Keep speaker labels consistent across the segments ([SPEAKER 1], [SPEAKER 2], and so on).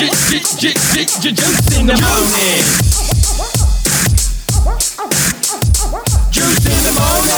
[SPEAKER 1] j- j- j- juice in the morning. Juice in the morning.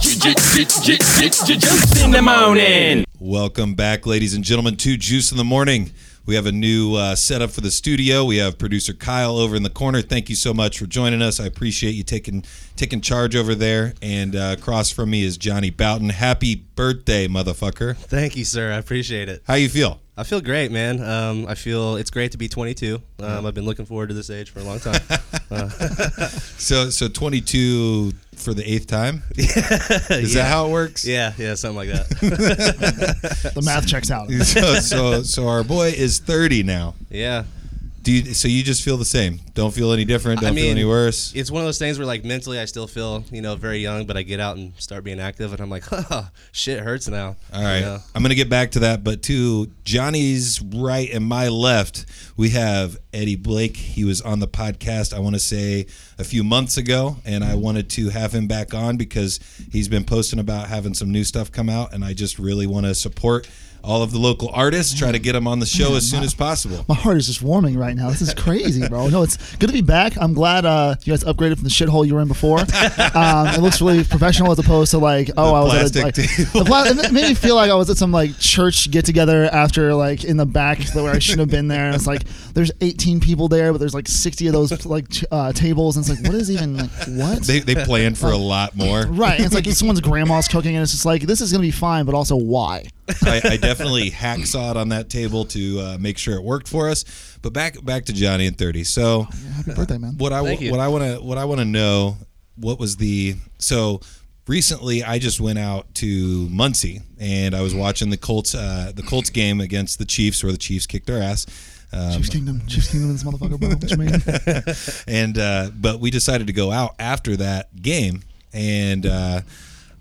[SPEAKER 1] J- j- j- j- j- j- Juice in the morning.
[SPEAKER 2] Welcome back, ladies and gentlemen, to Juice in the Morning. We have a new uh, setup for the studio. We have producer Kyle over in the corner. Thank you so much for joining us. I appreciate you taking taking charge over there. And uh, across from me is Johnny Boughton. Happy birthday, motherfucker!
[SPEAKER 3] Thank you, sir. I appreciate it.
[SPEAKER 2] How you feel?
[SPEAKER 3] I feel great, man. Um, I feel it's great to be 22. Um, I've been looking forward to this age for a long time.
[SPEAKER 2] So so twenty two for the eighth time. Is that how it works?
[SPEAKER 3] yeah, yeah, something like that.
[SPEAKER 4] The math checks out.
[SPEAKER 2] So so so our boy is thirty now.
[SPEAKER 3] yeah,
[SPEAKER 2] Do you, so you just feel the same? Don't feel any different. Don't feel
[SPEAKER 3] mean,
[SPEAKER 2] any worse.
[SPEAKER 3] it's one of those things where like mentally I still feel you know very young, but I get out and start being active, and I'm like, oh, shit hurts now.
[SPEAKER 2] All right.
[SPEAKER 3] You know?
[SPEAKER 2] I'm going to get back to that. But to Johnny's right and my left, we have Eddie Blake. He was on the podcast, I want to say, a few months ago. And I wanted to have him back on because he's been posting about having some new stuff come out. And I just really want to support all of the local artists, try to get them on the show as soon as possible.
[SPEAKER 4] My heart is just warming right now. This is crazy, bro. No, it's good to be back. I'm glad uh, you guys upgraded from the shithole you were in before. Um, it looks really professional as opposed to like, oh, I was at a,
[SPEAKER 2] plastic
[SPEAKER 4] like,
[SPEAKER 2] table.
[SPEAKER 4] the pla- it made me feel like I was at some like church get together after like in the back where I shouldn't have been there. And it's like there's 18 people there, but there's like 60 of those like t- uh, tables, and it's like, what is even like what?
[SPEAKER 2] They, they planned for a lot more.
[SPEAKER 4] right? And it's like someone's grandma's cooking, and it's just like this is gonna be fine, but also why?
[SPEAKER 2] I, I definitely hacksawed on that table to uh, make sure it worked for us. But back back to Johnny and 30. So.
[SPEAKER 4] Happy birthday, man.
[SPEAKER 2] what I
[SPEAKER 3] Thank you.
[SPEAKER 2] what I want to what I want to know what was the so recently I just went out to Muncie and I was watching the Colts uh, the Colts game against the Chiefs where the Chiefs kicked our ass. Um,
[SPEAKER 4] Chiefs Kingdom, Chiefs Kingdom, in this motherfucker, bro. What you mean?
[SPEAKER 2] and uh, but we decided to go out after that game and uh,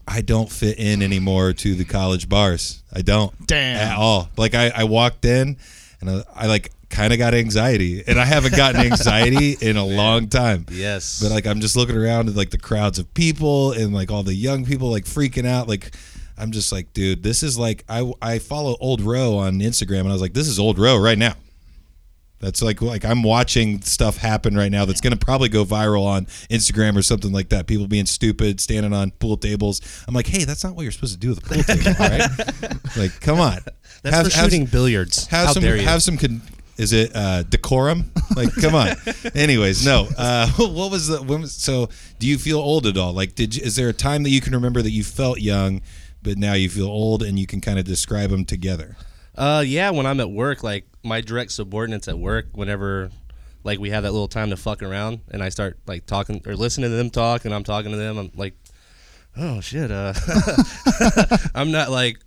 [SPEAKER 2] I don't fit in anymore to the college bars. I don't
[SPEAKER 4] Damn.
[SPEAKER 2] at all. Like I, I walked in and I, I like kind of got anxiety and I haven't gotten anxiety in a long time.
[SPEAKER 3] Yes.
[SPEAKER 2] But like I'm just looking around at like the crowds of people and like all the young people like freaking out. Like I'm just like, dude, this is like I I follow Old Row on Instagram and I was like, this is Old Row right now. That's like like I'm watching stuff happen right now that's gonna probably go viral on Instagram or something like that. People being stupid, standing on pool tables. I'm like, hey, that's not what you're supposed to do with a pool table, all right? Like, come on.
[SPEAKER 3] That's for shooting billiards.
[SPEAKER 2] Have
[SPEAKER 3] How
[SPEAKER 2] some.
[SPEAKER 3] dare you?
[SPEAKER 2] Have some. Con- is it uh, decorum? Like, come on. Anyways, no. Uh, what was the? When was, so, do you feel old at all? Like, did you, is there a time that you can remember that you felt young, but now you feel old, and you can kind of describe them together?
[SPEAKER 3] Uh, yeah, when I'm at work, like my direct subordinates at work, whenever like we have that little time to fuck around, and I start like talking or listening to them talk, and I'm talking to them, I'm like, oh shit, uh, I'm not like.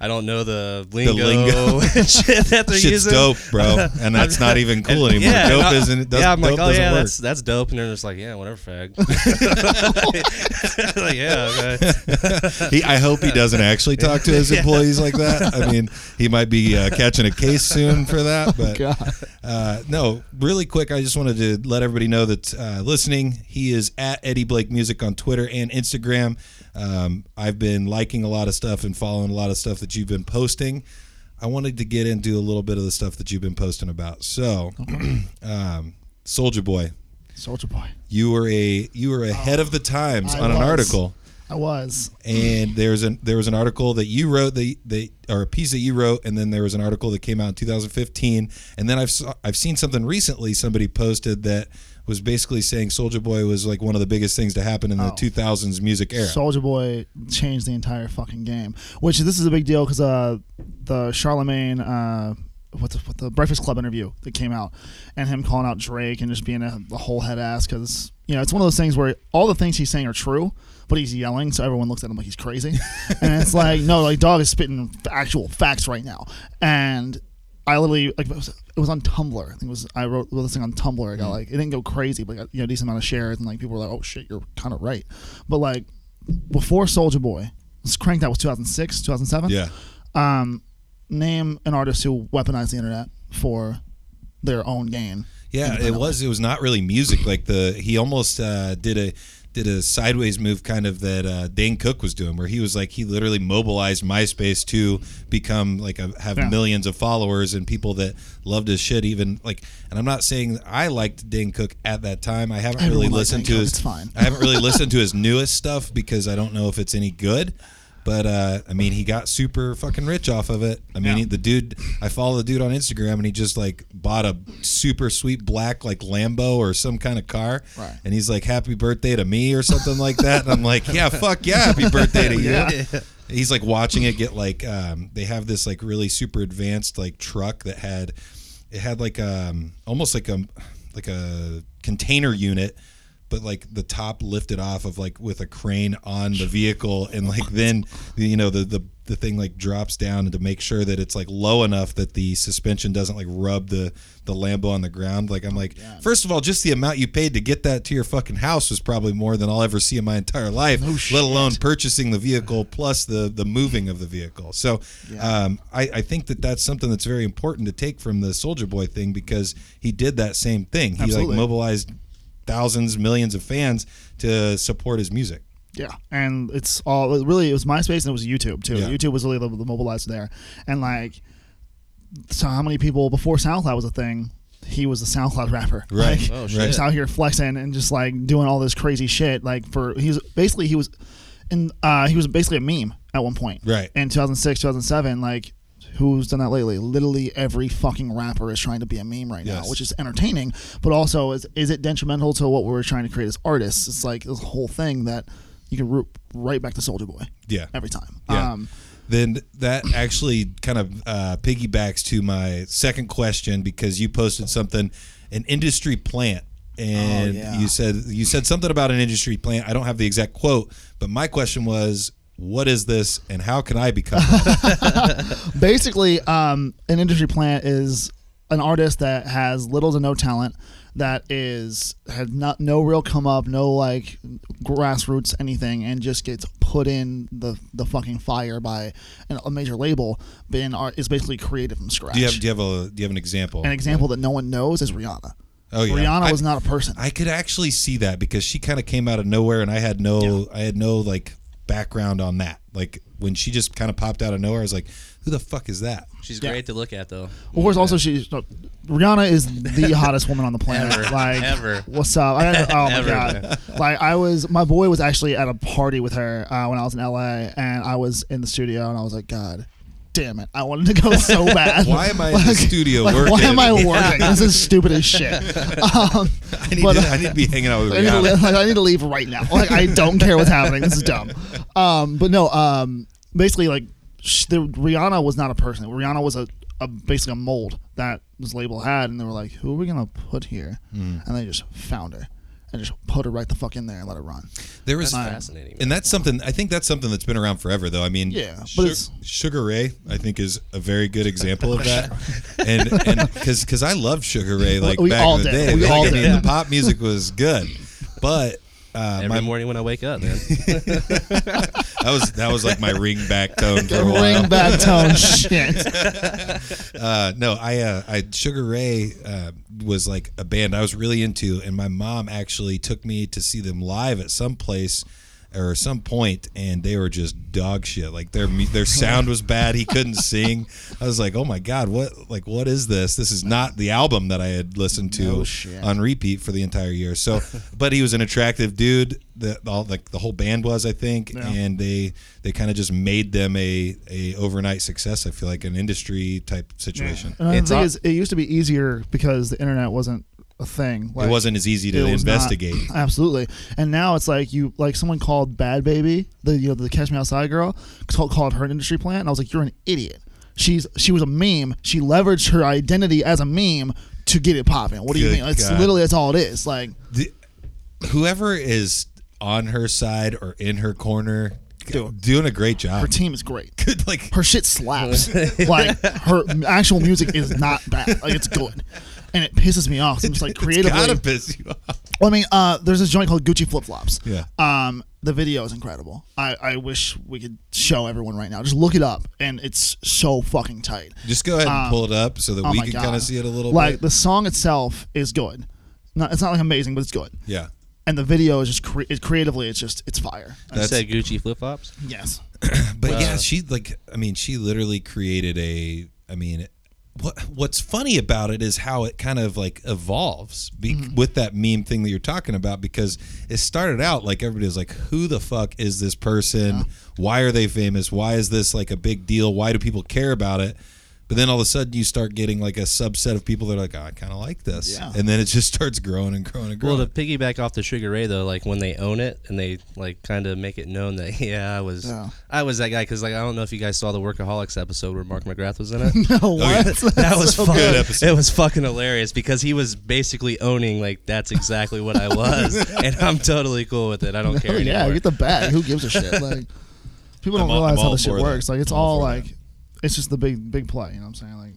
[SPEAKER 3] I don't know the lingo,
[SPEAKER 2] lingo.
[SPEAKER 3] and shit that they're
[SPEAKER 2] Shit's
[SPEAKER 3] using.
[SPEAKER 2] dope, bro, and that's not even cool anymore.
[SPEAKER 3] Yeah,
[SPEAKER 2] dope
[SPEAKER 3] and I-
[SPEAKER 2] isn't. It doesn't,
[SPEAKER 3] yeah, I'm
[SPEAKER 2] dope
[SPEAKER 3] like, oh
[SPEAKER 2] doesn't
[SPEAKER 3] yeah,
[SPEAKER 2] work.
[SPEAKER 3] that's that's dope, and they're just like, yeah, whatever, fag. like, yeah, okay.
[SPEAKER 2] He, I hope he doesn't actually talk to his employees like that. I mean, he might be uh, catching a case soon for that. But
[SPEAKER 4] God.
[SPEAKER 2] uh, no, really quick, I just wanted to let everybody know that uh, listening, he is at Eddie Blake Music on Twitter and Instagram. Um, I've been liking a lot of stuff and following a lot of stuff that you've been posting. I wanted to get into a little bit of the stuff that you've been posting about. So, um, Soldier Boy,
[SPEAKER 4] Soldier Boy.
[SPEAKER 2] you were a you were ahead of the times
[SPEAKER 4] Oh, I
[SPEAKER 2] on an
[SPEAKER 4] was.
[SPEAKER 2] article
[SPEAKER 4] I was.
[SPEAKER 2] and there's an there was an article that you wrote that they or a piece that you wrote and then there was an article that came out in 2015 and then I've saw, I've seen something recently somebody posted that was basically saying Soldier Boy was like one of the biggest things to happen in the
[SPEAKER 4] Oh.
[SPEAKER 2] 2000s music era.
[SPEAKER 4] Soldier Boy changed the entire fucking game. Which this is a big deal because uh, the Charlemagne, uh, what the, what the Breakfast Club interview that came out, and him calling out Drake and just being a, a whole head ass because you know it's one of those things where all the things he's saying are true, but he's yelling, so everyone looks at him like he's crazy, and it's like no, like dog is spitting actual facts right now, and I literally like it was, it was on Tumblr. I think it was I wrote this thing on Tumblr. I got like it didn't go crazy, but got, you know decent amount of shares and like people were like, oh shit, you're kind of right. But like before Soldier Boy, this cranked out was 2006, 2007.
[SPEAKER 2] Yeah.
[SPEAKER 4] Um, name an artist who weaponized the internet for their own gain.
[SPEAKER 2] Yeah, it was. It was not really music. Like the he almost uh, did a did a sideways move, kind of that uh, Dane Cook was doing, where he was like he literally mobilized MySpace to become like a, have
[SPEAKER 4] Yeah.
[SPEAKER 2] millions of followers and people that loved his shit. Even like, and I'm not saying I liked Dane Cook at that time. I haven't
[SPEAKER 4] Everyone
[SPEAKER 2] really
[SPEAKER 4] likes
[SPEAKER 2] listened to
[SPEAKER 4] Dane Cook,
[SPEAKER 2] his.
[SPEAKER 4] it's fine.
[SPEAKER 2] I haven't really listened to his newest stuff because I don't know if it's any good. But uh, I mean, he got super fucking rich off of it. I mean,
[SPEAKER 4] Yeah.
[SPEAKER 2] the dude, I follow the dude on Instagram, and he just like bought a super sweet black like Lambo or some kind of car,
[SPEAKER 4] Right.
[SPEAKER 2] and he's like, "Happy birthday to me" or something like that. And I'm like, "Yeah, fuck yeah, happy birthday to you." He's like watching it get like um, they have this like really super advanced like truck that had it had like um almost like a like a container unit but like the top lifted off of like with a crane on the vehicle and like then you know the the the thing like drops down to make sure that it's like low enough that the suspension doesn't like rub the the Lambo on the ground. Like I'm like, first of all, just the amount you paid to get that to your fucking house was probably more than I'll ever see in my entire life. let alone purchasing the vehicle plus the the moving of the vehicle. So um, I I think that that's something that's very important to take from the Soldier Boy thing because he did that same thing. He
[SPEAKER 4] Absolutely.
[SPEAKER 2] like mobilized thousands, millions of fans to support his music.
[SPEAKER 4] Yeah, and it's all it really it was MySpace and it was YouTube too.
[SPEAKER 2] Yeah.
[SPEAKER 4] YouTube was really the, the mobilizer there, and like, so how many people before SoundCloud was a thing? He was a SoundCloud rapper,
[SPEAKER 2] Right.
[SPEAKER 4] Like,
[SPEAKER 2] Oh,
[SPEAKER 4] he
[SPEAKER 2] shit.
[SPEAKER 4] was out here flexing and just like doing all this crazy shit. Like for he was basically he was, in uh, he was basically a meme at one point,
[SPEAKER 2] Right.
[SPEAKER 4] In 2006, 2007, like. Who's done that lately? Literally every fucking rapper is trying to be a meme right now,
[SPEAKER 2] Yes.
[SPEAKER 4] which is entertaining, but also is is it detrimental to what we're trying to create as artists? It's like this whole thing that you can root right back to Soldier Boy.
[SPEAKER 2] Yeah.
[SPEAKER 4] every time.
[SPEAKER 2] Yeah.
[SPEAKER 4] Um,
[SPEAKER 2] then that actually kind of uh, piggybacks to my second question because you posted something, an industry plant, and
[SPEAKER 4] Oh, yeah.
[SPEAKER 2] you said you said something about an industry plant. I don't have the exact quote, but my question was, "What is this, and how can I become?" one?
[SPEAKER 4] basically, um, an industry plant is an artist that has little to no talent, that is had not no real come up, no like grassroots anything, and just gets put in the the fucking fire by an, a major label. Being art is basically created from scratch.
[SPEAKER 2] do you have Do you have a Do you have an example?
[SPEAKER 4] an example that no one knows is Rihanna.
[SPEAKER 2] Oh, yeah.
[SPEAKER 4] Rihanna
[SPEAKER 2] I-
[SPEAKER 4] was not a person.
[SPEAKER 2] I could actually see that because she kind of came out of nowhere, and I had no, I had no like background on that. Like when she just kind of popped out of nowhere, I was like, "Who the fuck is that?"
[SPEAKER 3] She's
[SPEAKER 4] Yeah.
[SPEAKER 3] great to look at though.
[SPEAKER 4] Of course, also she Rihanna is the hottest woman on the planet.
[SPEAKER 3] Ever.
[SPEAKER 4] like,
[SPEAKER 3] Ever.
[SPEAKER 4] what's up? I, oh my
[SPEAKER 3] Ever.
[SPEAKER 4] god! Like, I was my boy was actually at a party with her uh, when I was in LA, and I was in the studio, and I was like, God, damn it! I wanted to go so bad.
[SPEAKER 2] Why am I in the studio
[SPEAKER 4] like,
[SPEAKER 2] working?
[SPEAKER 4] Why am I working? This is stupid as shit. Um,
[SPEAKER 2] I need,
[SPEAKER 4] but,
[SPEAKER 2] to,
[SPEAKER 4] uh,
[SPEAKER 2] I need to be hanging out with
[SPEAKER 4] I need, to
[SPEAKER 2] Rihanna.
[SPEAKER 4] leave, like, I need to leave right now. Like I don't care what's happening. This is dumb. Um, but no, um, basically like sh- the, Rihanna was not a person. Rihanna was a, a basically a mold that this label had, and they were like, "Who are we gonna put here?"
[SPEAKER 2] Hmm.
[SPEAKER 4] And they just found her and just put her right the fuck in there and let her run.
[SPEAKER 2] There was
[SPEAKER 4] That's
[SPEAKER 3] fascinating,
[SPEAKER 2] and that's something. I think that's something that's been around forever, though. I mean,
[SPEAKER 4] Yeah, but
[SPEAKER 2] Sug-
[SPEAKER 4] it's-
[SPEAKER 2] Sugar Ray, I think, is a very good example of that. and and because because I loved Sugar Ray, like
[SPEAKER 4] We
[SPEAKER 2] back
[SPEAKER 4] all
[SPEAKER 2] in the
[SPEAKER 4] did.
[SPEAKER 2] day,
[SPEAKER 4] We
[SPEAKER 2] Like,
[SPEAKER 4] all
[SPEAKER 2] I mean,
[SPEAKER 4] did.
[SPEAKER 2] the pop music was good, but uh,
[SPEAKER 3] Every
[SPEAKER 2] my
[SPEAKER 3] morning when I wake up, man.
[SPEAKER 2] that was that was like my ring back tone for a while.
[SPEAKER 4] Ring back tone shit.
[SPEAKER 2] Uh, no, I, uh, I Sugar Ray uh, was like a band I was really into, and my mom actually took me to see them live at some place or some point, and they were just dog shit. Like their mu- their sound was bad. He couldn't sing. I was like, oh my god, what like what is this? This is not the album that I had listened to
[SPEAKER 4] No shit.
[SPEAKER 2] on repeat for the entire year. So, but he was an attractive dude. That all like the whole band was, I think,
[SPEAKER 4] Yeah.
[SPEAKER 2] and they they kind of just made them a a overnight success. I feel like an industry type situation.
[SPEAKER 4] And the
[SPEAKER 3] It's
[SPEAKER 4] thing
[SPEAKER 3] all-
[SPEAKER 4] is, it used to be easier because the internet wasn't a thing. Like,
[SPEAKER 2] it wasn't as easy to
[SPEAKER 4] it was
[SPEAKER 2] investigate.
[SPEAKER 4] not- absolutely. And now it's like you like someone called Bad Baby, the you know the Catch Me Outside girl, called, called her an industry plant, and I was like, you're an idiot. She's she was a meme. She leveraged her identity as a meme to get it popping. What do you
[SPEAKER 2] Good
[SPEAKER 4] mean? It's
[SPEAKER 2] God.
[SPEAKER 4] literally that's all it is. Like
[SPEAKER 2] The- whoever is on her side or in her corner,
[SPEAKER 4] Doing-
[SPEAKER 2] doing a great job.
[SPEAKER 4] her team is great.
[SPEAKER 2] Good, like
[SPEAKER 4] Her shit slaps. like her actual music is not bad. Like it's good, and it pisses me off. I'm just like
[SPEAKER 2] it's
[SPEAKER 4] creatively.
[SPEAKER 2] gotta piss you off.
[SPEAKER 4] Well, I mean, uh, there's this joint called Gucci Flip Flops.
[SPEAKER 2] Yeah.
[SPEAKER 4] Um, the video is incredible. I, I wish we could show everyone right now. Just look it up, and it's so fucking tight.
[SPEAKER 2] Just go ahead and
[SPEAKER 4] Um,
[SPEAKER 2] pull it up so that
[SPEAKER 4] oh
[SPEAKER 2] we
[SPEAKER 4] my
[SPEAKER 2] can
[SPEAKER 4] God.
[SPEAKER 2] kind of see it a little
[SPEAKER 4] Like
[SPEAKER 2] bit.
[SPEAKER 4] the song itself is good. Not, it's not like amazing, but it's good.
[SPEAKER 2] yeah.
[SPEAKER 4] And the video is just cre- it, creatively, it's just it's fire.
[SPEAKER 3] You
[SPEAKER 2] That's-
[SPEAKER 3] said Gucci flip flops.
[SPEAKER 4] Yes.
[SPEAKER 2] But yeah, she like I mean, she literally created a I mean, what what's funny about it is how it kind of like evolves be,
[SPEAKER 3] Mm-hmm.
[SPEAKER 2] with that meme thing that you're talking about because it started out like everybody was like who the fuck is this person? Why are they famous? Why is this like a big deal? Why do people care about it? But then all of a sudden you start getting like a subset of people that are like, oh, I kind of like this.
[SPEAKER 4] Yeah.
[SPEAKER 2] And then it just starts growing and growing and growing.
[SPEAKER 3] Well, to piggyback off the Sugar Ray though, like when they own it and they like kind of make it known that yeah, I was
[SPEAKER 4] Yeah.
[SPEAKER 3] I was that guy because like I don't know if you guys saw the Workaholics episode where Mark McGrath was in it.
[SPEAKER 4] Oh,
[SPEAKER 2] yeah.
[SPEAKER 4] what?
[SPEAKER 3] that was
[SPEAKER 2] so
[SPEAKER 3] fucking,
[SPEAKER 2] good episode.
[SPEAKER 3] It was fucking hilarious because he was basically owning like that's exactly what I was, and I'm totally cool with it. I don't care
[SPEAKER 4] Hell Oh, yeah,
[SPEAKER 3] anymore.
[SPEAKER 4] get the bag. Who gives a shit? Like people don't
[SPEAKER 2] I'm all-
[SPEAKER 4] realize
[SPEAKER 2] I'm
[SPEAKER 4] how
[SPEAKER 2] all
[SPEAKER 4] the shit
[SPEAKER 2] for that.
[SPEAKER 4] works. Like it's
[SPEAKER 2] I'm all
[SPEAKER 4] all
[SPEAKER 2] for
[SPEAKER 4] like it's just the big big play. You know what I'm saying? Like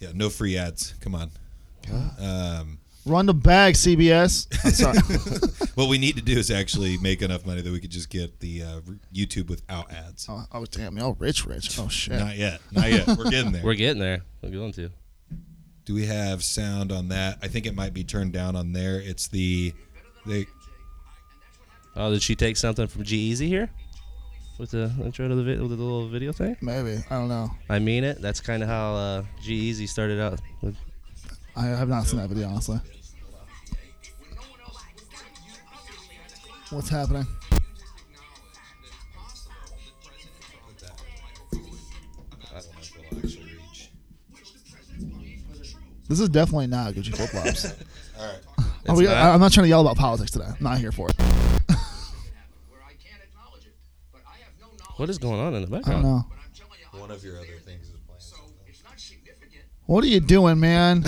[SPEAKER 2] yeah, no free ads. Come on. Um,
[SPEAKER 4] run the bag, CBS. I'm sorry.
[SPEAKER 2] What we need to do is actually make enough money that we could just get the uh, YouTube without ads.
[SPEAKER 4] oh, oh damn, y'all rich, rich. Oh shit.
[SPEAKER 2] Not yet. Not yet. We're getting there.
[SPEAKER 3] We're getting there. We're going to.
[SPEAKER 2] do we have sound on that? I think it might be turned down on there. It's the. They,
[SPEAKER 3] Oh, did she take something from G Easy here? With the intro to the, vi- with the little video thing?
[SPEAKER 4] Maybe I don't know.
[SPEAKER 3] I mean it. That's kind of how uh, G Easy started out. With,
[SPEAKER 4] I have not seen that video honestly. What's happening? This is definitely not Gucci flip flops. Are we- I- I'm not trying to yell about politics today. I'm not here for it.
[SPEAKER 5] where I can't acknowledge it, but I have no knowledge.
[SPEAKER 3] what is going on in the
[SPEAKER 4] I don't
[SPEAKER 3] background?
[SPEAKER 4] know.
[SPEAKER 5] But I'm telling you,
[SPEAKER 2] One of your other things is playing.
[SPEAKER 5] so it's not significant.
[SPEAKER 4] What are you doing, man?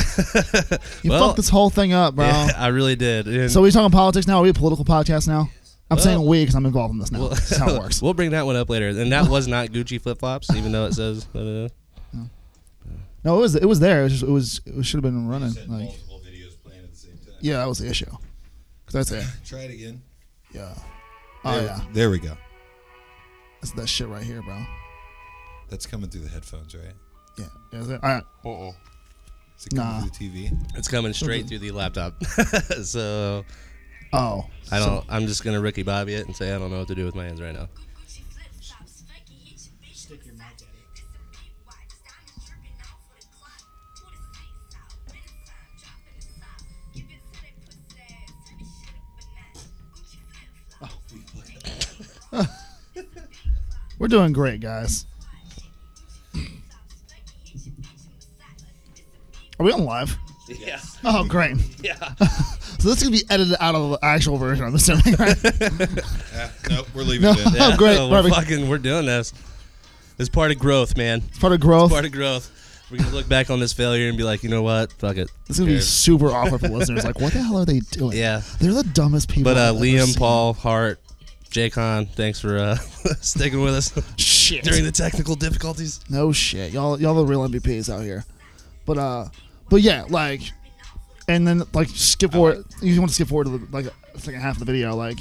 [SPEAKER 4] You
[SPEAKER 3] Well-
[SPEAKER 4] fucked this whole thing up, bro.
[SPEAKER 3] Yeah, I really did. And
[SPEAKER 4] So are we talking politics now? Are we a political podcast now? I'm
[SPEAKER 3] Well-
[SPEAKER 4] saying we because I'm involved in this now. That's how it works.
[SPEAKER 3] we'll bring that one up later. And that was not Gucci flip flops, even though it says. Uh,
[SPEAKER 4] No, it was it was there. It was just, it was it should have been running. Like
[SPEAKER 2] multiple videos playing at the same time.
[SPEAKER 4] yeah, that was the issue. 'Cause that's it.
[SPEAKER 2] Try it again.
[SPEAKER 4] Yeah. Oh
[SPEAKER 2] there,
[SPEAKER 4] yeah,
[SPEAKER 2] There we go.
[SPEAKER 4] that's that shit right here, bro.
[SPEAKER 2] That's coming through the headphones, right?
[SPEAKER 4] Yeah. Is it? I,
[SPEAKER 2] Is it coming
[SPEAKER 4] Nah.
[SPEAKER 2] through the TV?
[SPEAKER 3] it's coming straight through the laptop. so
[SPEAKER 4] oh.
[SPEAKER 3] I don't. I'm just gonna Ricky Bobby it and say I don't know what to do with my hands right now.
[SPEAKER 6] Stick your mic at it. Oh.
[SPEAKER 4] We're doing great, guys. Are we on live?
[SPEAKER 3] Yeah.
[SPEAKER 4] Oh, great. Yeah. so this is gonna be edited out of the actual version. I'm assuming. Right?
[SPEAKER 2] Ah, nope, we're leaving
[SPEAKER 4] No.
[SPEAKER 2] it in.
[SPEAKER 4] Oh, great.
[SPEAKER 3] we're
[SPEAKER 4] Perfect.
[SPEAKER 3] fucking. We're doing this. It's part of growth, man.
[SPEAKER 4] It's part of growth.
[SPEAKER 3] Part of growth. We're gonna look back on this failure and be like, you know what? Fuck it.
[SPEAKER 4] It's gonna be
[SPEAKER 3] Who cares?
[SPEAKER 4] super awkward for listeners. Like, what the hell are they doing?
[SPEAKER 3] Yeah.
[SPEAKER 4] They're the dumbest people.
[SPEAKER 3] But uh,
[SPEAKER 4] I've ever
[SPEAKER 3] Liam,
[SPEAKER 4] seen.
[SPEAKER 3] Paul, Hart, Jay Con, thanks for uh, sticking with us
[SPEAKER 4] Shit.
[SPEAKER 3] during the technical difficulties.
[SPEAKER 4] No shit, y'all, y'all the real MVPs out here. But uh, but yeah, like, and then like skip forward. You want to skip forward to the, like second half of the video. Like,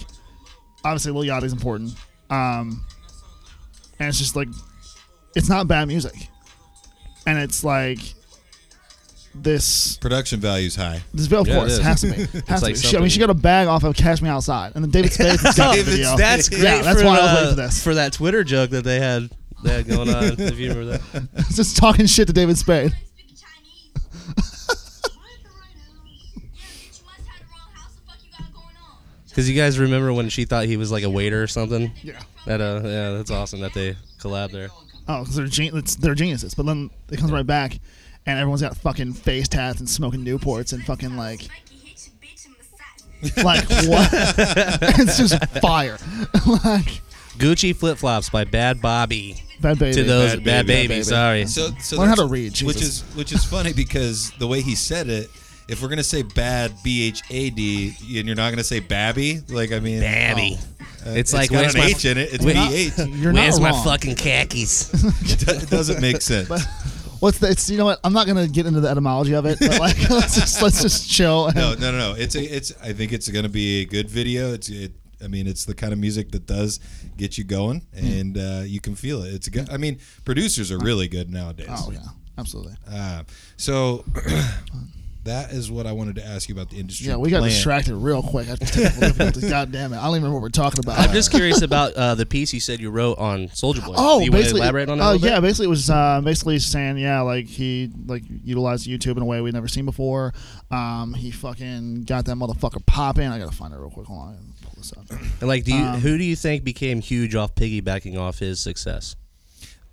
[SPEAKER 4] obviously Lil Yachty's important. Um, and it's just like, it's not bad music, and it's like this
[SPEAKER 2] Production value's high.
[SPEAKER 4] this video of
[SPEAKER 3] Yeah, it
[SPEAKER 4] course
[SPEAKER 3] is.
[SPEAKER 4] has to be has
[SPEAKER 3] like
[SPEAKER 4] to be. She, I mean, she got a bag off of Cash Me Outside, and then David Spade got the video.
[SPEAKER 3] that's great.
[SPEAKER 4] Yeah, that's
[SPEAKER 3] for,
[SPEAKER 4] why I was
[SPEAKER 3] uh,
[SPEAKER 4] waiting for this.
[SPEAKER 3] For that Twitter joke that they had they had going on. if you remember that.
[SPEAKER 4] just talking shit to David Spade.
[SPEAKER 3] Because you guys remember when she thought he was like a waiter or something.
[SPEAKER 4] Yeah.
[SPEAKER 3] That uh, yeah, that's awesome that they collab there.
[SPEAKER 4] Oh, because they're gen- it's, they're geniuses. But then it comes right back, and everyone's got fucking face tats and smoking Newports and fucking like like what? it's just fire. like
[SPEAKER 3] Gucci flip flops by Bad Bobby.
[SPEAKER 4] bad baby.
[SPEAKER 3] To those
[SPEAKER 2] Bad
[SPEAKER 3] Bad,
[SPEAKER 2] Baby,
[SPEAKER 3] baby, sorry.
[SPEAKER 2] So, so
[SPEAKER 4] Learn how
[SPEAKER 2] that's-
[SPEAKER 4] to read,
[SPEAKER 2] which is
[SPEAKER 4] Jesus.
[SPEAKER 2] which is funny because the way he said it. If we're gonna say bad, b h a d, and you're not gonna say babby, like I mean,
[SPEAKER 3] Babby.
[SPEAKER 2] uh,
[SPEAKER 3] It's like,
[SPEAKER 2] got
[SPEAKER 3] where's
[SPEAKER 2] an
[SPEAKER 3] my-
[SPEAKER 2] H in it. It's
[SPEAKER 3] wait,
[SPEAKER 2] b h.
[SPEAKER 4] Uh, You're not
[SPEAKER 3] Where's
[SPEAKER 4] wrong.
[SPEAKER 3] my fucking khakis?
[SPEAKER 2] It do- it doesn't make sense.
[SPEAKER 4] What's the? It's you know what? I'm not gonna get into the etymology of it. But like, let's just let's just chill. and-
[SPEAKER 2] no, no, no, no. It's a, it's. I think it's going to be a good video. It's. It, I mean, it's the kind of music that does get you going,
[SPEAKER 4] Hmm.
[SPEAKER 2] and uh, you can feel it. It's a good. I mean, producers are really good nowadays.
[SPEAKER 4] Oh yeah, absolutely.
[SPEAKER 2] Uh, so that is what I wanted to ask you about the industry.
[SPEAKER 4] Yeah, we got
[SPEAKER 2] plan.
[SPEAKER 4] distracted real quick. I just took a look at this. God damn it! I don't even remember what we're talking about.
[SPEAKER 3] I'm just curious about uh, the piece you said you wrote on Soldier Boy.
[SPEAKER 4] Oh,
[SPEAKER 3] Do you
[SPEAKER 4] basically,
[SPEAKER 3] want to elaborate on that? a
[SPEAKER 4] uh,
[SPEAKER 3] little
[SPEAKER 4] yeah,
[SPEAKER 3] bit?
[SPEAKER 4] basically it was uh, basically saying yeah, like he like utilized YouTube in a way we'd never seen before. Um, he fucking got that motherfucker popping. I gotta find it real quick. Hold on, I gotta pull this up.
[SPEAKER 3] And like, do you,
[SPEAKER 4] Um,
[SPEAKER 3] who do you think became huge off piggybacking off his success?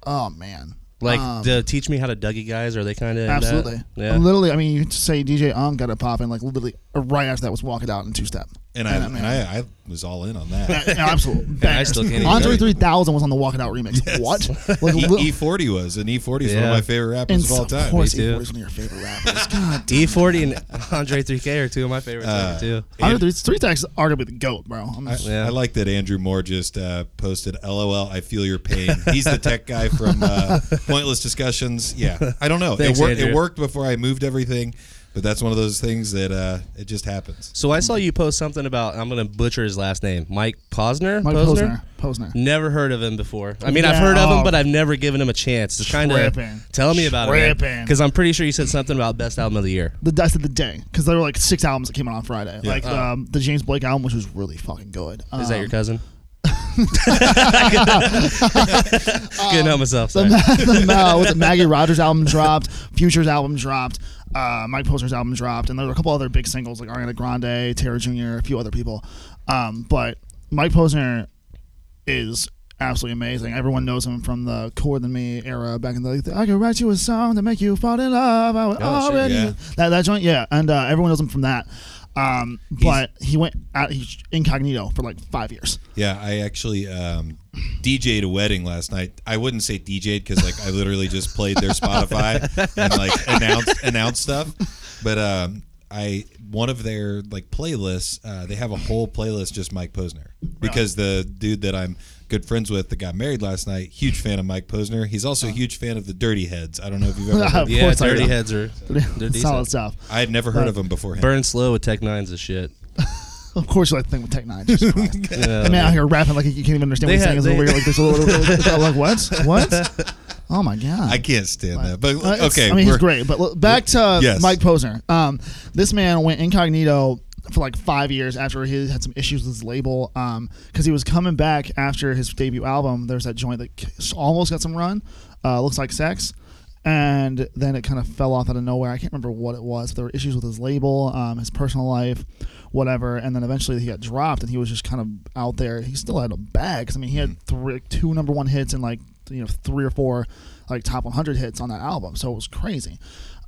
[SPEAKER 4] Oh man,
[SPEAKER 3] Like
[SPEAKER 4] Um,
[SPEAKER 3] the teach me how to Dougie guys? Are they kind of
[SPEAKER 4] absolutely.
[SPEAKER 3] Yeah.
[SPEAKER 4] Literally, I mean, you could say DJ Um got it popping like literally right after that was walking out in two step.
[SPEAKER 2] And I, and I, I was all in on that.
[SPEAKER 4] Yeah, absolutely.
[SPEAKER 3] I still can't even
[SPEAKER 4] Andre
[SPEAKER 3] tell you.
[SPEAKER 4] 3000 was on the Walking Out remix. What? Like, li-
[SPEAKER 2] E forty was, and E forty is one of
[SPEAKER 3] Yeah.
[SPEAKER 2] my favorite
[SPEAKER 4] and
[SPEAKER 2] rappers of
[SPEAKER 4] so-
[SPEAKER 2] all time.
[SPEAKER 4] Of course,
[SPEAKER 3] Me too.
[SPEAKER 4] E40 is one of your favorite rappers. God
[SPEAKER 3] E40 and Andre 3K are two of my favorites ever, too.
[SPEAKER 4] Andre three, three Tax is arguably the goat, bro. I'm
[SPEAKER 2] I,
[SPEAKER 4] just,
[SPEAKER 3] Yeah.
[SPEAKER 2] I like that Andrew Moore just uh, posted, "LOL, I feel your pain." He's the tech guy from uh, Pointless Discussions. Yeah, I don't know.
[SPEAKER 3] Thanks,
[SPEAKER 2] it worked. It
[SPEAKER 3] Andrew.
[SPEAKER 2] worked before I moved everything, but that's one of those things that uh, it just happens.
[SPEAKER 3] So I saw you post something about I'm gonna butcher his last name, Mike Posner.
[SPEAKER 4] Mike Posner. Posner.
[SPEAKER 3] Never heard of him before. I mean, I've
[SPEAKER 4] Yeah,
[SPEAKER 3] heard of
[SPEAKER 4] oh.
[SPEAKER 3] him, but I've never given him a chance. It's kind of
[SPEAKER 4] Tripping.
[SPEAKER 3] tell me about it,
[SPEAKER 4] Tripping.
[SPEAKER 3] because I'm pretty sure you said something about best album of the year.
[SPEAKER 4] The I said the day because there were like six albums that came out on Friday. Like um, the James Blake album, which was really fucking good. Um,
[SPEAKER 3] Uh. Is that your cousin? Couldn't
[SPEAKER 4] Um,
[SPEAKER 3] help myself. Sorry.
[SPEAKER 4] the, Ma- was Uh, it Maggie Rogers album dropped, Futures album dropped, uh, Mike Posner's album dropped, and there were a couple other big singles like Ariana Grande, Tara Jr., a few other people. Um, but Mike Posner is absolutely amazing. Everyone knows him from the Cooler Than Me era back in the like, I could write you a song to make you fall in love. I would
[SPEAKER 3] Oh, shit,
[SPEAKER 4] already
[SPEAKER 2] yeah.
[SPEAKER 4] that that joint, yeah, and uh, everyone knows him from that. Um, but he went out he's incognito for like five years.
[SPEAKER 2] Yeah, I actually um, DJ'd a wedding last night. I wouldn't say DJ'd because like I literally just played their Spotify and like announced announced stuff. But um, I one of their like playlists, uh, they have a whole playlist just Mike Posner because the dude that I'm good friends with that got married last night, huge fan of Mike Posner. He's also a
[SPEAKER 4] Uh-huh.
[SPEAKER 2] huge fan of the Dirty Heads. I don't know if you've ever. Heard
[SPEAKER 4] Of
[SPEAKER 2] of
[SPEAKER 3] yeah,
[SPEAKER 4] course I
[SPEAKER 3] Dirty
[SPEAKER 4] do.
[SPEAKER 3] Heads are they're
[SPEAKER 4] Solid
[SPEAKER 3] decent.
[SPEAKER 4] stuff.
[SPEAKER 2] I had never heard of him beforehand.
[SPEAKER 3] Burn slow with Tech Nines is shit.
[SPEAKER 4] Of course, you like the thing with Tech Nine. Jesus Christ.
[SPEAKER 3] Yeah.
[SPEAKER 4] The man out here rapping like you can't even understand
[SPEAKER 3] They
[SPEAKER 4] what
[SPEAKER 3] had-
[SPEAKER 4] he's saying.
[SPEAKER 3] they-
[SPEAKER 4] It's over here like this little, little, little- like what? What? Oh my god!
[SPEAKER 2] I can't stand that. But
[SPEAKER 4] Uh, it's-
[SPEAKER 2] okay,
[SPEAKER 4] I mean he's
[SPEAKER 2] we're-
[SPEAKER 4] great. But look, back to
[SPEAKER 2] Yes.
[SPEAKER 4] Mike Posner. Um, this man went incognito for like five years after he had some issues with his label. Um, because he was coming back after his debut album. There's that joint that almost got some run. Uh, looks like sex. And then it kind of fell off out of nowhere. I can't remember what it was. There were issues with his label, um, his personal life, whatever. And then eventually he got dropped, and he was just kind of out there. He still had a bag. 'cause, I mean, he had three, two number one hits and like you know three or four like top 100 hits on that album so it was crazy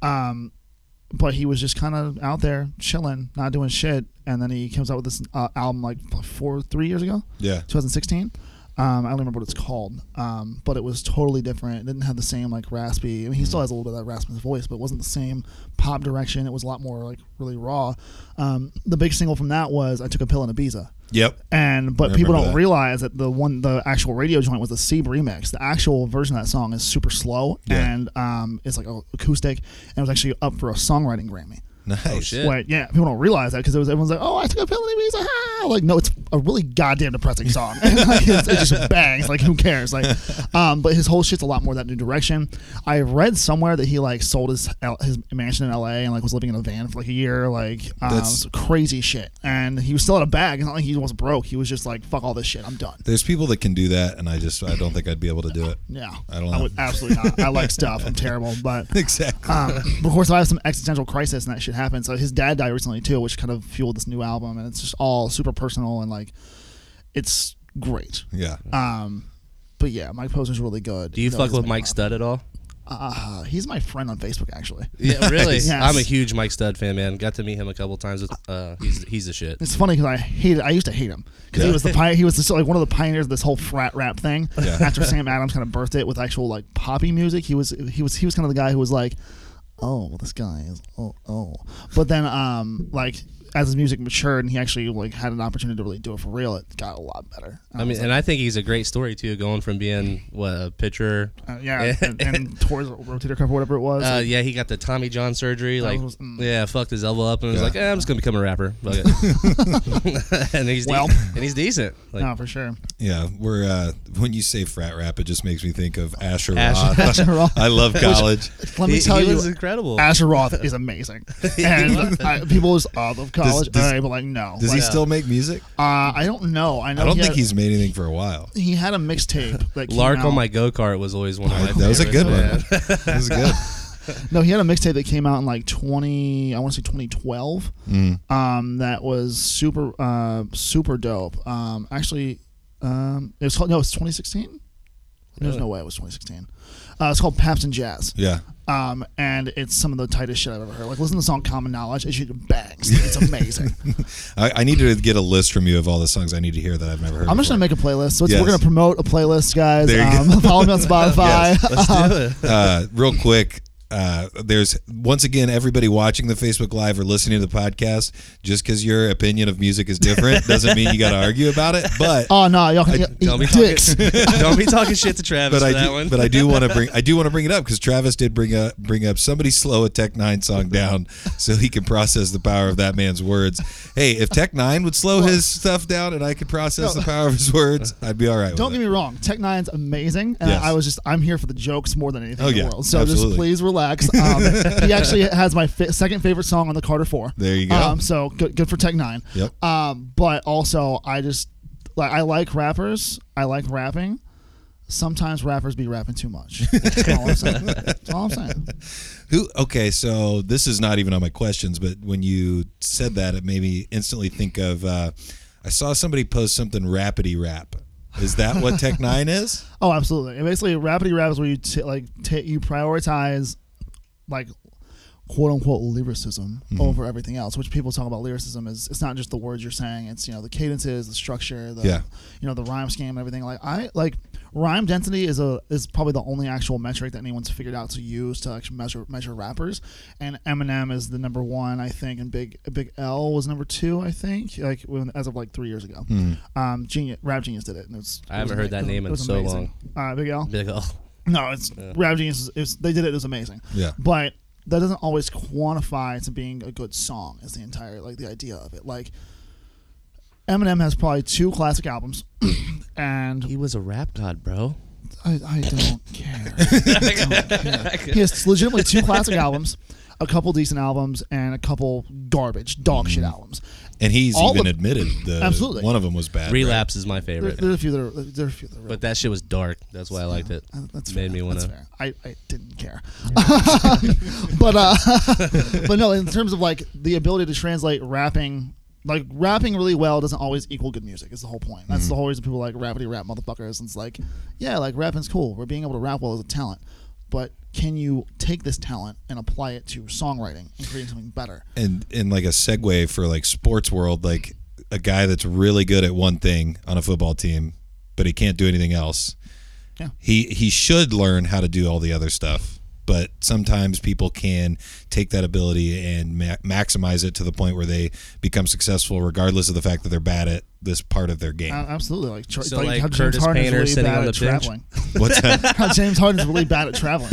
[SPEAKER 4] um but he was just kind of out there chilling not doing shit and then he comes out with this uh, album like four three years ago
[SPEAKER 2] Yeah.
[SPEAKER 4] 2016 um, I don't remember what it's called, um, but it was totally different. It didn't have the same like raspy. I mean, he still has a little bit of that rasp in his voice, but it wasn't the same pop direction. It was a lot more like really raw. Um, the big single from that was "I Took a Pill in Ibiza,"
[SPEAKER 2] Yep.
[SPEAKER 4] and but people
[SPEAKER 2] remember
[SPEAKER 4] don't
[SPEAKER 2] that.
[SPEAKER 4] realize that the one the actual radio joint was the Seeb remix. The actual version of that song is super slow
[SPEAKER 2] Yeah.
[SPEAKER 4] and um, it's like a- acoustic, and it was actually up for a songwriting Grammy.
[SPEAKER 2] Nice.
[SPEAKER 3] Oh shit.
[SPEAKER 4] Like yeah, people don't realize that because it was everyone's like, oh, I took a pill and it was ah. like no, it's a really goddamn depressing song. like, it's, it just bangs. Like who cares? Like, um, but his whole shit's a lot more that new direction. I read somewhere that he like sold his L- his mansion in L.A. and like was living in a van for like a year. Like um,
[SPEAKER 2] That's-
[SPEAKER 4] it's crazy shit. And he was still in a bag. It's not like he was broke. He was just like, fuck all this shit. I'm done.
[SPEAKER 2] There's people that can do that, and I just I don't think I'd be able to do it.
[SPEAKER 4] Yeah,
[SPEAKER 2] I don't
[SPEAKER 4] I
[SPEAKER 2] know.
[SPEAKER 4] would absolutely not. I like stuff. I'm terrible, but
[SPEAKER 2] Exactly.
[SPEAKER 4] um, but of course, I have some existential crisis, and that shit happened. So his dad died recently too, which kind of fueled this new album, and it's just all super personal and like, it's great.
[SPEAKER 2] yeah.
[SPEAKER 4] Um, but yeah, Mike Posner's really good.
[SPEAKER 3] Do you
[SPEAKER 4] No,
[SPEAKER 3] fuck
[SPEAKER 4] he's
[SPEAKER 3] with
[SPEAKER 4] my-
[SPEAKER 3] Mike Stud at all?
[SPEAKER 4] Uh, he's my friend on Facebook actually.
[SPEAKER 3] Yeah, really.
[SPEAKER 4] Yes.
[SPEAKER 3] I'm a huge Mike Stud fan, man. Got to meet him a couple times. With, uh, he's he's the shit.
[SPEAKER 4] It's funny because I hated. I used to hate him because he was the pi- he was just like one of the pioneers of this whole frat rap thing.
[SPEAKER 2] Yeah.
[SPEAKER 4] After Sam Adams kind of birthed it with actual like poppy music, he was he was he was kind of the guy who was like, oh, well, this guy is oh oh. But then um like as his music matured and he actually like had an opportunity to really do it for real, it got a lot better.
[SPEAKER 3] I mean, and I think he's a great story too, going from being what a pitcher.
[SPEAKER 4] Uh, yeah, and, and towards rotator cuff, or whatever it was.
[SPEAKER 3] Uh, yeah, he got the Tommy John surgery. Like,
[SPEAKER 4] was- mm.
[SPEAKER 3] yeah, fucked his elbow up, and was
[SPEAKER 2] Yeah.
[SPEAKER 3] like, eh, I'm just gonna become a rapper. Fuck it. and he's de-
[SPEAKER 4] Well.
[SPEAKER 3] and he's decent. Like,
[SPEAKER 4] no, for sure.
[SPEAKER 2] Yeah, we're uh, when you say frat rap, it just makes me think of Asher Roth.
[SPEAKER 3] Asher-
[SPEAKER 4] Asher Roth.
[SPEAKER 2] I love college.
[SPEAKER 4] Let me
[SPEAKER 3] he,
[SPEAKER 4] tell
[SPEAKER 3] he
[SPEAKER 4] you,
[SPEAKER 3] was incredible.
[SPEAKER 4] Asher Roth is amazing, and I, people just oh, I love college.
[SPEAKER 2] does-
[SPEAKER 4] and I'm like, no,
[SPEAKER 2] Does he
[SPEAKER 4] Like,
[SPEAKER 2] still make music?
[SPEAKER 4] uh, I don't know. I know.
[SPEAKER 2] I don't
[SPEAKER 4] he
[SPEAKER 2] think
[SPEAKER 4] had,
[SPEAKER 2] he's oh made anything for a while.
[SPEAKER 4] He had a mixtape that came
[SPEAKER 3] Lark
[SPEAKER 4] out.
[SPEAKER 3] on my go kart was always one of my.
[SPEAKER 2] That was a
[SPEAKER 3] favorites.
[SPEAKER 2] good one. That was good.
[SPEAKER 4] No, he had a mixtape that came out in like twenty. I want to say twenty twelve.
[SPEAKER 2] Mm.
[SPEAKER 4] Um, that was super, uh, super dope. Um, actually, um, it was called no, it's twenty sixteen. There's no way it was twenty sixteen. Uh, it's called Paps and Jazz.
[SPEAKER 2] Yeah.
[SPEAKER 4] Um, and it's some of the tightest shit I've ever heard. Like, listen to the song "Common Knowledge." It just bangs. It's amazing.
[SPEAKER 2] I, I need to get a list from you of all the songs I need to hear that I've never heard.
[SPEAKER 4] I'm just gonna make a playlist. So it's,
[SPEAKER 2] Yes.
[SPEAKER 4] we're gonna promote a playlist, guys.
[SPEAKER 2] There you
[SPEAKER 4] um, follow me on Spotify.
[SPEAKER 2] uh, real quick. Uh, there's once again everybody watching the Facebook Live or listening to the podcast. Just because your opinion of music is different doesn't mean you got to argue about it. But
[SPEAKER 4] oh no, y'all can
[SPEAKER 3] Don't be
[SPEAKER 4] eat dicks.
[SPEAKER 3] talking. don't be talking shit to Travis
[SPEAKER 2] but I
[SPEAKER 3] for that
[SPEAKER 2] do,
[SPEAKER 3] one.
[SPEAKER 2] but I do want to bring I do want to bring it up because Travis did bring up bring up somebody slow a Tech Nine song down so he can process the power of that man's words. Hey, if Tech Nine would slow his stuff down and I could process
[SPEAKER 4] No.
[SPEAKER 2] the power of his words, I'd be all right.
[SPEAKER 4] Don't
[SPEAKER 2] with
[SPEAKER 4] get
[SPEAKER 2] it.
[SPEAKER 4] me wrong, Tech Nine's amazing, and
[SPEAKER 2] Yes.
[SPEAKER 4] I was just I'm here for the jokes more than anything
[SPEAKER 2] Oh,
[SPEAKER 4] in the
[SPEAKER 2] yeah,
[SPEAKER 4] world. So
[SPEAKER 2] absolutely.
[SPEAKER 4] just please relax. Um, he actually has my fa- second favorite song on the Carter Four.
[SPEAKER 2] There you go.
[SPEAKER 4] Um, so good, good for Tech Nine.
[SPEAKER 2] Yep.
[SPEAKER 4] Um, but also I just like I like rappers. I like rapping. Sometimes rappers be rapping too much. That's all I'm saying. That's all I'm saying.
[SPEAKER 2] Who? Okay, so this is not even on my questions, but when you said that, it made me instantly think of. Uh, I saw somebody post something rapidy rap. Is that what Tech Nine is?
[SPEAKER 4] Oh, absolutely. And basically, rapidity rap is where you t- like t- you prioritize like quote unquote lyricism over everything else. Which people talk about lyricism is it's not just the words you're saying. It's you know the cadences, the structure, the
[SPEAKER 2] Yeah.
[SPEAKER 4] you know the rhyme scheme, and everything. Like I like rhyme density is a is probably the only actual metric that anyone's figured out to use to actually measure measure rappers. And Eminem is the number one, I think, and Big Big L was number two, I think, like when, as of like three years ago. Um, Genius Rap Genius did it, and it's
[SPEAKER 3] I
[SPEAKER 4] it was
[SPEAKER 3] haven't heard
[SPEAKER 4] ama-
[SPEAKER 3] that name
[SPEAKER 4] it
[SPEAKER 3] in
[SPEAKER 4] was
[SPEAKER 3] so
[SPEAKER 4] amazing. Uh, Big L.
[SPEAKER 3] Be like, oh,
[SPEAKER 4] No, it's Rap Genius. Is, it's, they did it. It was amazing.
[SPEAKER 2] Yeah.
[SPEAKER 4] But that doesn't always quantify to being a good song. Is the entire like the idea of it. Like Eminem has probably two classic albums, and
[SPEAKER 3] he was a rap god, bro.
[SPEAKER 4] I, I don't care. I don't care. He has legitimately two classic albums, a couple decent albums, and a couple garbage dog
[SPEAKER 3] Mm-hmm.
[SPEAKER 4] shit albums.
[SPEAKER 2] And he's
[SPEAKER 4] All
[SPEAKER 2] even
[SPEAKER 4] of-
[SPEAKER 2] admitted the
[SPEAKER 4] Absolutely.
[SPEAKER 2] one of them was bad. right?
[SPEAKER 3] Relapse is my
[SPEAKER 4] There,
[SPEAKER 3] favorite.
[SPEAKER 4] there are a few that are there are a few that are.
[SPEAKER 3] But that shit was dark. That's why I liked it.
[SPEAKER 4] Uh, That's
[SPEAKER 3] made
[SPEAKER 4] fair.
[SPEAKER 3] me want
[SPEAKER 4] That's
[SPEAKER 3] to.
[SPEAKER 4] fair. I, I didn't care, but uh, but no. In terms of like the ability to translate rapping, like rapping really well doesn't always equal good music. Is the whole point.
[SPEAKER 3] Mm-hmm.
[SPEAKER 4] That's the whole reason people like rappity rap motherfuckers. And it's like, yeah, like rapping's cool. We're being able to rap well is a talent, but can you take this talent and apply it to songwriting and creating something better?
[SPEAKER 2] and and like a segue for like sports world, like a guy that's really good at one thing on a football team, but he can't do anything else.
[SPEAKER 4] Yeah.
[SPEAKER 2] He he should learn how to do all the other stuff, but sometimes people can take that ability and ma- maximize it to the point where they become successful, regardless of the fact that they're bad at this part of their game.
[SPEAKER 4] Uh, absolutely. Like, tra-
[SPEAKER 3] So,
[SPEAKER 4] like,
[SPEAKER 3] like,
[SPEAKER 4] how James
[SPEAKER 3] Curtis
[SPEAKER 4] Harden's
[SPEAKER 3] Painter
[SPEAKER 4] really
[SPEAKER 3] sitting
[SPEAKER 4] bad
[SPEAKER 3] on
[SPEAKER 4] at
[SPEAKER 3] the bench?
[SPEAKER 4] traveling.
[SPEAKER 2] What's that?
[SPEAKER 4] how James Harden's really bad at traveling.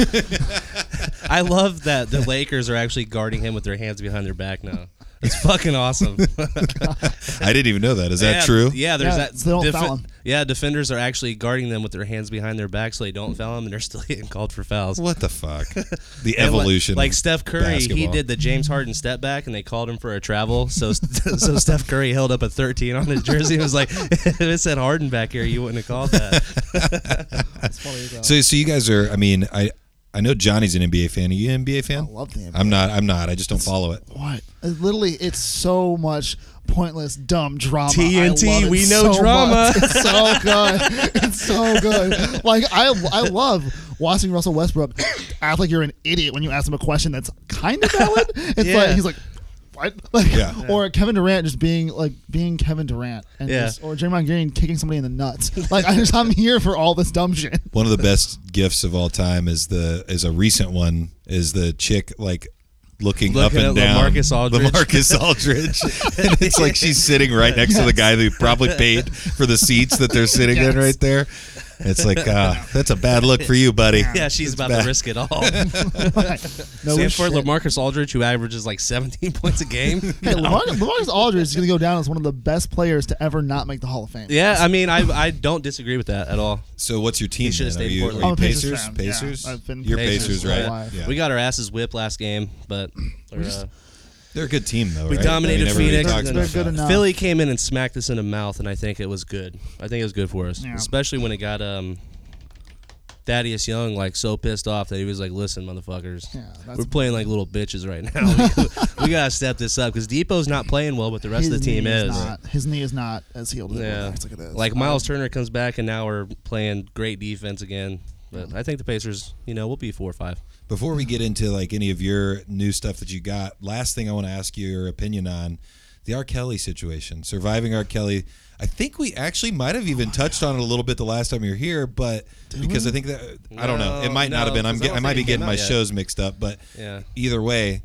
[SPEAKER 3] I love that the Lakers are actually guarding him with their hands behind their back now. It's fucking awesome. Is
[SPEAKER 2] I didn't even know that. Is that true?
[SPEAKER 3] Yeah, there's
[SPEAKER 4] Yeah,
[SPEAKER 3] that.
[SPEAKER 4] so they don't foul him.
[SPEAKER 3] Yeah, defenders are actually guarding them with their hands behind their back so they don't foul them, and they're still getting called for fouls.
[SPEAKER 2] What the fuck? The
[SPEAKER 3] And like-
[SPEAKER 2] evolution.
[SPEAKER 3] Like,
[SPEAKER 2] of
[SPEAKER 3] Steph Curry, he
[SPEAKER 2] basketball.
[SPEAKER 3] did the James Harden step back, and they called him for a travel. So, so Steph Curry held up a 13 on his jersey and was like, "If it said Harden back here, you wouldn't have called that."
[SPEAKER 4] That's funny as hell.
[SPEAKER 2] So, so you guys are. I mean, I I know Johnny's an NBA fan. Are you an NBA fan?
[SPEAKER 4] I love the NBA.
[SPEAKER 2] I'm not. I'm not. I just don't follow it.
[SPEAKER 4] What? It's Literally, it's so much pointless, dumb drama.
[SPEAKER 3] TNT,
[SPEAKER 4] I love it
[SPEAKER 3] we know
[SPEAKER 4] so
[SPEAKER 3] drama.
[SPEAKER 4] much. It's so good. it's so good. Like I, I love watching Russell Westbrook act like you're an idiot when you ask him a question that's kind of valid. It's
[SPEAKER 3] Yeah.
[SPEAKER 4] like he's like. What? Like,
[SPEAKER 2] Yeah.
[SPEAKER 4] Or Kevin Durant just being like being Kevin Durant, and
[SPEAKER 3] Yeah.
[SPEAKER 4] just, or Draymond Green kicking somebody in the nuts. Like I just, I'm here for all this dumb shit.
[SPEAKER 2] One of the best gifts of all time is the is a recent one is the chick like looking
[SPEAKER 3] Looking
[SPEAKER 2] up and
[SPEAKER 3] at
[SPEAKER 2] down.
[SPEAKER 3] LaMarcus Aldridge.
[SPEAKER 2] LaMarcus Aldridge. and it's like she's sitting right next to the guy who probably paid for the seats that they're sitting in right there. It's like uh, that's a bad look for you, buddy.
[SPEAKER 3] Yeah, she's about
[SPEAKER 2] bad.
[SPEAKER 3] to risk it all.
[SPEAKER 4] No
[SPEAKER 3] Sanford
[SPEAKER 4] Oh, shit.
[SPEAKER 3] Lamarcus Aldridge, who averages like 17 points a game.
[SPEAKER 4] Hey, Lamar- Lamarcus Aldridge is going to go down as one of the best players to ever not make the Hall of Fame.
[SPEAKER 3] yeah, I mean, I I don't disagree with that at all.
[SPEAKER 2] So what's your team?
[SPEAKER 3] He should've
[SPEAKER 2] then? Are
[SPEAKER 3] stayed
[SPEAKER 2] you,
[SPEAKER 3] Portland. Oh,
[SPEAKER 2] are you
[SPEAKER 4] I'm a Pacers
[SPEAKER 2] Pacers?
[SPEAKER 4] fan, yeah.
[SPEAKER 2] Pacers?
[SPEAKER 4] I've been
[SPEAKER 2] You're
[SPEAKER 4] Pacers
[SPEAKER 2] Pacers,
[SPEAKER 4] my whole
[SPEAKER 2] right?
[SPEAKER 4] life.
[SPEAKER 2] Yeah.
[SPEAKER 3] We got our asses whipped last game, but or, uh,
[SPEAKER 2] They're a good team, though.
[SPEAKER 3] we
[SPEAKER 2] right?
[SPEAKER 3] dominated
[SPEAKER 2] I mean, everybody
[SPEAKER 3] Phoenix.
[SPEAKER 2] talks
[SPEAKER 4] They're
[SPEAKER 2] about
[SPEAKER 4] good
[SPEAKER 2] that.
[SPEAKER 4] enough.
[SPEAKER 3] Philly came in and smacked us in the mouth, and I think it was good. I think it was good for us,
[SPEAKER 4] Yeah.
[SPEAKER 3] especially when it got um, Thaddeus Young like so pissed off that he was like, "Listen, motherfuckers,
[SPEAKER 4] Yeah, that's-
[SPEAKER 3] we're playing like little bitches right now. we, gotta step this up because Depot's not playing well, but the rest
[SPEAKER 4] His
[SPEAKER 3] of the team
[SPEAKER 4] knee
[SPEAKER 3] is."
[SPEAKER 4] not, his knee is not as healed as
[SPEAKER 3] Yeah,
[SPEAKER 4] it was. Look at this.
[SPEAKER 3] like Miles Turner comes back, and now we're playing great defense again. But
[SPEAKER 4] Mm-hmm.
[SPEAKER 3] I think the Pacers, you know, will be four or five.
[SPEAKER 2] Before we get into like any of your new stuff that you got, last thing I want to ask you your opinion on the R. Kelly situation, surviving R. Kelly. I think we actually might have even touched on it a little bit the last time you were here, but because I think that I don't know, it
[SPEAKER 3] No,
[SPEAKER 2] might not
[SPEAKER 3] no,
[SPEAKER 2] have been. I'm
[SPEAKER 3] 'cause I
[SPEAKER 2] get,
[SPEAKER 3] don't
[SPEAKER 2] I might
[SPEAKER 3] think
[SPEAKER 2] be
[SPEAKER 3] it
[SPEAKER 2] getting
[SPEAKER 3] came
[SPEAKER 2] my
[SPEAKER 3] out yet.
[SPEAKER 2] shows mixed up, but
[SPEAKER 3] Yeah.
[SPEAKER 2] either way,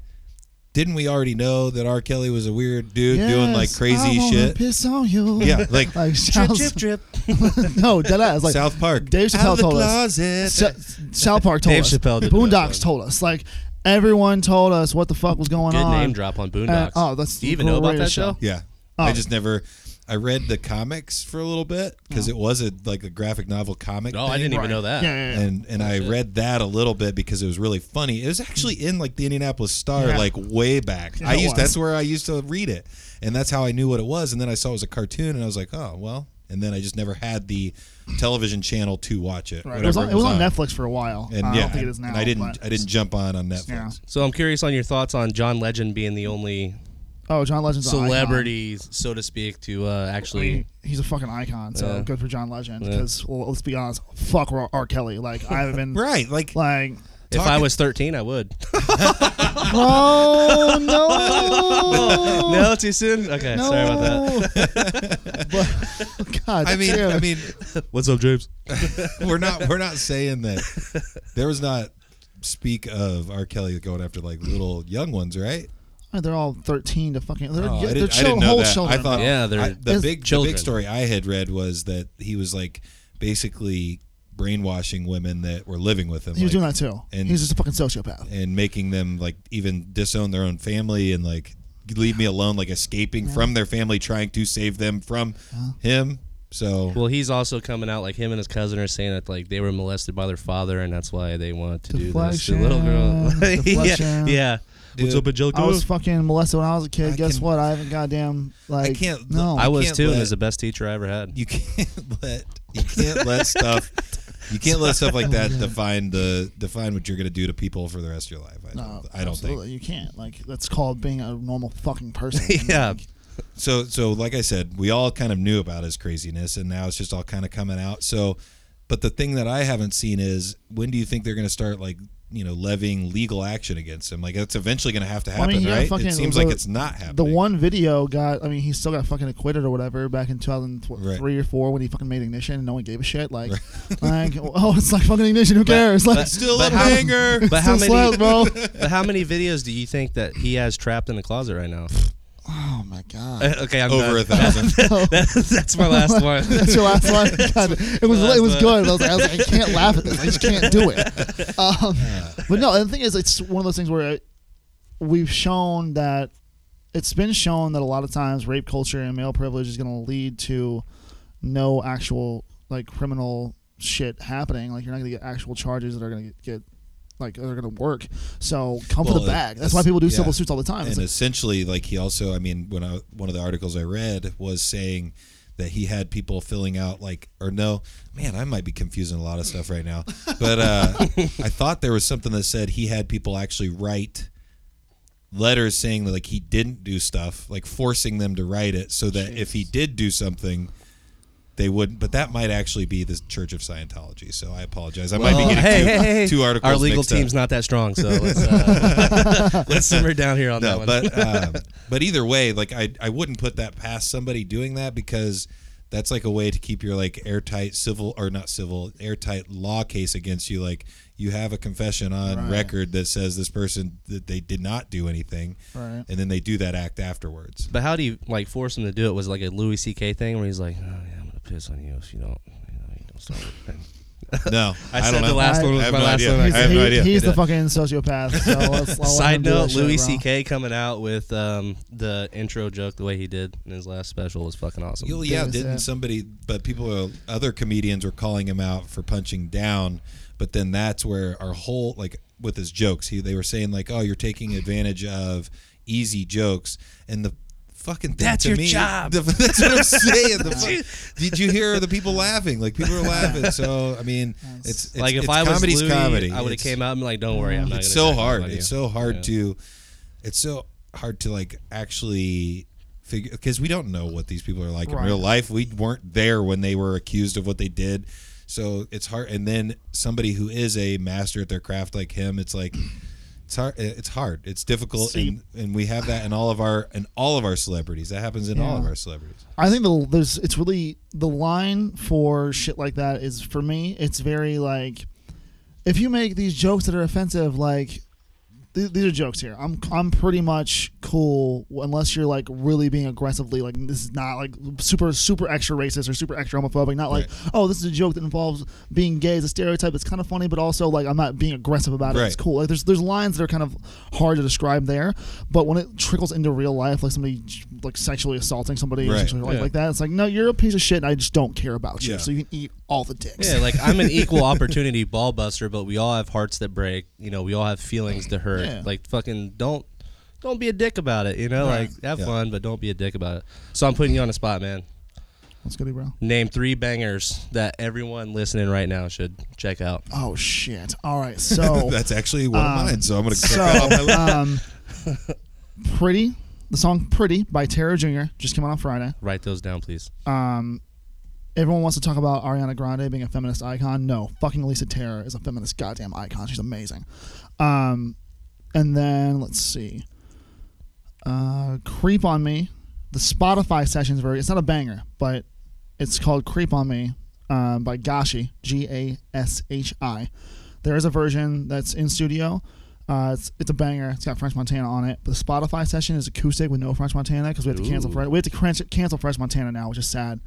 [SPEAKER 2] didn't we already know that R. Kelly was a weird dude doing like
[SPEAKER 4] Yes,
[SPEAKER 2] crazy
[SPEAKER 4] I wanna
[SPEAKER 2] shit?
[SPEAKER 4] Piss on you.
[SPEAKER 2] Yeah, like-
[SPEAKER 4] like Charles,
[SPEAKER 3] drip.
[SPEAKER 4] no, dead ass. Like
[SPEAKER 2] South Park.
[SPEAKER 4] Dave
[SPEAKER 2] Out
[SPEAKER 4] Chappelle
[SPEAKER 2] of the
[SPEAKER 4] told us.
[SPEAKER 2] closet.
[SPEAKER 4] Ch- South Park told
[SPEAKER 3] Dave
[SPEAKER 4] us.
[SPEAKER 3] Chappelle did that one.
[SPEAKER 4] Boondocks told us. Like everyone told us what the fuck was going
[SPEAKER 3] Good
[SPEAKER 4] on.
[SPEAKER 3] name drop on Boondocks.
[SPEAKER 4] Uh, oh, that's
[SPEAKER 3] Do you even know about
[SPEAKER 4] great
[SPEAKER 3] that
[SPEAKER 4] show.
[SPEAKER 3] show?
[SPEAKER 2] Yeah.
[SPEAKER 4] Oh.
[SPEAKER 2] I just never. I read the comics for a little bit because
[SPEAKER 4] Oh.
[SPEAKER 2] it was a like a graphic novel comic.
[SPEAKER 3] No, Oh, I
[SPEAKER 2] thing.
[SPEAKER 3] didn't even know that.
[SPEAKER 4] Yeah, yeah, yeah.
[SPEAKER 2] And and I read that a little bit because it was really funny. It was actually in like the Indianapolis Star
[SPEAKER 4] Yeah.
[SPEAKER 2] like way back.
[SPEAKER 4] Yeah,
[SPEAKER 2] I
[SPEAKER 4] it
[SPEAKER 2] used
[SPEAKER 4] was.
[SPEAKER 2] that's where I used to read it, and that's how I knew what it was. And then I saw it was a cartoon, and I was like, oh well. And then I just never had the television channel to watch it.
[SPEAKER 4] Right. It was,
[SPEAKER 2] whatever
[SPEAKER 4] on, it was on Netflix for a while.
[SPEAKER 2] And
[SPEAKER 4] I
[SPEAKER 2] yeah,
[SPEAKER 4] don't think it is now.
[SPEAKER 2] and I didn't
[SPEAKER 4] but-
[SPEAKER 2] I didn't jump on on Netflix.
[SPEAKER 4] Yeah.
[SPEAKER 3] So I'm curious on your thoughts on John Legend being the only
[SPEAKER 4] Oh, John Legend's an icon.
[SPEAKER 3] celebrity, so to speak, to uh, actually.
[SPEAKER 4] He- He's a fucking icon, so
[SPEAKER 3] Yeah.
[SPEAKER 4] good for John Legend. Because let's be honest, fuck R-, R. Kelly. Like I haven't been
[SPEAKER 2] Right, like
[SPEAKER 4] like,
[SPEAKER 3] If I was 13, I would.
[SPEAKER 4] oh no,
[SPEAKER 3] no, too soon. Okay, sorry about that.
[SPEAKER 4] But, God,
[SPEAKER 2] I mean,
[SPEAKER 4] damn.
[SPEAKER 2] I mean,
[SPEAKER 3] What's up, James?
[SPEAKER 2] we're not we're not saying that there was not speak of R. Kelly going after like little young ones, right?
[SPEAKER 4] they're all thirteen to fucking. They're,
[SPEAKER 2] Oh, I,
[SPEAKER 4] they're
[SPEAKER 2] didn't, I
[SPEAKER 4] children,
[SPEAKER 2] didn't know
[SPEAKER 4] whole
[SPEAKER 2] that.
[SPEAKER 4] children.
[SPEAKER 2] I thought
[SPEAKER 4] bro.
[SPEAKER 3] Yeah, they're
[SPEAKER 2] I- the
[SPEAKER 4] It's
[SPEAKER 2] big the
[SPEAKER 3] children.
[SPEAKER 2] big story I had read was that he was like basically brainwashing women that were living with him.
[SPEAKER 4] he was
[SPEAKER 2] like,
[SPEAKER 4] doing that too.
[SPEAKER 2] and-
[SPEAKER 4] He's just a fucking sociopath.
[SPEAKER 2] and making them like even disown their own family and like leave me alone, like escaping from their family, trying to save them from him. So
[SPEAKER 3] Well, he's also coming out like him and his cousin are saying that like they were molested by their father, and that's why they want to do this to little girl.
[SPEAKER 4] Deflection.
[SPEAKER 3] yeah,
[SPEAKER 4] Deflection.
[SPEAKER 3] yeah.
[SPEAKER 2] Dude,
[SPEAKER 3] Angelica?
[SPEAKER 4] I was fucking molested when I was a kid.
[SPEAKER 2] I
[SPEAKER 4] Guess
[SPEAKER 2] can-
[SPEAKER 4] what? I haven't goddamn like.
[SPEAKER 2] can't-
[SPEAKER 4] No,
[SPEAKER 3] I
[SPEAKER 2] you
[SPEAKER 3] was
[SPEAKER 2] can't
[SPEAKER 3] too, and
[SPEAKER 2] let-
[SPEAKER 3] it was the best teacher I ever had.
[SPEAKER 2] you can't let you can't let stuff you can't let stuff like that define the define what you're gonna do to people for the rest of your life. I don't,
[SPEAKER 4] No,
[SPEAKER 2] I don't think.
[SPEAKER 4] absolutely. You can't. Like that's called being a normal fucking person.
[SPEAKER 3] yeah,
[SPEAKER 2] So so like I said, we all kind of knew about his craziness and now it's just all kind of coming out. So but the thing that I haven't seen is when do you think they're going to start like, you know, levying legal action against him? Like that's eventually going to have to
[SPEAKER 4] I
[SPEAKER 2] happen,
[SPEAKER 4] mean, he got
[SPEAKER 2] right?
[SPEAKER 4] fucking-
[SPEAKER 2] it seems
[SPEAKER 4] the-
[SPEAKER 2] like it's not happening.
[SPEAKER 4] The one video got. I mean, he still got fucking acquitted or whatever back in 2003 or four when he fucking made ignition and no one gave a shit. Like, like oh, it's like fucking ignition. Who cares? like,
[SPEAKER 2] still
[SPEAKER 3] But
[SPEAKER 2] a
[SPEAKER 3] how-
[SPEAKER 2] banger.
[SPEAKER 3] But how
[SPEAKER 4] Still
[SPEAKER 3] many?
[SPEAKER 4] slaps, bro.
[SPEAKER 3] but how many videos do you think that he has trapped in the closet right now?
[SPEAKER 4] oh my god.
[SPEAKER 3] okay, I'm
[SPEAKER 2] over a
[SPEAKER 3] done.
[SPEAKER 2] thousand.
[SPEAKER 3] That's my last one.
[SPEAKER 4] That's your last one. God, it was
[SPEAKER 3] Last
[SPEAKER 4] it was
[SPEAKER 3] one.
[SPEAKER 4] good. I was, like, I was like, I can't laugh at this. I just can't do it. Um, but no, the thing is, it's one of those things where we've shown that it's been shown that a lot of times rape culture and male privilege is going to lead to no actual like criminal shit happening. Like you're not going to get actual charges that are going to get like are going to work. So come for
[SPEAKER 2] Well,
[SPEAKER 4] the bag. That's
[SPEAKER 2] it's-
[SPEAKER 4] why people do
[SPEAKER 2] yeah.
[SPEAKER 4] civil suits all the time. It's
[SPEAKER 2] and
[SPEAKER 4] like,
[SPEAKER 2] essentially like he also i mean when i one of the articles i read was saying that he had people filling out like or no man i might be confusing a lot of stuff right now but uh i thought there was something that said he had people actually write letters saying that like he didn't do stuff like forcing them to write it so that if he did do something they wouldn't but that might actually be the church of scientology so i apologize i might
[SPEAKER 3] Well,
[SPEAKER 2] be getting
[SPEAKER 3] hey,
[SPEAKER 2] two,
[SPEAKER 3] hey, hey.
[SPEAKER 2] two articles
[SPEAKER 3] Our legal
[SPEAKER 2] mixed up.
[SPEAKER 3] team's not that strong, so let's, uh, let's simmer down here on that
[SPEAKER 2] no,
[SPEAKER 3] one.
[SPEAKER 2] but um, but either way, like I I wouldn't put that past somebody doing that because that's like a way to keep your like airtight civil or not civil airtight law case against you. Like you have a confession on
[SPEAKER 4] Right.
[SPEAKER 2] record that says this person that they did not do anything,
[SPEAKER 4] Right.
[SPEAKER 2] and then they do that act afterwards.
[SPEAKER 3] But how do you like force him to do it? Was it like a Louis C.K. thing where he's like, "Oh yeah, I'm gonna piss on you if you don't, you know, you don't stop." it."
[SPEAKER 2] No,
[SPEAKER 3] I
[SPEAKER 2] don't
[SPEAKER 3] said the
[SPEAKER 2] know.
[SPEAKER 3] last one was
[SPEAKER 2] I have
[SPEAKER 3] my
[SPEAKER 2] no
[SPEAKER 3] last
[SPEAKER 2] idea.
[SPEAKER 3] one.
[SPEAKER 2] I
[SPEAKER 4] He's,
[SPEAKER 2] have
[SPEAKER 4] he-
[SPEAKER 2] no idea.
[SPEAKER 4] he's the
[SPEAKER 3] Yeah.
[SPEAKER 4] fucking sociopath. So let's, I'll let him
[SPEAKER 3] Side
[SPEAKER 4] do that
[SPEAKER 3] note:
[SPEAKER 4] shit,
[SPEAKER 3] Louis
[SPEAKER 4] bro.
[SPEAKER 3] C.K. coming out with um, the intro joke the way he did in his last special was uh, fucking awesome.
[SPEAKER 2] Well, yeah,
[SPEAKER 4] Dennis,
[SPEAKER 2] didn't
[SPEAKER 4] yeah.
[SPEAKER 2] somebody? But people, are, other comedians were calling him out for punching down. But then that's where our whole like with his jokes, he they were saying like, "Oh, you're taking advantage of easy jokes," and the fucking thing
[SPEAKER 3] That's
[SPEAKER 2] to
[SPEAKER 3] your
[SPEAKER 2] me-
[SPEAKER 3] job.
[SPEAKER 2] the- that's what I'm saying. The fuck- did you hear the people laughing? Like people are laughing. So I mean, it's, it's
[SPEAKER 3] like if
[SPEAKER 2] it's
[SPEAKER 3] I was
[SPEAKER 2] comedy's
[SPEAKER 3] Louis,
[SPEAKER 2] comedy.
[SPEAKER 3] I would have
[SPEAKER 2] It's- Mm,
[SPEAKER 3] came out and been like, "Don't worry, I'm not."
[SPEAKER 2] it's
[SPEAKER 3] gonna
[SPEAKER 2] so
[SPEAKER 3] attack
[SPEAKER 2] hard.
[SPEAKER 3] anybody."
[SPEAKER 2] It's so hard
[SPEAKER 3] Yeah.
[SPEAKER 2] to, it's so hard to like actually figure because we don't know what these people are like in
[SPEAKER 4] Right.
[SPEAKER 2] real life. We weren't there when they were accused of what they did, so it's hard. And then somebody who is a master at their craft like him, it's like. It's hard. It's hard. It's difficult,
[SPEAKER 4] See-
[SPEAKER 2] and, and we have that in all of our in all of our celebrities. That happens in all of
[SPEAKER 4] Yeah.
[SPEAKER 2] our celebrities.
[SPEAKER 4] I think the there's it's really the line for shit like that is for me it's very like if you make these jokes that are offensive like th- these are jokes here. I'm I'm pretty much cool unless you're like really being aggressively like this is not like super super extra racist or super extra homophobic. Not like oh this is a joke that involves being gay as a stereotype. It's kind of funny, but also like I'm not being aggressive about it. It's
[SPEAKER 2] Right.
[SPEAKER 4] cool. Like there's there's lines that are kind of hard to describe there, but when it trickles into real life, like somebody like sexually assaulting somebody or
[SPEAKER 2] Right.
[SPEAKER 4] something like,
[SPEAKER 3] Yeah.
[SPEAKER 4] like that, it's like no you're a piece of shit. and I just don't care about you.
[SPEAKER 2] Yeah.
[SPEAKER 4] So you can eat all the dicks.
[SPEAKER 3] Yeah, like I'm an equal opportunity ball buster, but we all have hearts that break. You know, we all have feelings to hurt.
[SPEAKER 4] Yeah.
[SPEAKER 3] Like fucking don't don't be a dick about it. You know, like have
[SPEAKER 2] Yeah.
[SPEAKER 3] fun, but don't be a dick about it. So I'm putting you on the spot, man.
[SPEAKER 4] Let's go, bro.
[SPEAKER 3] Name three bangers that everyone listening right now should check out.
[SPEAKER 4] Oh shit. All right. So
[SPEAKER 2] That's actually one
[SPEAKER 4] Um,
[SPEAKER 2] of mine. So I'm going to click
[SPEAKER 4] so
[SPEAKER 2] that off my list.
[SPEAKER 4] um, pretty the song pretty by tara jr just came out on friday
[SPEAKER 3] Write those down, please.
[SPEAKER 4] um, everyone wants to talk about ariana grande being a feminist icon no fucking lisa Terra is a feminist goddamn icon she's amazing um, and then let's see uh, creep on me the spotify session is very it's not a banger but it's called creep on me um, by gashi g-a-s-h-i there is a version that's in studio. Uh, it's, it's a banger. It's got French Montana on it. But the Spotify session is acoustic with no French Montana because we have to cancel.
[SPEAKER 3] Ooh.
[SPEAKER 4] French, we have to cran- cancel French Montana now, which is sad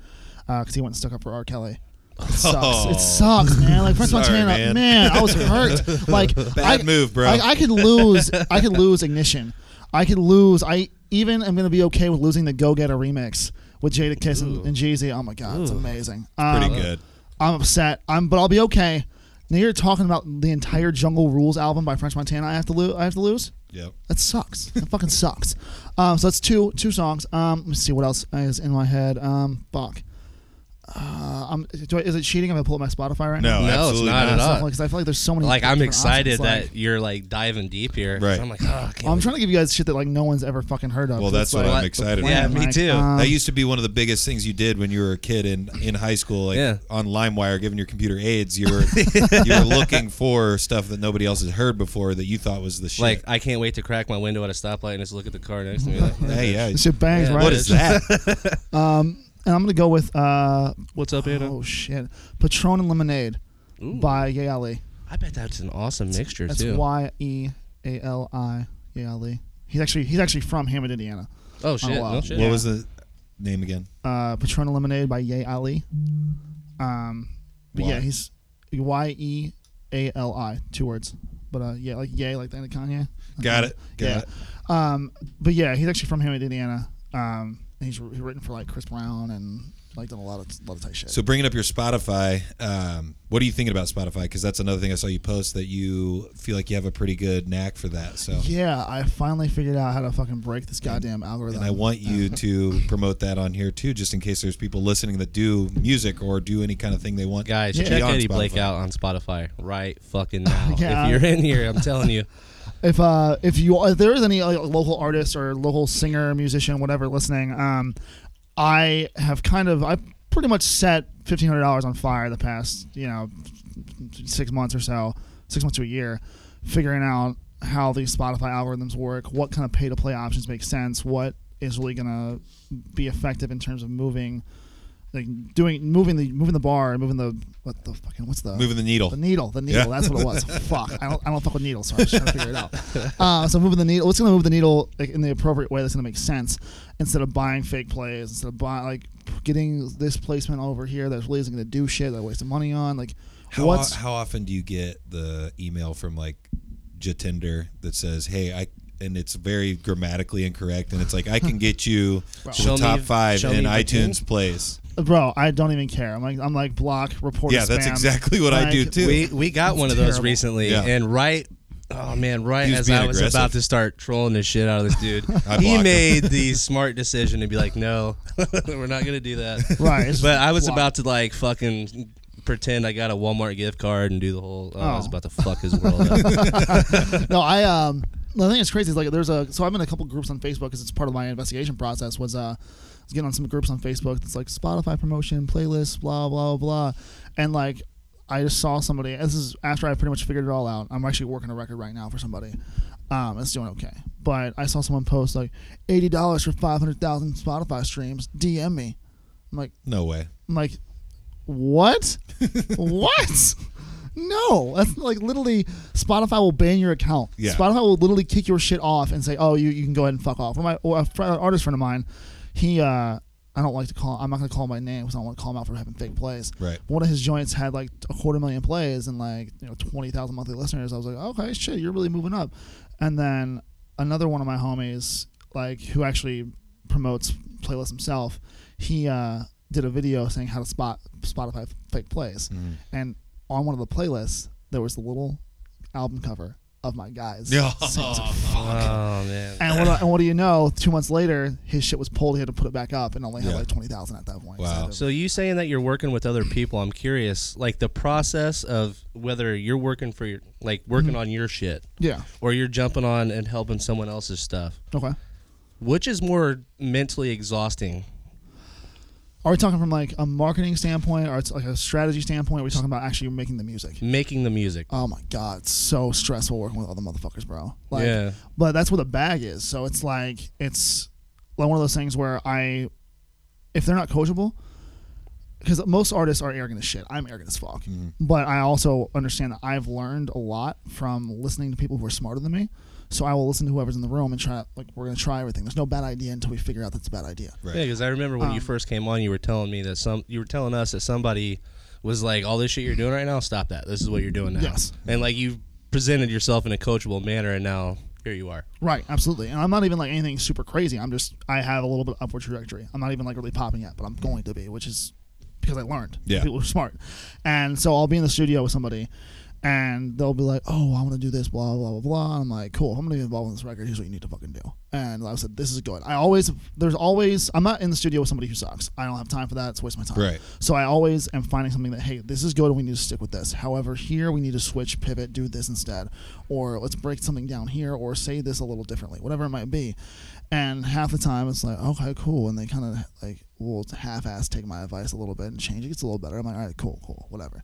[SPEAKER 4] because he went and stuck up for R. Kelly. It sucks. It sucks, man. Like French
[SPEAKER 2] Sorry,
[SPEAKER 4] Montana, man.
[SPEAKER 2] man.
[SPEAKER 4] I was hurt. Like
[SPEAKER 2] Bad
[SPEAKER 4] I,
[SPEAKER 2] move, bro.
[SPEAKER 4] I, I could lose. I could lose ignition. I could lose. I even am gonna be okay with losing the Go Getter remix with Jada Kiss and, and Jeezy. Oh my god, it's amazing. Um,
[SPEAKER 2] Pretty good.
[SPEAKER 4] I'm upset. I'm, but I'll be okay. Now you're talking about the entire Jungle Rules album by French Montana. I have to lose. I have to lose.
[SPEAKER 2] Yep.
[SPEAKER 4] That sucks. That fucking sucks. Um, so that's two two songs. Um, let me see what else is in my head. Um, fuck. Uh, I'm, do I, is it cheating? I'm gonna pull up my Spotify right
[SPEAKER 2] No,
[SPEAKER 4] now.
[SPEAKER 3] No, it's
[SPEAKER 2] absolutely
[SPEAKER 3] not at all.
[SPEAKER 4] Because I feel like there's so many.
[SPEAKER 3] Like I'm
[SPEAKER 4] different
[SPEAKER 3] excited
[SPEAKER 4] options, like-
[SPEAKER 3] that you're like diving deep here. 'cause
[SPEAKER 2] Right.
[SPEAKER 3] I'm like, oh, I can't
[SPEAKER 4] I'm
[SPEAKER 3] wait."
[SPEAKER 4] trying to give you guys shit that like no one's ever fucking heard of.
[SPEAKER 2] Well,
[SPEAKER 4] So
[SPEAKER 2] that's
[SPEAKER 4] it's
[SPEAKER 2] what
[SPEAKER 4] like-
[SPEAKER 2] I'm excited about.
[SPEAKER 3] Yeah, me
[SPEAKER 4] like,
[SPEAKER 3] too.
[SPEAKER 4] um,
[SPEAKER 2] that used to be one of the biggest things you did when you were a kid in, in high school, like
[SPEAKER 3] Yeah.
[SPEAKER 2] on LimeWire, giving your computer aids. You were you were looking for stuff that nobody else had heard before that you thought was the shit.
[SPEAKER 3] like I can't wait to crack my window at a stoplight and just look at the car next to me. Like,
[SPEAKER 2] hey, yeah,
[SPEAKER 4] this shit bangs,
[SPEAKER 3] Yeah,
[SPEAKER 4] right?
[SPEAKER 2] what is that?
[SPEAKER 4] And I'm gonna go with uh,
[SPEAKER 3] What's up, Anna?
[SPEAKER 4] oh shit, Patron and Lemonade
[SPEAKER 3] Ooh.
[SPEAKER 4] by Ye Ali.
[SPEAKER 3] I bet that's an awesome mixture
[SPEAKER 4] That's
[SPEAKER 3] too.
[SPEAKER 4] Y E A L I Ye Ali. He's actually he's actually from Hammond, Indiana.
[SPEAKER 3] Oh shit!
[SPEAKER 4] wow.
[SPEAKER 3] No shit.
[SPEAKER 2] What was the name again?
[SPEAKER 4] Uh, Patron and Lemonade by Ye Ali. Um, but yeah,
[SPEAKER 2] Why?
[SPEAKER 4] he's Y E A L I, two words. But uh, yeah, like Ye, like the end of Kanye.
[SPEAKER 2] Got it. Got
[SPEAKER 4] yeah.
[SPEAKER 2] it.
[SPEAKER 4] Um, but yeah, he's actually from Hammond, Indiana. Um, and he's, he's written for like Chris Brown and like done a lot of a lot of tight shit.
[SPEAKER 2] So bringing up your Spotify, um, what are you thinking about Spotify? Because that's another thing I saw you post that you feel like you have a pretty good knack for that. So.
[SPEAKER 4] yeah, I finally figured out how to fucking break this goddamn algorithm.
[SPEAKER 2] And I want you
[SPEAKER 4] Uh-huh.
[SPEAKER 2] to promote that on here too, just in case there's people listening that do music or do any kind of thing they want.
[SPEAKER 3] Guys,
[SPEAKER 2] to be
[SPEAKER 3] check
[SPEAKER 2] on
[SPEAKER 3] Eddie Blake
[SPEAKER 2] Spotify.
[SPEAKER 3] out on Spotify right fucking now.
[SPEAKER 4] Yeah.
[SPEAKER 3] If you're in here, I'm telling you.
[SPEAKER 4] if uh if you if there is any like, local artist or local singer musician whatever listening um i have kind of i pretty much set $1500 on fire the past you know six months or so six months to a year figuring out how these spotify algorithms work what kind of pay to play options make sense what is really going to be effective in terms of moving like doing moving the moving the bar, moving the what the fucking what's the
[SPEAKER 2] Moving the needle.
[SPEAKER 4] the needle, the needle.
[SPEAKER 2] Yeah.
[SPEAKER 4] That's what it was. Fuck, I don't, I don't fuck with needles, so I'm just trying to figure it out. Uh, so moving the needle, it's gonna move the needle like, in the appropriate way that's gonna make sense instead of buying fake plays, instead of buying like getting this placement over here that really isn't gonna do shit that I wasted money on. Like,
[SPEAKER 2] How, o-
[SPEAKER 4] what's
[SPEAKER 2] how often do you get the email from like Jatinder that says, "Hey, I," and it's very grammatically incorrect, and it's like, "I can get you to
[SPEAKER 3] Show
[SPEAKER 2] the
[SPEAKER 3] me-
[SPEAKER 2] top five
[SPEAKER 3] show me
[SPEAKER 2] in
[SPEAKER 3] the
[SPEAKER 2] iTunes
[SPEAKER 3] thing.
[SPEAKER 2] plays."
[SPEAKER 4] bro? I don't even care. I'm like I'm like block report.
[SPEAKER 2] Yeah,
[SPEAKER 4] as
[SPEAKER 2] that's
[SPEAKER 4] spam.
[SPEAKER 2] exactly what I do
[SPEAKER 4] Like,
[SPEAKER 2] too.
[SPEAKER 3] We we got one of those
[SPEAKER 4] terrible.
[SPEAKER 3] recently,
[SPEAKER 2] Yeah.
[SPEAKER 3] and right, oh man, right
[SPEAKER 2] He was
[SPEAKER 3] as
[SPEAKER 2] being
[SPEAKER 3] I was
[SPEAKER 2] aggressive.
[SPEAKER 3] about to start trolling the shit out of this dude,
[SPEAKER 2] I blocked
[SPEAKER 3] he
[SPEAKER 2] him.
[SPEAKER 3] made the smart decision to be like, "No, we're not gonna do that."
[SPEAKER 4] Right, it's
[SPEAKER 3] But I was
[SPEAKER 4] block.
[SPEAKER 3] about to like fucking pretend I got a Walmart gift card and do the whole. Oh, I was
[SPEAKER 4] Oh.
[SPEAKER 3] about to fuck his world up.
[SPEAKER 4] no, I um. The thing that's crazy is like there's a so I'm in a couple groups on Facebook because it's part of my investigation process. Was uh, I was getting on some groups on Facebook. It's like Spotify promotion playlist, blah blah blah, and like I just saw somebody. This is after I pretty much figured it all out. I'm actually working a record right now for somebody. Um, it's doing okay, but I saw someone post like eighty dollars for five hundred thousand Spotify streams. DM me. I'm like,
[SPEAKER 2] no way.
[SPEAKER 4] I'm like, what? what? No, that's like literally Spotify will ban your account.
[SPEAKER 2] Yeah.
[SPEAKER 4] Spotify will literally kick your shit off and say, "Oh, you, you can go ahead and fuck off." Or my or a fr- an artist friend of mine, he uh, I don't like to call. I'm not gonna call him by name because I don't want to call him out for having fake plays.
[SPEAKER 2] Right.
[SPEAKER 4] One of his joints had like a quarter million plays and like you know twenty thousand monthly listeners. I was like, okay, shit, you're really moving up. And then another one of my homies, like who actually promotes playlists himself, he uh, did a video saying how to spot Spotify fake plays.
[SPEAKER 2] Mm-hmm.
[SPEAKER 4] And on one of the playlists, there was the little album cover of my guys.
[SPEAKER 2] Yeah.
[SPEAKER 4] Sons of
[SPEAKER 3] oh man.
[SPEAKER 4] and what, do- and what do you know? Two months later, his shit was pulled. He had to put it back up and only had
[SPEAKER 2] Yeah.
[SPEAKER 4] like twenty thousand at that point.
[SPEAKER 2] Wow.
[SPEAKER 4] So-
[SPEAKER 3] So you saying that you're working with other people? I'm curious, like the process of whether you're working for your, like working
[SPEAKER 2] Mm-hmm.
[SPEAKER 3] on your shit,
[SPEAKER 4] yeah.
[SPEAKER 3] or you're jumping on and helping someone else's stuff.
[SPEAKER 4] Okay.
[SPEAKER 3] Which is more mentally exhausting?
[SPEAKER 4] Are we talking from like a marketing standpoint, or it's like a strategy standpoint? Are we talking about actually making the music?
[SPEAKER 3] Making the music.
[SPEAKER 4] Oh my god, it's so stressful working with all the motherfuckers, bro. Like,
[SPEAKER 3] Yeah.
[SPEAKER 4] But that's what the bag is. So it's like it's like one of those things where I, if they're not coachable, because most artists are arrogant as shit. I'm arrogant as fuck. But I also understand that I've learned a lot from listening to people who are smarter than me. So I will listen to whoever's in the room and try. Like we're gonna try everything. There's no bad idea until we figure out that's a bad idea.
[SPEAKER 2] Right.
[SPEAKER 3] Yeah, because I remember when you
[SPEAKER 4] Um,
[SPEAKER 3] first came on, you were telling me that some, you were telling us that somebody was like, "All this shit you're doing right now, stop that. This is what you're doing now."
[SPEAKER 4] Yes.
[SPEAKER 3] And like you presented yourself in a coachable manner, and now here you are.
[SPEAKER 4] Right, absolutely. And I'm not even like anything super crazy. I'm just I have a little bit of upward trajectory. I'm not even like really popping yet, but I'm going to be, which is because I learned.
[SPEAKER 2] Yeah.
[SPEAKER 4] People are smart. And so I'll be in the studio with somebody and they'll be like, Oh, I want to do this, blah, blah, blah, blah. And I'm like, Cool, I'm gonna be involved in this record, here's what you need to fucking do. And I said, This is good. I always there's always I'm not in the studio with somebody who sucks. I don't have time for that, it's a waste of my time.
[SPEAKER 2] Right.
[SPEAKER 4] So I always am finding something that hey, this is good and we need to stick with this. However, here we need to switch, pivot, do this instead, or let's break something down here, or say this a little differently, whatever it might be. And half the time it's like okay, cool, and they kind of like will half-ass take my advice a little bit and change it gets a little better. I'm like all right, cool, cool, whatever.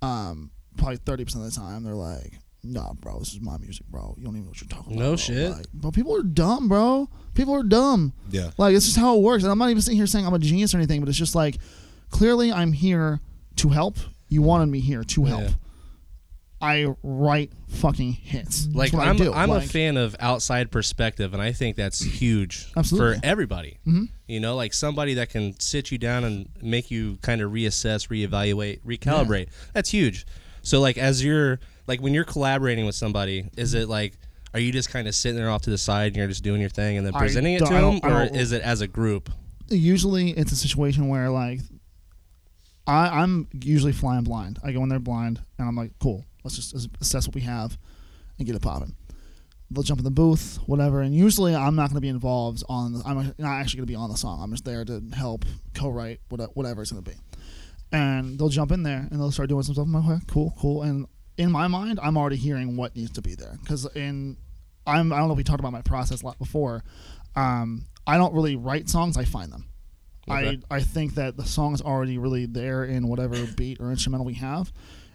[SPEAKER 4] Um, probably thirty percent of the time they're like. Nah, bro, this is my music, bro. You don't even know what you're talking about.
[SPEAKER 3] No
[SPEAKER 4] bro."
[SPEAKER 3] shit.
[SPEAKER 4] Like, but people are dumb, bro. People are dumb.
[SPEAKER 2] Yeah.
[SPEAKER 4] Like it's just how it works. And I'm not even sitting here saying I'm a genius or anything, but it's just like clearly I'm here to help. You wanted me here to help.
[SPEAKER 3] Yeah.
[SPEAKER 4] I write fucking hits. That's
[SPEAKER 3] Like
[SPEAKER 4] what I
[SPEAKER 3] I'm,
[SPEAKER 4] do.
[SPEAKER 3] I'm
[SPEAKER 4] Like,
[SPEAKER 3] a fan of outside perspective, and I think that's huge
[SPEAKER 4] Absolutely.
[SPEAKER 3] for everybody. Mm-hmm. You know, like somebody that can sit you down and make you kind of reassess, reevaluate, recalibrate. That's huge. So, like, as you're like when you're collaborating with somebody, is it like are you just kind of sitting there off to the side and you're just doing your thing and then
[SPEAKER 4] I
[SPEAKER 3] presenting it
[SPEAKER 4] don't-
[SPEAKER 3] to
[SPEAKER 4] I
[SPEAKER 3] them,
[SPEAKER 4] don't- I
[SPEAKER 3] or
[SPEAKER 4] don't-
[SPEAKER 3] is it as a group?
[SPEAKER 4] Usually it's a situation where like I, I'm usually flying blind. I go in there blind and I'm like, cool, let's just as- assess what we have and get it popping. They'll jump in the booth, whatever, and usually I'm not going to be involved on. The, I'm not actually going to be on the song. I'm just there to help co-write what- whatever it's going to be. and they'll jump in there and they'll start doing some stuff. I'm like, okay, cool, cool. And in my mind, I'm already hearing what needs to be there because in I'm I don't know if we talked about my process a lot before. Um, I don't really write songs; I find them.
[SPEAKER 3] Okay.
[SPEAKER 4] I I think that the song is already really there in whatever beat or instrumental we have,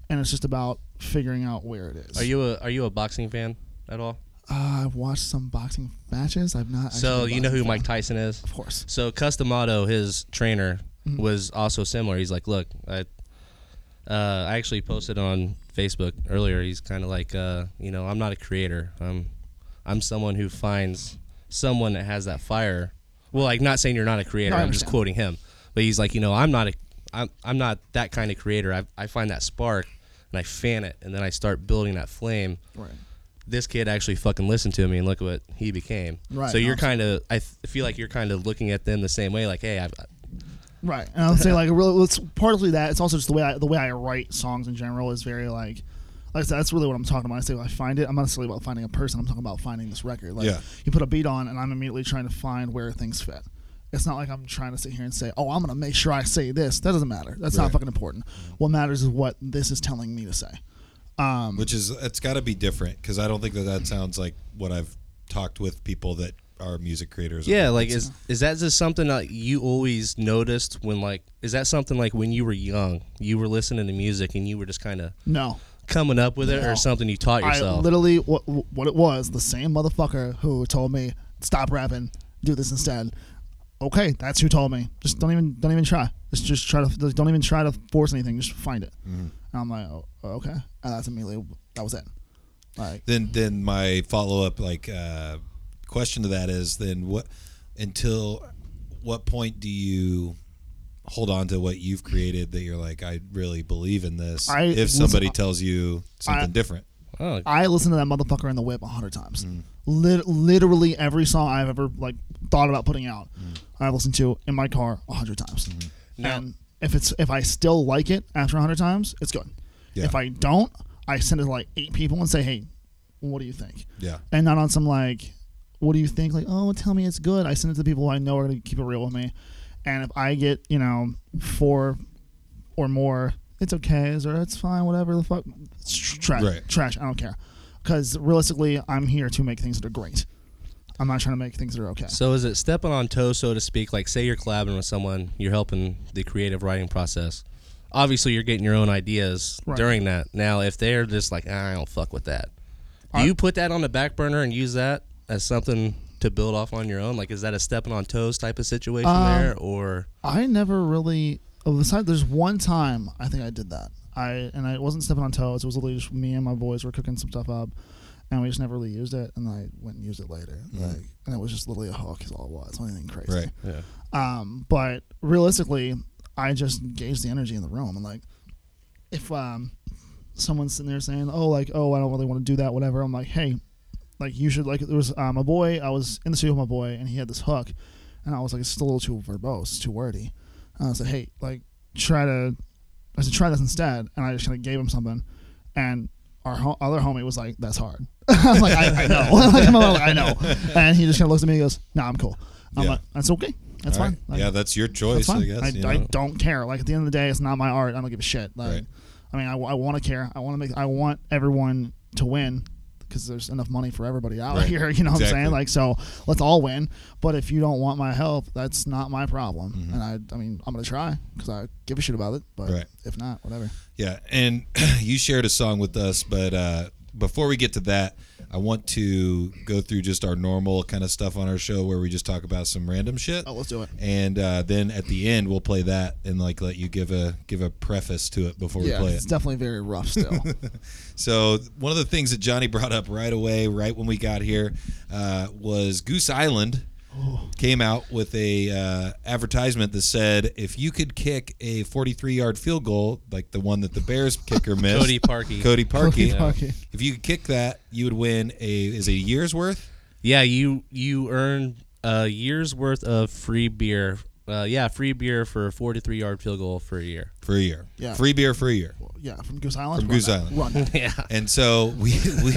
[SPEAKER 4] and it's just about figuring out where it is.
[SPEAKER 3] Are you a are you a boxing fan at all?
[SPEAKER 4] Uh, I've watched some boxing matches. I've not. actually
[SPEAKER 3] So
[SPEAKER 4] been
[SPEAKER 3] you know
[SPEAKER 4] boxing
[SPEAKER 3] who
[SPEAKER 4] fan.
[SPEAKER 3] Mike Tyson is.
[SPEAKER 4] Of course.
[SPEAKER 3] So Customato, his trainer,
[SPEAKER 4] Mm-hmm.
[SPEAKER 3] was also similar. He's like, look, I, uh, I actually posted on Facebook earlier. He's kind of like, uh, you know, I'm not a creator. I'm, I'm someone who finds someone that has that fire. Well, like not saying you're not a creator.
[SPEAKER 4] No, I
[SPEAKER 3] I'm just
[SPEAKER 4] understand.
[SPEAKER 3] quoting him, but he's like, you know, I'm not a, I'm, I'm not that kind of creator. I, I find that spark and I fan it, and then I start building that flame
[SPEAKER 4] Right.
[SPEAKER 3] this kid actually fucking listened to me and look what he became.
[SPEAKER 4] Right,
[SPEAKER 3] So you're
[SPEAKER 4] awesome.
[SPEAKER 3] kind of, I th- feel like you're kind of looking at them the same way, like, hey, I've,
[SPEAKER 4] Right. And I'll say like really it's partly that it's also just the way I the way I write songs in general is very like like I said, that's really what I'm talking about. I say I find it. I'm not necessarily about finding a person. I'm talking about finding this record. Like
[SPEAKER 2] Yeah.
[SPEAKER 4] you put a beat on, and I'm immediately trying to find where things fit. It's not like I'm trying to sit here and say, "Oh, I'm going to make sure I say this." That doesn't matter. That's not fucking important. What matters is what this is telling me to say.
[SPEAKER 2] which is it's got to be different because I don't think that that sounds like what I've talked with people that are music creators.
[SPEAKER 3] yeah, like is is that just something that you always noticed when like is that something like when you were young, you were listening to music and you were just kind of
[SPEAKER 4] No,
[SPEAKER 3] coming up with it,
[SPEAKER 4] No.
[SPEAKER 3] or something you taught
[SPEAKER 4] I
[SPEAKER 3] yourself?
[SPEAKER 4] literally what what it was the same motherfucker who told me stop rapping, do this instead. Okay, that's who told me. Just don't even don't even try. Just just try to just don't even try to force anything. Just find it. And I'm like, oh, okay, and that's immediately that was it. Like
[SPEAKER 2] Then then my follow up like uh, question to that is then what until what point do you hold on to what you've created that you're like I really believe in this
[SPEAKER 4] I-
[SPEAKER 2] if somebody
[SPEAKER 4] listen, I-
[SPEAKER 2] tells you something
[SPEAKER 4] I-
[SPEAKER 2] different.
[SPEAKER 3] oh,
[SPEAKER 4] I listened to that motherfucker in the whip a hundred times.
[SPEAKER 2] Mm.
[SPEAKER 4] Lit- literally every song I've ever like thought about putting out,
[SPEAKER 2] Mm.
[SPEAKER 4] I've listened to in my car a hundred times.
[SPEAKER 2] Mm-hmm.
[SPEAKER 4] And if it's if I still like it after a hundred times, it's good.
[SPEAKER 2] Yeah.
[SPEAKER 4] If I don't, I send it to like eight people and say, "Hey, what do you think?"
[SPEAKER 2] Yeah.
[SPEAKER 4] and not on some like, what do you think? Like, oh, tell me it's good. I send it to people who I know are gonna keep it real with me, and if I get you know four or more, it's okay, or it's fine, whatever the fuck, it's tr- trash,
[SPEAKER 2] Right.
[SPEAKER 4] trash. I don't care, because realistically, I'm here to make things that are great. I'm not trying to make things that are okay.
[SPEAKER 3] so is it stepping on toes, so to speak? Like, say you're collabing with someone, you're helping the creative writing process. Obviously, you're getting your own ideas
[SPEAKER 4] Right.
[SPEAKER 3] during that. Now, if they're just like, "Ah, I don't fuck with that, do you put that on the back burner and use that as something to build off on your own? Like, is that a stepping on toes type of situation there, or
[SPEAKER 4] I never really. Oh, besides, there's one time I think I did that. I and I wasn't stepping on toes. It was literally just me and my boys were cooking some stuff up, and we just never really used it. And I went and used it later. Like, and it was just literally a hook is all it was. It wasn't anything crazy.
[SPEAKER 2] Mm. Right.
[SPEAKER 3] yeah,
[SPEAKER 4] Um, but realistically, I just gauge the energy in the room and like if um someone's sitting there saying, "Oh, like oh, I don't really want to do that," whatever. I'm like, hey, like you should like there was uh, my boy. I was in the studio with my boy, and he had this hook, and I was like, it's just a little too verbose, too wordy. And I said, hey, like try to, I said try this instead, and I just kind of gave him something, and. Our ho- other homie was like, "That's hard." I'm like, "I, I know." like, I'm like, "I know," and he just kind of looks at me and goes, "Nah, I'm cool." I'm
[SPEAKER 2] Yeah.
[SPEAKER 4] like, "That's okay. That's
[SPEAKER 2] All
[SPEAKER 4] fine."
[SPEAKER 2] right.
[SPEAKER 4] Like,
[SPEAKER 2] yeah, that's your choice, I guess.
[SPEAKER 4] I,
[SPEAKER 2] you know?
[SPEAKER 4] I don't care. Like at the end of the day, it's not my art. I don't give a shit. Like,
[SPEAKER 2] Right.
[SPEAKER 4] I mean, I, want to care. I want to make. I want everyone to win because there's enough money for everybody out
[SPEAKER 2] Right.
[SPEAKER 4] here. You know what I'm saying?
[SPEAKER 2] Exactly.
[SPEAKER 4] Like, so let's all win. But if you don't want my help, that's not my problem. And I, I mean, I'm gonna try because I give a shit about it. But
[SPEAKER 2] Mm-hmm. Right.
[SPEAKER 4] if not, whatever.
[SPEAKER 2] Yeah, and you shared a song with us, but uh, before we get to that, I want to go through just our normal kind of stuff on our show where we just talk about some random shit.
[SPEAKER 4] Oh, let's do it.
[SPEAKER 2] And uh, then at the end, we'll play that and like let you give a give a preface to it before
[SPEAKER 4] Yeah,
[SPEAKER 2] we play
[SPEAKER 4] it's
[SPEAKER 2] it.
[SPEAKER 4] definitely very rough still.
[SPEAKER 2] So one of the things that Johnny brought up right away, right when we got here, uh, was Goose Island
[SPEAKER 3] Oh.
[SPEAKER 2] came out with a uh, advertisement that said if you could kick a 43 yard field goal like the one that the Bears kicker missed,
[SPEAKER 3] Cody Parkey.
[SPEAKER 2] Cody Parkey,
[SPEAKER 4] Cody Parkey.
[SPEAKER 2] if you could kick that, you would win a is it a year's worth.
[SPEAKER 3] yeah, you you earn a year's worth of free beer. Uh, yeah, free beer for a four to three yard field goal for a year.
[SPEAKER 2] For a year,
[SPEAKER 4] Yeah.
[SPEAKER 2] free beer for a year,
[SPEAKER 4] yeah, from Goose Island.
[SPEAKER 2] From
[SPEAKER 4] run
[SPEAKER 2] Goose
[SPEAKER 4] that.
[SPEAKER 2] Island.
[SPEAKER 4] Run. that.
[SPEAKER 3] Yeah,
[SPEAKER 2] and so we, we,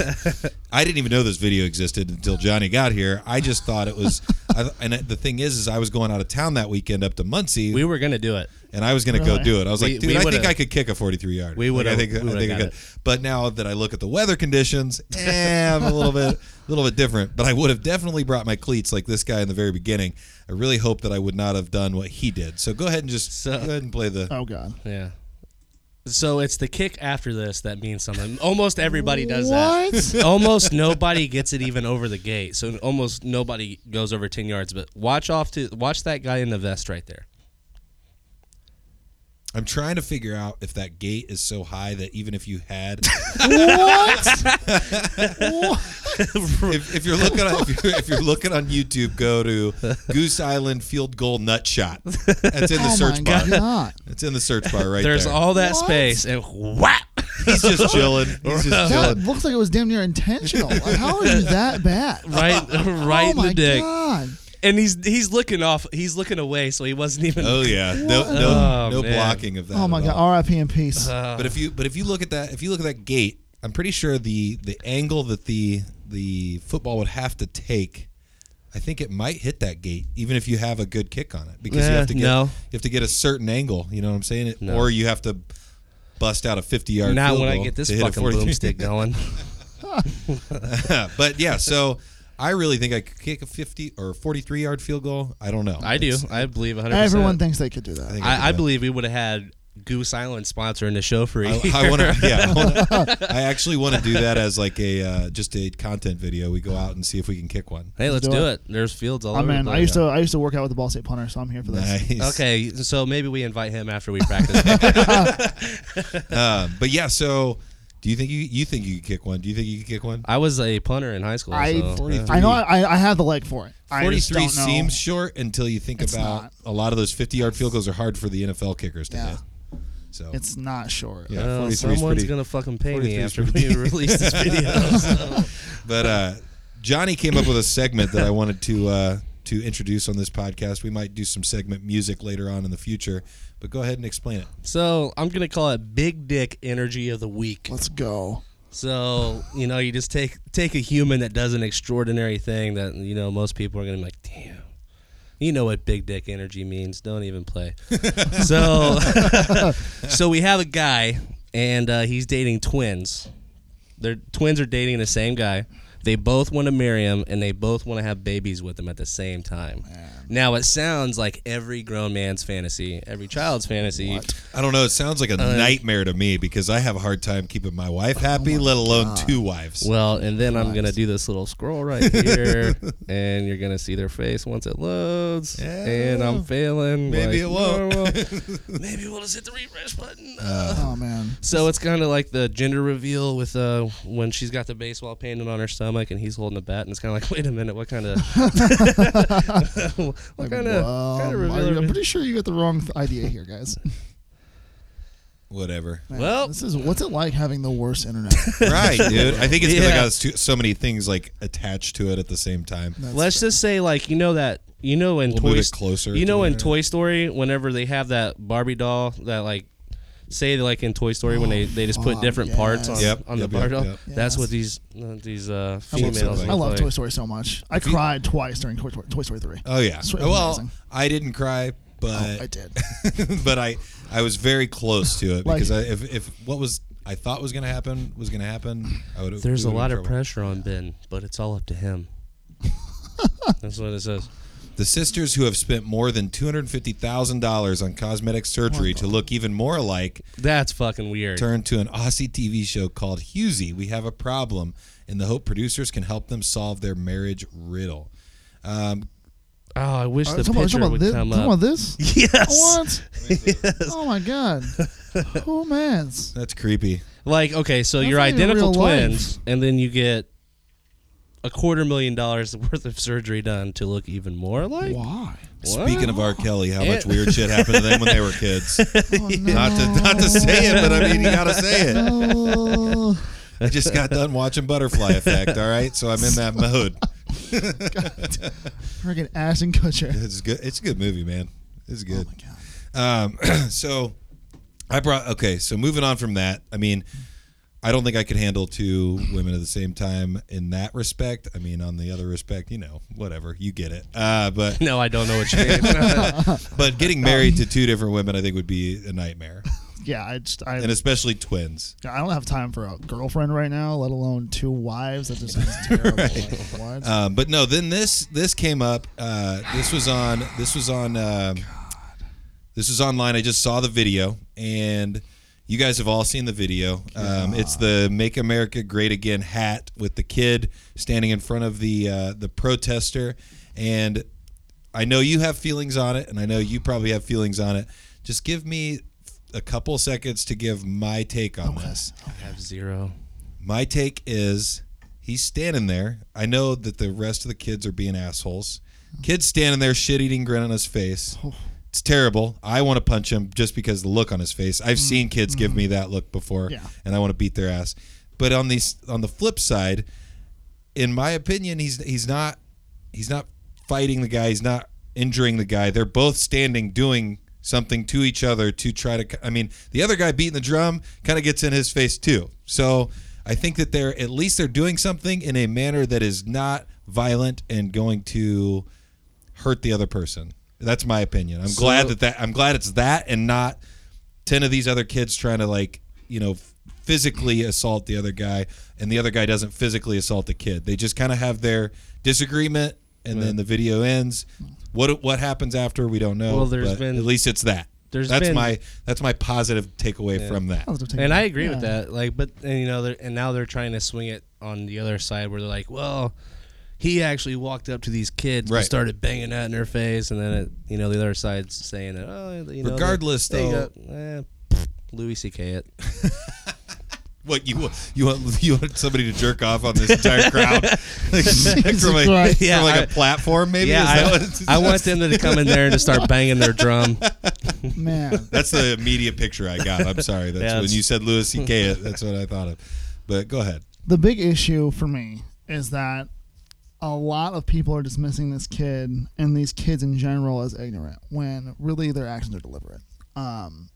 [SPEAKER 2] I didn't even know this video existed until Johnny got here. I just thought it was, I, and the thing is, is I was going out of town that weekend up to Muncie,
[SPEAKER 3] we were gonna do it.
[SPEAKER 2] and I was going to go
[SPEAKER 4] Really?
[SPEAKER 2] do it. I was
[SPEAKER 3] We-
[SPEAKER 2] like, dude,
[SPEAKER 3] we
[SPEAKER 2] I
[SPEAKER 3] would've-
[SPEAKER 2] think I could kick a 43 yard.
[SPEAKER 3] We
[SPEAKER 2] Like, I
[SPEAKER 3] would've-
[SPEAKER 2] think,
[SPEAKER 3] we
[SPEAKER 2] I
[SPEAKER 3] would've
[SPEAKER 2] think I
[SPEAKER 3] got
[SPEAKER 2] could. But now that I look at the weather conditions, eh, I'm a little bit, a little bit different. But I would have definitely brought my cleats like this guy in the very beginning. I really hope that I would not have done what he did. So go ahead and just go
[SPEAKER 3] So-
[SPEAKER 2] ahead and play the.
[SPEAKER 4] Oh God.
[SPEAKER 3] Yeah. So it's the kick after this that means something. Almost everybody does that. almost nobody gets it even over the gate. So almost nobody goes over ten yards. But watch off to watch that guy in the vest right there.
[SPEAKER 2] I'm trying to figure out if that gate is so high that even if you had, if, if you're looking on, if, you're, if you're looking on YouTube, go to Goose Island Field Goal Nut Shot. That's in the
[SPEAKER 4] oh
[SPEAKER 2] search bar.
[SPEAKER 4] my god.
[SPEAKER 2] It's in the search bar right
[SPEAKER 3] There's
[SPEAKER 2] there.
[SPEAKER 3] all that
[SPEAKER 4] What?
[SPEAKER 3] space and whap.
[SPEAKER 2] He's just chilling. He's just
[SPEAKER 4] That
[SPEAKER 2] chilling.
[SPEAKER 4] looks like it was damn near intentional. Like, how are you that bad?
[SPEAKER 3] Right, right in
[SPEAKER 4] oh
[SPEAKER 3] the
[SPEAKER 4] my
[SPEAKER 3] dick,
[SPEAKER 4] god.
[SPEAKER 3] and he's he's looking off, he's looking away, so he wasn't even.
[SPEAKER 2] Oh yeah, no no,
[SPEAKER 3] Oh,
[SPEAKER 2] no
[SPEAKER 3] man.
[SPEAKER 2] blocking of that.
[SPEAKER 4] Oh my
[SPEAKER 2] at
[SPEAKER 4] god.
[SPEAKER 2] all.
[SPEAKER 4] R.I.P. in peace.
[SPEAKER 2] But if you but if you look at that if you look at that gate, I'm pretty sure the the angle that the the football would have to take, I think it might hit that gate even if you have a good kick on it because you
[SPEAKER 3] Yeah,
[SPEAKER 2] have to get
[SPEAKER 3] no.
[SPEAKER 2] you have to get a certain angle. You know what I'm saying? It-
[SPEAKER 3] No.
[SPEAKER 2] Or you have to bust out a 50 yard.
[SPEAKER 3] Not
[SPEAKER 2] field
[SPEAKER 3] when I
[SPEAKER 2] goal
[SPEAKER 3] get this
[SPEAKER 2] to hit a
[SPEAKER 3] fucking
[SPEAKER 2] 40
[SPEAKER 3] boomstick going.
[SPEAKER 2] but yeah, so. I really think I could kick a 50 or 43 yard field goal. I don't know.
[SPEAKER 3] I do.
[SPEAKER 2] It's-
[SPEAKER 3] I believe 100.
[SPEAKER 4] Everyone thinks they could do that.
[SPEAKER 2] think could
[SPEAKER 3] I, I
[SPEAKER 2] do that.
[SPEAKER 3] believe we would have had Goose Island sponsoring the show for a
[SPEAKER 2] I,
[SPEAKER 3] year.
[SPEAKER 2] I want to. Yeah, I, wanna, I actually want to do that as like a uh, just a content video. We go out and see if we can kick one.
[SPEAKER 3] Hey, let's
[SPEAKER 4] do
[SPEAKER 3] do,
[SPEAKER 4] it.
[SPEAKER 3] it. There's fields
[SPEAKER 2] Oh,
[SPEAKER 3] all
[SPEAKER 4] I
[SPEAKER 3] over.
[SPEAKER 4] mean,
[SPEAKER 3] the
[SPEAKER 4] Oh, I
[SPEAKER 3] place.
[SPEAKER 4] used to I used to work out with the Ball State punter, so I'm here for this.
[SPEAKER 2] Nice.
[SPEAKER 3] Okay, so maybe we invite him after we practice.
[SPEAKER 2] Um, but yeah, so do you think you you think you could kick one? Do you think you could kick one?
[SPEAKER 3] I was a punter in high school.
[SPEAKER 4] I
[SPEAKER 3] so, yeah.
[SPEAKER 4] I know I, I have the leg for it. I
[SPEAKER 2] Forty
[SPEAKER 4] just
[SPEAKER 2] three
[SPEAKER 4] don't know.
[SPEAKER 2] seems short until you think
[SPEAKER 4] It's
[SPEAKER 2] about
[SPEAKER 4] not.
[SPEAKER 2] a lot of those fifty yard field goals are hard for the NFL kickers to
[SPEAKER 4] Yeah.
[SPEAKER 2] hit. So
[SPEAKER 4] It's not short.
[SPEAKER 2] yeah,
[SPEAKER 3] Oh,
[SPEAKER 2] 43 is
[SPEAKER 3] someone's
[SPEAKER 2] pretty-
[SPEAKER 3] gonna fucking pay
[SPEAKER 2] 43
[SPEAKER 3] me
[SPEAKER 2] is
[SPEAKER 3] after
[SPEAKER 2] pretty-
[SPEAKER 3] we release this video. so.
[SPEAKER 2] But uh, Johnny came up with a segment that I wanted to uh, to introduce on this podcast. We might do some segment music later on in the future. But go ahead and explain it.
[SPEAKER 3] So, I'm gonna call it Big Dick Energy of the Week.
[SPEAKER 4] Let's go.
[SPEAKER 3] So you know, you just take take a human that does an extraordinary thing that you know most people are gonna be like, damn. You know what big dick energy means. Don't even play. so, so we have a guy, and uh, he's dating twins. Their twins are dating the same guy. They both want to marry him, and they both want to have babies with him at the same time. Now it sounds like every grown man's fantasy, every child's fantasy.
[SPEAKER 2] I don't know. It sounds like a
[SPEAKER 3] Uh,
[SPEAKER 2] nightmare to me because I have a hard time keeping my wife happy, let alone two wives.
[SPEAKER 3] Oh Well, and then I'm gonna do this little scroll right here, and you're gonna see their face once it loads.
[SPEAKER 2] Yeah.
[SPEAKER 3] And I'm failing.
[SPEAKER 2] Maybe it
[SPEAKER 3] like
[SPEAKER 2] won't.
[SPEAKER 3] normal. Maybe we'll just hit the refresh button. Uh,
[SPEAKER 4] Oh man.
[SPEAKER 3] so it's kind of like the gender reveal with uh, when she's got the baseball painted on her stomach, and he's holding the bat, and it's kind of like, wait a minute, what kind of, what kind of, kind of
[SPEAKER 4] Um, I-
[SPEAKER 3] reveal? are we-
[SPEAKER 4] I'm pretty sure you got the wrong th- idea here, guys.
[SPEAKER 2] Whatever.
[SPEAKER 4] Man,
[SPEAKER 3] Well-
[SPEAKER 4] this is what's it like having the worst internet.
[SPEAKER 2] right, dude. I think it's because I
[SPEAKER 3] Yeah.
[SPEAKER 2] got too, so many things like attached to it at the same time.
[SPEAKER 3] Let's just say, like, you know that you know in
[SPEAKER 2] We'll
[SPEAKER 3] Toy
[SPEAKER 2] move it
[SPEAKER 3] St-
[SPEAKER 2] closer
[SPEAKER 3] You
[SPEAKER 2] to
[SPEAKER 3] know in
[SPEAKER 2] there.
[SPEAKER 3] Toy Story, whenever they have that Barbie doll that like. Say like in Toy Story when they, they just put
[SPEAKER 4] fuck,
[SPEAKER 3] different parts on,
[SPEAKER 4] yes.
[SPEAKER 2] Yep,
[SPEAKER 3] on
[SPEAKER 2] yep,
[SPEAKER 3] the Barbie
[SPEAKER 2] yep,
[SPEAKER 3] doll.
[SPEAKER 2] yep.
[SPEAKER 3] That's
[SPEAKER 4] Oh, Yes.
[SPEAKER 3] what these uh, these uh,
[SPEAKER 4] I love,
[SPEAKER 3] females.
[SPEAKER 2] Toy Story.
[SPEAKER 3] look
[SPEAKER 4] I love
[SPEAKER 3] like.
[SPEAKER 4] Toy Story so much. I cried twice during Toy Story, Toy Story Three.
[SPEAKER 2] Oh yeah.
[SPEAKER 4] It's
[SPEAKER 2] well,
[SPEAKER 4] amazing.
[SPEAKER 2] I didn't cry,
[SPEAKER 4] Oh,
[SPEAKER 2] but
[SPEAKER 4] I did.
[SPEAKER 2] but I I was very close to it
[SPEAKER 4] Like-
[SPEAKER 2] because I, if if what was I thought was gonna happen was gonna happen, I would.
[SPEAKER 3] There's a lot of pressure on Ben, but it's all up to him. That's what it says.
[SPEAKER 2] The sisters who have spent more than two hundred fifty thousand dollars on cosmetic surgery to look even more alike
[SPEAKER 3] That's fucking weird.
[SPEAKER 2] turned to an Aussie TV show called Husey. We have a problem, in the hope producers can help them solve their marriage riddle.
[SPEAKER 3] Oh, I wish
[SPEAKER 4] Uh,
[SPEAKER 3] the
[SPEAKER 4] talking about-
[SPEAKER 3] picture
[SPEAKER 4] talking about
[SPEAKER 3] would
[SPEAKER 4] thi-
[SPEAKER 3] come
[SPEAKER 4] talking about
[SPEAKER 3] up.
[SPEAKER 4] this?
[SPEAKER 3] Yes.
[SPEAKER 4] What? Oh my god. Oh man's.
[SPEAKER 2] That's creepy.
[SPEAKER 3] Like, okay, so
[SPEAKER 4] That's
[SPEAKER 3] you're
[SPEAKER 4] not even
[SPEAKER 3] identical
[SPEAKER 4] real life.
[SPEAKER 3] twins, and then you get a quarter million dollars worth of surgery done to look even more alike.
[SPEAKER 4] Why?
[SPEAKER 2] Speaking of R. Kelly, how much
[SPEAKER 3] It-
[SPEAKER 2] weird shit happened to them when they were kids.
[SPEAKER 4] Oh, no.
[SPEAKER 2] Not to not to say it, but I mean you gotta say it.
[SPEAKER 4] Oh,
[SPEAKER 2] I just got done watching Butterfly Effect. All right, so I'm in that mode.
[SPEAKER 4] freaking Ashton Kutcher.
[SPEAKER 2] It's good. It's a good movie, man. It's
[SPEAKER 4] Oh
[SPEAKER 2] good.
[SPEAKER 4] my god.
[SPEAKER 2] Um, so I brought okay. So moving on from that, I mean, I don't think I could handle two women at the same time in that respect. I mean, on the other respect, you know, whatever, you get it. Uh, but
[SPEAKER 3] No, I don't know what you mean.
[SPEAKER 2] but getting married to two different women, I think, would be a nightmare,
[SPEAKER 4] Yeah, I just I,
[SPEAKER 2] and especially twins.
[SPEAKER 4] I don't have time for a girlfriend right now, let alone two wives. That just sounds terrible. Like, what?
[SPEAKER 2] Um, but no, then this this came up. Uh, this was on this was on um, this was online. I just saw the video, and you guys have all seen the video. Um, it's the "Make America Great Again" hat with the kid standing in front of the uh, the protester, and I know you have feelings on it, and I know you probably have feelings on it. Just give me a couple seconds to give my take on this.
[SPEAKER 3] I have zero.
[SPEAKER 2] My take is he's standing there. I know that the rest of the kids are being assholes. Kid's standing there, shit eating grin on his face. It's terrible. I want to punch him just because the look on his face. I've seen kids give me that look before,
[SPEAKER 4] Yeah.
[SPEAKER 2] and I want to beat their ass. But on these, on the flip side, in my opinion, he's he's not he's not fighting the guy. He's not injuring the guy. They're both standing doing something to each other to try to. c- I mean, the other guy beating the drum kind of gets in his face too. So I think that they're at least they're doing something in a manner that is not violent and going to hurt the other person. That's my opinion. I'm glad that that I'm glad it's that and not ten of these other kids trying to like you know physically assault the other guy and the other guy doesn't physically assault the kid. They just kind of have their disagreement and then the video ends. What what happens after we don't know.
[SPEAKER 3] Well, there's
[SPEAKER 2] but
[SPEAKER 3] been-
[SPEAKER 2] at least it's that.
[SPEAKER 3] there's
[SPEAKER 2] that's
[SPEAKER 3] been-
[SPEAKER 2] my that's my positive takeaway from that.
[SPEAKER 4] Positive take.
[SPEAKER 3] And I agree
[SPEAKER 4] Yeah.
[SPEAKER 3] with that. Like, but and you know, they're, and now they're trying to swing it on the other side where they're like, well, he actually walked up to these kids
[SPEAKER 2] Right.
[SPEAKER 3] and started banging that in their face, and then it, you know the other side's saying that, oh, you know,
[SPEAKER 2] Regardless,
[SPEAKER 3] they, they
[SPEAKER 2] though-
[SPEAKER 3] got- eh, pfft, Louis C.K. it.
[SPEAKER 2] What you want you want you want somebody to jerk off on this entire crowd like, from, a,
[SPEAKER 4] Christ.
[SPEAKER 2] from
[SPEAKER 3] Yeah,
[SPEAKER 2] like
[SPEAKER 3] I-
[SPEAKER 2] a platform maybe?
[SPEAKER 3] yeah,
[SPEAKER 2] Is that what it's-
[SPEAKER 3] I, I want them to come in there and to start banging their drum.
[SPEAKER 4] man.
[SPEAKER 2] That's the immediate picture I got. I'm sorry. That's
[SPEAKER 3] Yeah,
[SPEAKER 2] when
[SPEAKER 3] it's-
[SPEAKER 2] you said Louis C.K. That's what I thought of. But go ahead.
[SPEAKER 4] the big issue for me is that a lot of people are dismissing this kid and these kids in general as ignorant when really their actions are deliberate. Um,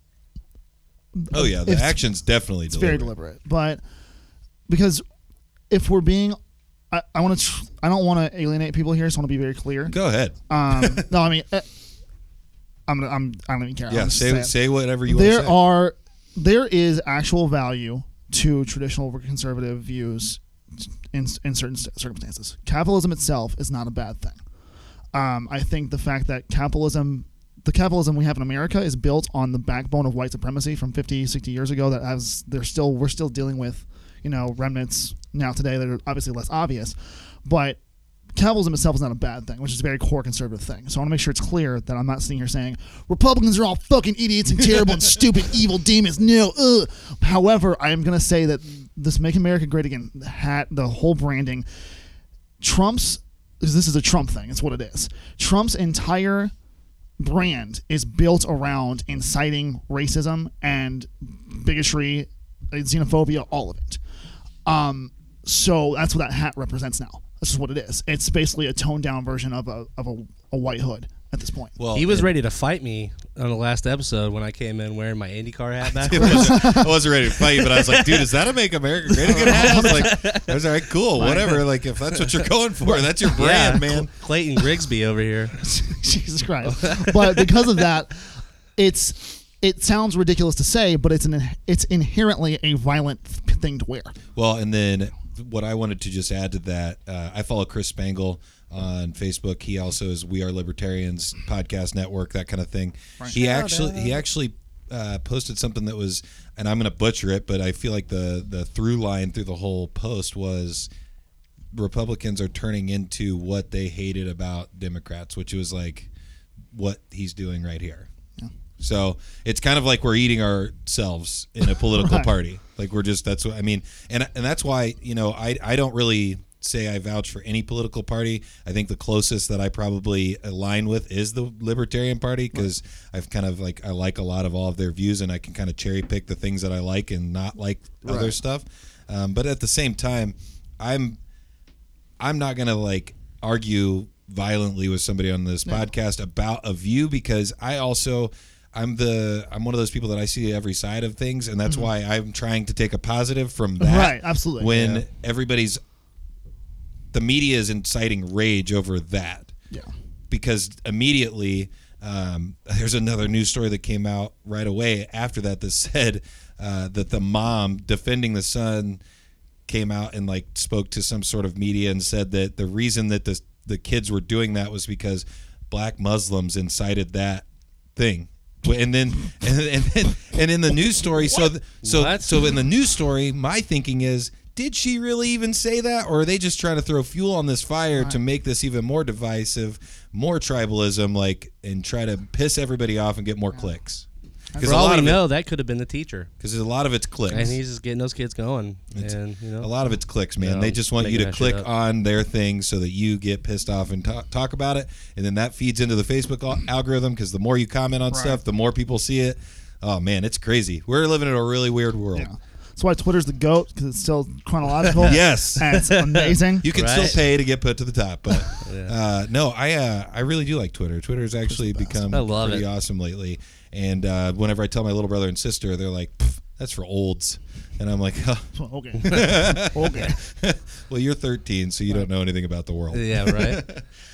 [SPEAKER 2] Oh yeah, the
[SPEAKER 4] It's-
[SPEAKER 2] action's definitely
[SPEAKER 4] it's
[SPEAKER 2] deliberate.
[SPEAKER 4] very deliberate, but because if we're being, I, I want to, tr- I don't want to alienate people here, so I want to be very clear.
[SPEAKER 2] Go ahead.
[SPEAKER 4] Um, no, I mean, eh, I'm, gonna- I'm, I don't even care.
[SPEAKER 2] yeah,
[SPEAKER 4] I'm just
[SPEAKER 2] say
[SPEAKER 4] saying.
[SPEAKER 2] say whatever you
[SPEAKER 4] there
[SPEAKER 2] want to say.
[SPEAKER 4] are there is actual value to traditional over conservative views in, in certain c- circumstances. Capitalism itself is not a bad thing. Um, I think the fact that capitalism, the capitalism we have in America, is built on the backbone of white supremacy from 50, 60 years ago. That has they're still we're still dealing with, you know, remnants now today that are obviously less obvious, but capitalism itself is not a bad thing, which is a very core conservative thing. So I want to make sure it's clear that I'm not sitting here saying Republicans are all fucking idiots and terrible and stupid evil demons. No, ugh. however, I am going to say that this "Make America Great Again" hat, the whole branding, Trump's 'cause this is a Trump thing. It's what it is. Trump's entire brand is built around inciting racism and bigotry, xenophobia, all of it. Um, so that's what that hat represents now. That's just what it is. It's basically a toned down version of a of a, a white hood at this point.
[SPEAKER 2] well,
[SPEAKER 3] he was ready to fight me on the last episode when I came in wearing my IndyCar hat back.
[SPEAKER 2] I wasn't, I wasn't ready to fight you, but I was like, dude, is that a Make America Great Again? hat? I was like, I was all right, cool, whatever. Like, if that's what you're going for, that's your brand, man.
[SPEAKER 3] Clayton Grigsby over here.
[SPEAKER 4] Jesus Christ! but because of that, it's it sounds ridiculous to say, but it's an it's inherently a violent th- thing to wear.
[SPEAKER 2] Well, and then what I wanted to just add to that, uh, I follow Chris Spangle on Facebook. He also is We Are Libertarians podcast network, that kind of thing. He actually he actually uh, posted something that was, and I'm going to butcher it, but I feel like the the through line through the whole post was Republicans are turning into what they hated about Democrats, which was like what he's doing right here. So it's kind of like we're eating ourselves in a political
[SPEAKER 4] Right.
[SPEAKER 2] party. Like we're just that's what I mean, and and that's why you know I I don't really say I vouch for any political party. I think the closest that I probably align with is the Libertarian Party because I've kind of like I like a lot of all of their views, and I can kind of cherry pick the things that I like and not like other stuff. Um, but at the same time, I'm I'm not gonna like argue violently with somebody on this podcast about a view because I also I'm the I'm one of those people that I see every side of things and that's why I'm trying to take a positive from that.
[SPEAKER 4] Mm-hmm. Right, absolutely.
[SPEAKER 2] When
[SPEAKER 4] Yeah.
[SPEAKER 2] everybody's the media is inciting rage over that
[SPEAKER 4] Yeah.
[SPEAKER 2] because immediately um, there's another news story that came out right away after that that said uh, that the mom defending the son came out and like spoke to some sort of media and said that the reason that the the kids were doing that was because black Muslims incited that thing. And then, and, and then, and in the news story, so th- so
[SPEAKER 3] What?
[SPEAKER 2] so in the news story, my thinking is, did she really even say that, or are they just trying to throw fuel on this fire to make this even more divisive, more tribalism, like, and try to piss everybody off and get more clicks? because
[SPEAKER 3] For
[SPEAKER 2] a
[SPEAKER 3] all
[SPEAKER 2] lot
[SPEAKER 3] we
[SPEAKER 2] of
[SPEAKER 3] know, that could have been the teacher,
[SPEAKER 2] because a lot of it's clicks.
[SPEAKER 3] and he's just getting those kids going.
[SPEAKER 2] It's-
[SPEAKER 3] and you know,
[SPEAKER 2] a lot of it's clicks, man.
[SPEAKER 3] Yeah,
[SPEAKER 2] they
[SPEAKER 3] I'm
[SPEAKER 2] just want you to
[SPEAKER 3] making that shit
[SPEAKER 2] click
[SPEAKER 3] up.
[SPEAKER 2] on their thing so that you get pissed off and talk, talk about it, and then that feeds into the Facebook al- algorithm because the more you comment on stuff, the more people see it. Oh man, it's crazy. We're living in a really weird world.
[SPEAKER 4] Yeah. That's why Twitter's the goat because it's still chronological.
[SPEAKER 2] Yes.
[SPEAKER 4] and it's amazing.
[SPEAKER 2] You can
[SPEAKER 3] Right.
[SPEAKER 2] still pay to get put to the top, but
[SPEAKER 3] Yeah.
[SPEAKER 2] uh, no, I uh, I really do like Twitter. Twitter's actually become
[SPEAKER 3] I love
[SPEAKER 2] pretty
[SPEAKER 3] it.
[SPEAKER 2] awesome lately. And uh, whenever I tell my little brother and sister, they're like, "Pff, "That's for olds," and I'm like, huh,
[SPEAKER 4] okay, okay.
[SPEAKER 2] "Well, you're 13, so you don't know anything about the world."
[SPEAKER 3] yeah, right.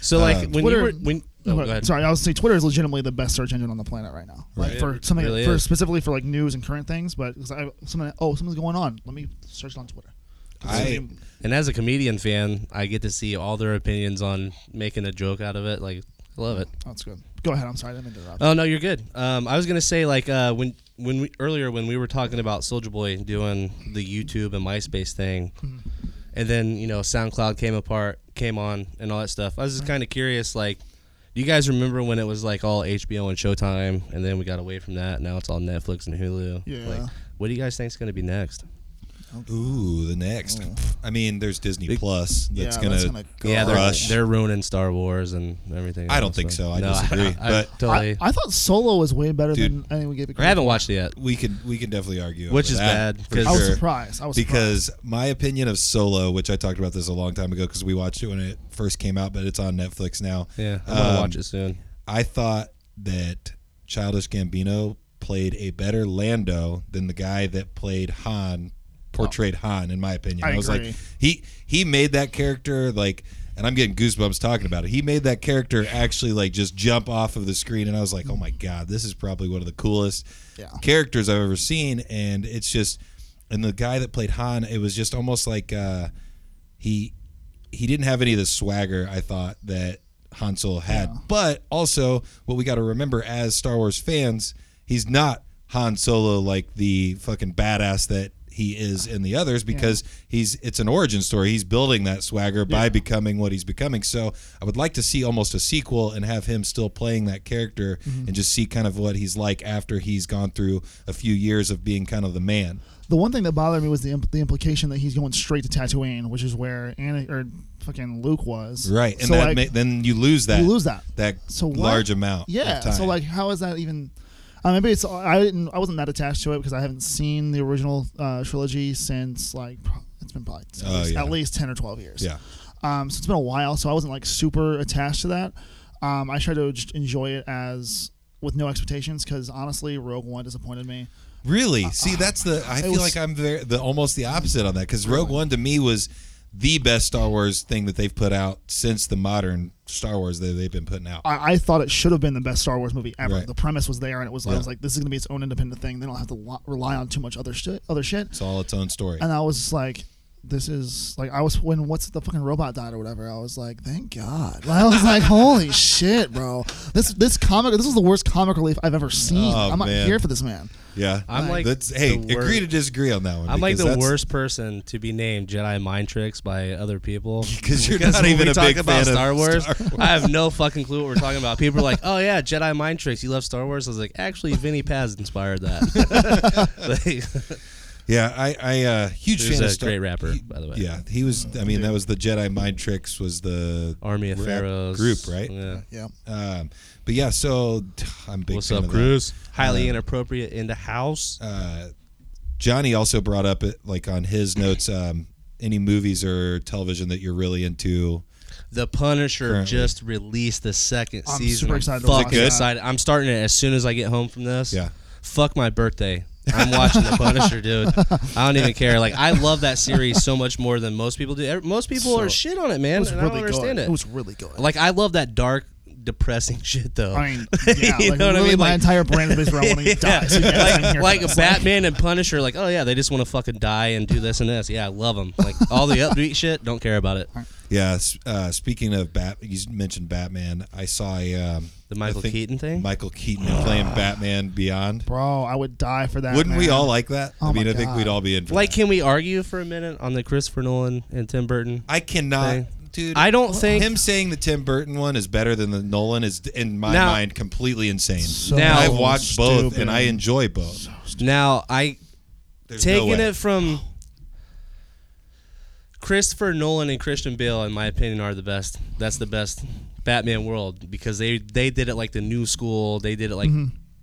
[SPEAKER 3] So like
[SPEAKER 2] Um,
[SPEAKER 3] when
[SPEAKER 4] Twitter-
[SPEAKER 3] you were when oh, go ahead.
[SPEAKER 4] Sorry, I was saying Twitter is legitimately the best search engine on the planet right now. Like
[SPEAKER 3] Right.
[SPEAKER 4] for something
[SPEAKER 3] Really
[SPEAKER 4] for
[SPEAKER 3] is.
[SPEAKER 4] specifically for like news and current things, but 'cause I, something, oh something's going on. Let me search it on Twitter.
[SPEAKER 2] I
[SPEAKER 3] And as a comedian fan, I get to see all their opinions on making a joke out of it. Like, I love it.
[SPEAKER 4] Oh, that's good. Go ahead. I'm sorry, I didn't interrupt.
[SPEAKER 3] Oh no, you're good. Um, I was gonna say like uh, when when we earlier when we were talking about Soldier Boy doing the YouTube and MySpace thing, and then you know SoundCloud came apart, came on, and all that stuff. I was just kind of curious, like, do you guys remember when it was like all HBO and Showtime, and then we got away from that? Now it's all Netflix and Hulu.
[SPEAKER 4] Yeah.
[SPEAKER 3] Like, what do you guys think's gonna be next?
[SPEAKER 2] ooh, the next. I mean, there's Disney
[SPEAKER 3] Big-
[SPEAKER 2] Plus. That's
[SPEAKER 4] Hmm. Yeah,
[SPEAKER 2] gonna.
[SPEAKER 4] that's gonna go.
[SPEAKER 3] Yeah, they're
[SPEAKER 2] Rush.
[SPEAKER 3] they're ruining Star Wars and everything.
[SPEAKER 2] I don't
[SPEAKER 3] else,
[SPEAKER 2] think so. I disagree,
[SPEAKER 3] I,
[SPEAKER 2] but-
[SPEAKER 3] totally.
[SPEAKER 4] I, I thought Solo was way better
[SPEAKER 2] Dude.
[SPEAKER 4] than I think we gave it.
[SPEAKER 3] Oh, I haven't watched it yet.
[SPEAKER 2] we can we can definitely argue,
[SPEAKER 3] Which
[SPEAKER 2] over
[SPEAKER 3] is
[SPEAKER 2] that,
[SPEAKER 3] bad,
[SPEAKER 2] for
[SPEAKER 3] 'cause-
[SPEAKER 4] I was
[SPEAKER 2] sure.
[SPEAKER 4] surprised. I was surprised.
[SPEAKER 2] because my opinion of Solo, which I talked about this a long time ago because we watched it when it first came out, but it's on Netflix now.
[SPEAKER 3] Yeah, I'm gonna
[SPEAKER 2] Um,
[SPEAKER 3] watch it soon.
[SPEAKER 2] I thought that Childish Gambino played a better Lando than the guy that played Han portrayed Han in my opinion.
[SPEAKER 4] I
[SPEAKER 2] was
[SPEAKER 4] agree.
[SPEAKER 2] like he he made that character like and I'm getting goosebumps talking about it. He made that character actually like just jump off of the screen and I was like, "Oh my god, this is probably one of the coolest
[SPEAKER 4] Yeah.
[SPEAKER 2] characters I've ever seen." And it's just and the guy that played Han, it was just almost like uh he he didn't have any of the swagger I thought that Han Solo had. But also, what we got to remember as Star Wars fans, he's not Han Solo like the fucking badass that he is in the others because he's it's an origin story. He's building that swagger by becoming what he's becoming. So I would like to see almost a sequel and have him still playing that character
[SPEAKER 4] Mm-hmm.
[SPEAKER 2] and just see kind of what he's like after he's gone through a few years of being kind of the man.
[SPEAKER 4] the one thing that bothered me was the imp- the implication that he's going straight to Tatooine, which is where Anna or fucking Luke was.
[SPEAKER 2] Right. And
[SPEAKER 4] So
[SPEAKER 2] that
[SPEAKER 4] like,
[SPEAKER 2] ma- then you lose that
[SPEAKER 4] you lose that.
[SPEAKER 2] that
[SPEAKER 4] So what?
[SPEAKER 2] large amount. of
[SPEAKER 4] Yeah. So
[SPEAKER 2] time.
[SPEAKER 4] like, how is that even? I mean, maybe it's I didn't I wasn't that attached to it because I haven't seen the original uh, trilogy since like pro- it's been probably at,
[SPEAKER 2] Oh,
[SPEAKER 4] least,
[SPEAKER 2] yeah.
[SPEAKER 4] at least ten or twelve years.
[SPEAKER 2] Yeah.
[SPEAKER 4] Um. So it's been a while. So I wasn't like super attached to that. Um. I tried to just enjoy it as with no expectations because honestly, Rogue One disappointed me.
[SPEAKER 2] Really? See, that's the. I feel
[SPEAKER 4] was-
[SPEAKER 2] like I'm very, the almost the opposite on that because Rogue One to me was the best Star Wars thing that they've put out since the modern Star Wars that they've been putting out.
[SPEAKER 4] I, I thought it should have been the best Star Wars movie ever.
[SPEAKER 2] Right.
[SPEAKER 4] The premise was there, and it was I
[SPEAKER 2] Yeah.
[SPEAKER 4] was like, this is gonna be its own independent thing. They don't have to lo- rely on too much other shit. Other shit.
[SPEAKER 2] It's all its own story.
[SPEAKER 4] and I was just like, this is like I was when what's the fucking robot died or whatever. I was like, thank God. I was like, holy shit, bro. This this comic this is the worst comic relief I've ever seen.
[SPEAKER 2] Oh,
[SPEAKER 4] I'm not
[SPEAKER 2] man.
[SPEAKER 4] here for this man.
[SPEAKER 2] Yeah,
[SPEAKER 3] I'm like
[SPEAKER 2] That's, hey,
[SPEAKER 3] the wor-
[SPEAKER 2] agree to disagree on that one.
[SPEAKER 3] I'm like
[SPEAKER 2] because
[SPEAKER 3] the
[SPEAKER 2] that's-
[SPEAKER 3] worst person to be named Jedi mind tricks by other people.
[SPEAKER 2] 'Cause you're not
[SPEAKER 3] when
[SPEAKER 2] even
[SPEAKER 3] we
[SPEAKER 2] a
[SPEAKER 3] talk
[SPEAKER 2] big
[SPEAKER 3] about
[SPEAKER 2] fan of
[SPEAKER 3] Star Wars,
[SPEAKER 2] Star Wars.
[SPEAKER 3] I have no fucking clue what we're talking about. People are like, "Oh yeah, Jedi mind tricks. You love Star Wars?" I was like, "Actually, Vinny Paz inspired that." like,
[SPEAKER 2] Yeah, I, I uh, huge
[SPEAKER 3] Who's
[SPEAKER 2] fan of
[SPEAKER 3] a
[SPEAKER 2] Star-
[SPEAKER 3] great rapper,
[SPEAKER 2] he-
[SPEAKER 3] by the way.
[SPEAKER 2] Yeah, he was. I mean, that was the Jedi mind tricks. Was the
[SPEAKER 3] Army of
[SPEAKER 2] rap
[SPEAKER 3] Pharaohs
[SPEAKER 2] group, right?
[SPEAKER 3] Yeah.
[SPEAKER 4] Yeah.
[SPEAKER 2] Um, but yeah, so I'm a big.
[SPEAKER 3] What's
[SPEAKER 2] fan
[SPEAKER 3] up,
[SPEAKER 2] of that.
[SPEAKER 3] Cruz? Highly inappropriate in the house.
[SPEAKER 2] uh, Johnny also brought up it like on his notes um, any movies or television that you're really into.
[SPEAKER 3] The Punisher
[SPEAKER 2] Currently.
[SPEAKER 3] just released the 2nd
[SPEAKER 4] I'm
[SPEAKER 3] season.
[SPEAKER 4] super excited to
[SPEAKER 3] fucking
[SPEAKER 4] watch that.
[SPEAKER 3] excited. I'm starting it as soon as I get home from this.
[SPEAKER 2] Yeah.
[SPEAKER 3] Fuck my birthday. I'm watching The Punisher, dude. I don't even care. Like I love that series so much more than most people do. Ev- Most people
[SPEAKER 4] So-
[SPEAKER 3] are shit on it, man.
[SPEAKER 4] It was
[SPEAKER 3] and
[SPEAKER 4] really
[SPEAKER 3] I don't understand
[SPEAKER 4] good.
[SPEAKER 3] it.
[SPEAKER 4] It was really good.
[SPEAKER 3] like I love that dark, depressing shit though.
[SPEAKER 4] I mean, yeah,
[SPEAKER 3] You
[SPEAKER 4] like
[SPEAKER 3] know what I
[SPEAKER 4] literally
[SPEAKER 3] mean?
[SPEAKER 4] my
[SPEAKER 3] Like-
[SPEAKER 4] entire brand is around when he dies. You guys, I'm here
[SPEAKER 3] like
[SPEAKER 4] for
[SPEAKER 3] like
[SPEAKER 4] this.
[SPEAKER 3] Batman and Punisher, like oh yeah, they just want to fucking die and do this and this. Yeah, I love them. Like all the upbeat shit, don't care about it.
[SPEAKER 2] Yeah. s- Uh, speaking of Bat, you mentioned Batman. I saw a, um,
[SPEAKER 3] The Michael
[SPEAKER 2] I think
[SPEAKER 3] Keaton thing?
[SPEAKER 2] Michael Keaton playing Batman Beyond.
[SPEAKER 4] Bro, I would die for that.
[SPEAKER 2] Wouldn't we
[SPEAKER 4] man.
[SPEAKER 2] all like that?
[SPEAKER 4] Oh
[SPEAKER 2] I mean,
[SPEAKER 4] my
[SPEAKER 2] I think
[SPEAKER 4] God.
[SPEAKER 2] we'd all be in. For
[SPEAKER 3] Like,
[SPEAKER 2] that.
[SPEAKER 3] can we argue for a minute on the Christopher Nolan and Tim Burton?
[SPEAKER 2] I cannot.
[SPEAKER 3] Thing.
[SPEAKER 2] dude.
[SPEAKER 3] I don't think-
[SPEAKER 2] him saying the Tim Burton one is better than the Nolan is in my
[SPEAKER 3] Now-
[SPEAKER 2] mind completely insane.
[SPEAKER 4] So
[SPEAKER 2] And I've watched both
[SPEAKER 4] stupid.
[SPEAKER 2] and I enjoy both.
[SPEAKER 3] Now I
[SPEAKER 2] There's no
[SPEAKER 3] taking
[SPEAKER 2] way.
[SPEAKER 3] it from Christopher Nolan and Christian Bale, in my opinion, are the best. That's the best Batman world because they they did it like the new school. They did it like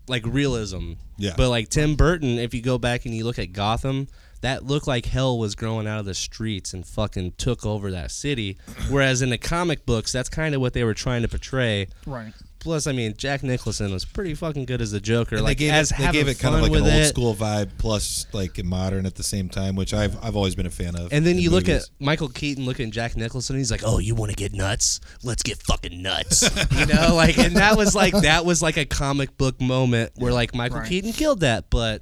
[SPEAKER 3] like realism.
[SPEAKER 2] Yeah.
[SPEAKER 3] But like Tim Burton, if you go back and you look at Gotham, that looked like hell was growing out of the streets and fucking took over that city. Whereas in the comic books, that's kind of what they were trying to portray.
[SPEAKER 4] Right.
[SPEAKER 3] Plus, I mean, Jack Nicholson was pretty fucking good as the Joker.
[SPEAKER 2] And
[SPEAKER 3] like
[SPEAKER 2] they gave
[SPEAKER 3] as
[SPEAKER 2] it, they
[SPEAKER 3] having
[SPEAKER 2] gave it kind of
[SPEAKER 3] fun
[SPEAKER 2] like an
[SPEAKER 3] with
[SPEAKER 2] old
[SPEAKER 3] it.
[SPEAKER 2] school vibe plus like modern at the same time, which I've I've always been a fan of.
[SPEAKER 3] And then
[SPEAKER 2] in
[SPEAKER 3] you look
[SPEAKER 2] movies.
[SPEAKER 3] at Michael Keaton looking at Jack Nicholson. He's like, "Oh, you want to get nuts? Let's get fucking nuts." you know, like, and that was like that was like a comic book moment where like Michael
[SPEAKER 4] Right.
[SPEAKER 3] Keaton killed that, but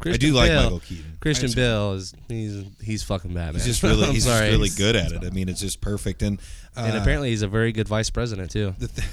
[SPEAKER 3] Christian
[SPEAKER 2] do like
[SPEAKER 3] Bale-
[SPEAKER 2] Michael Keaton.
[SPEAKER 3] Christian Bale is he's he's fucking Batman.
[SPEAKER 2] he's just really
[SPEAKER 3] I'm
[SPEAKER 2] he's
[SPEAKER 3] sorry.
[SPEAKER 2] just really good at it. I mean, it's just perfect. And uh,
[SPEAKER 3] And apparently, he's a very good vice president too.
[SPEAKER 2] the th-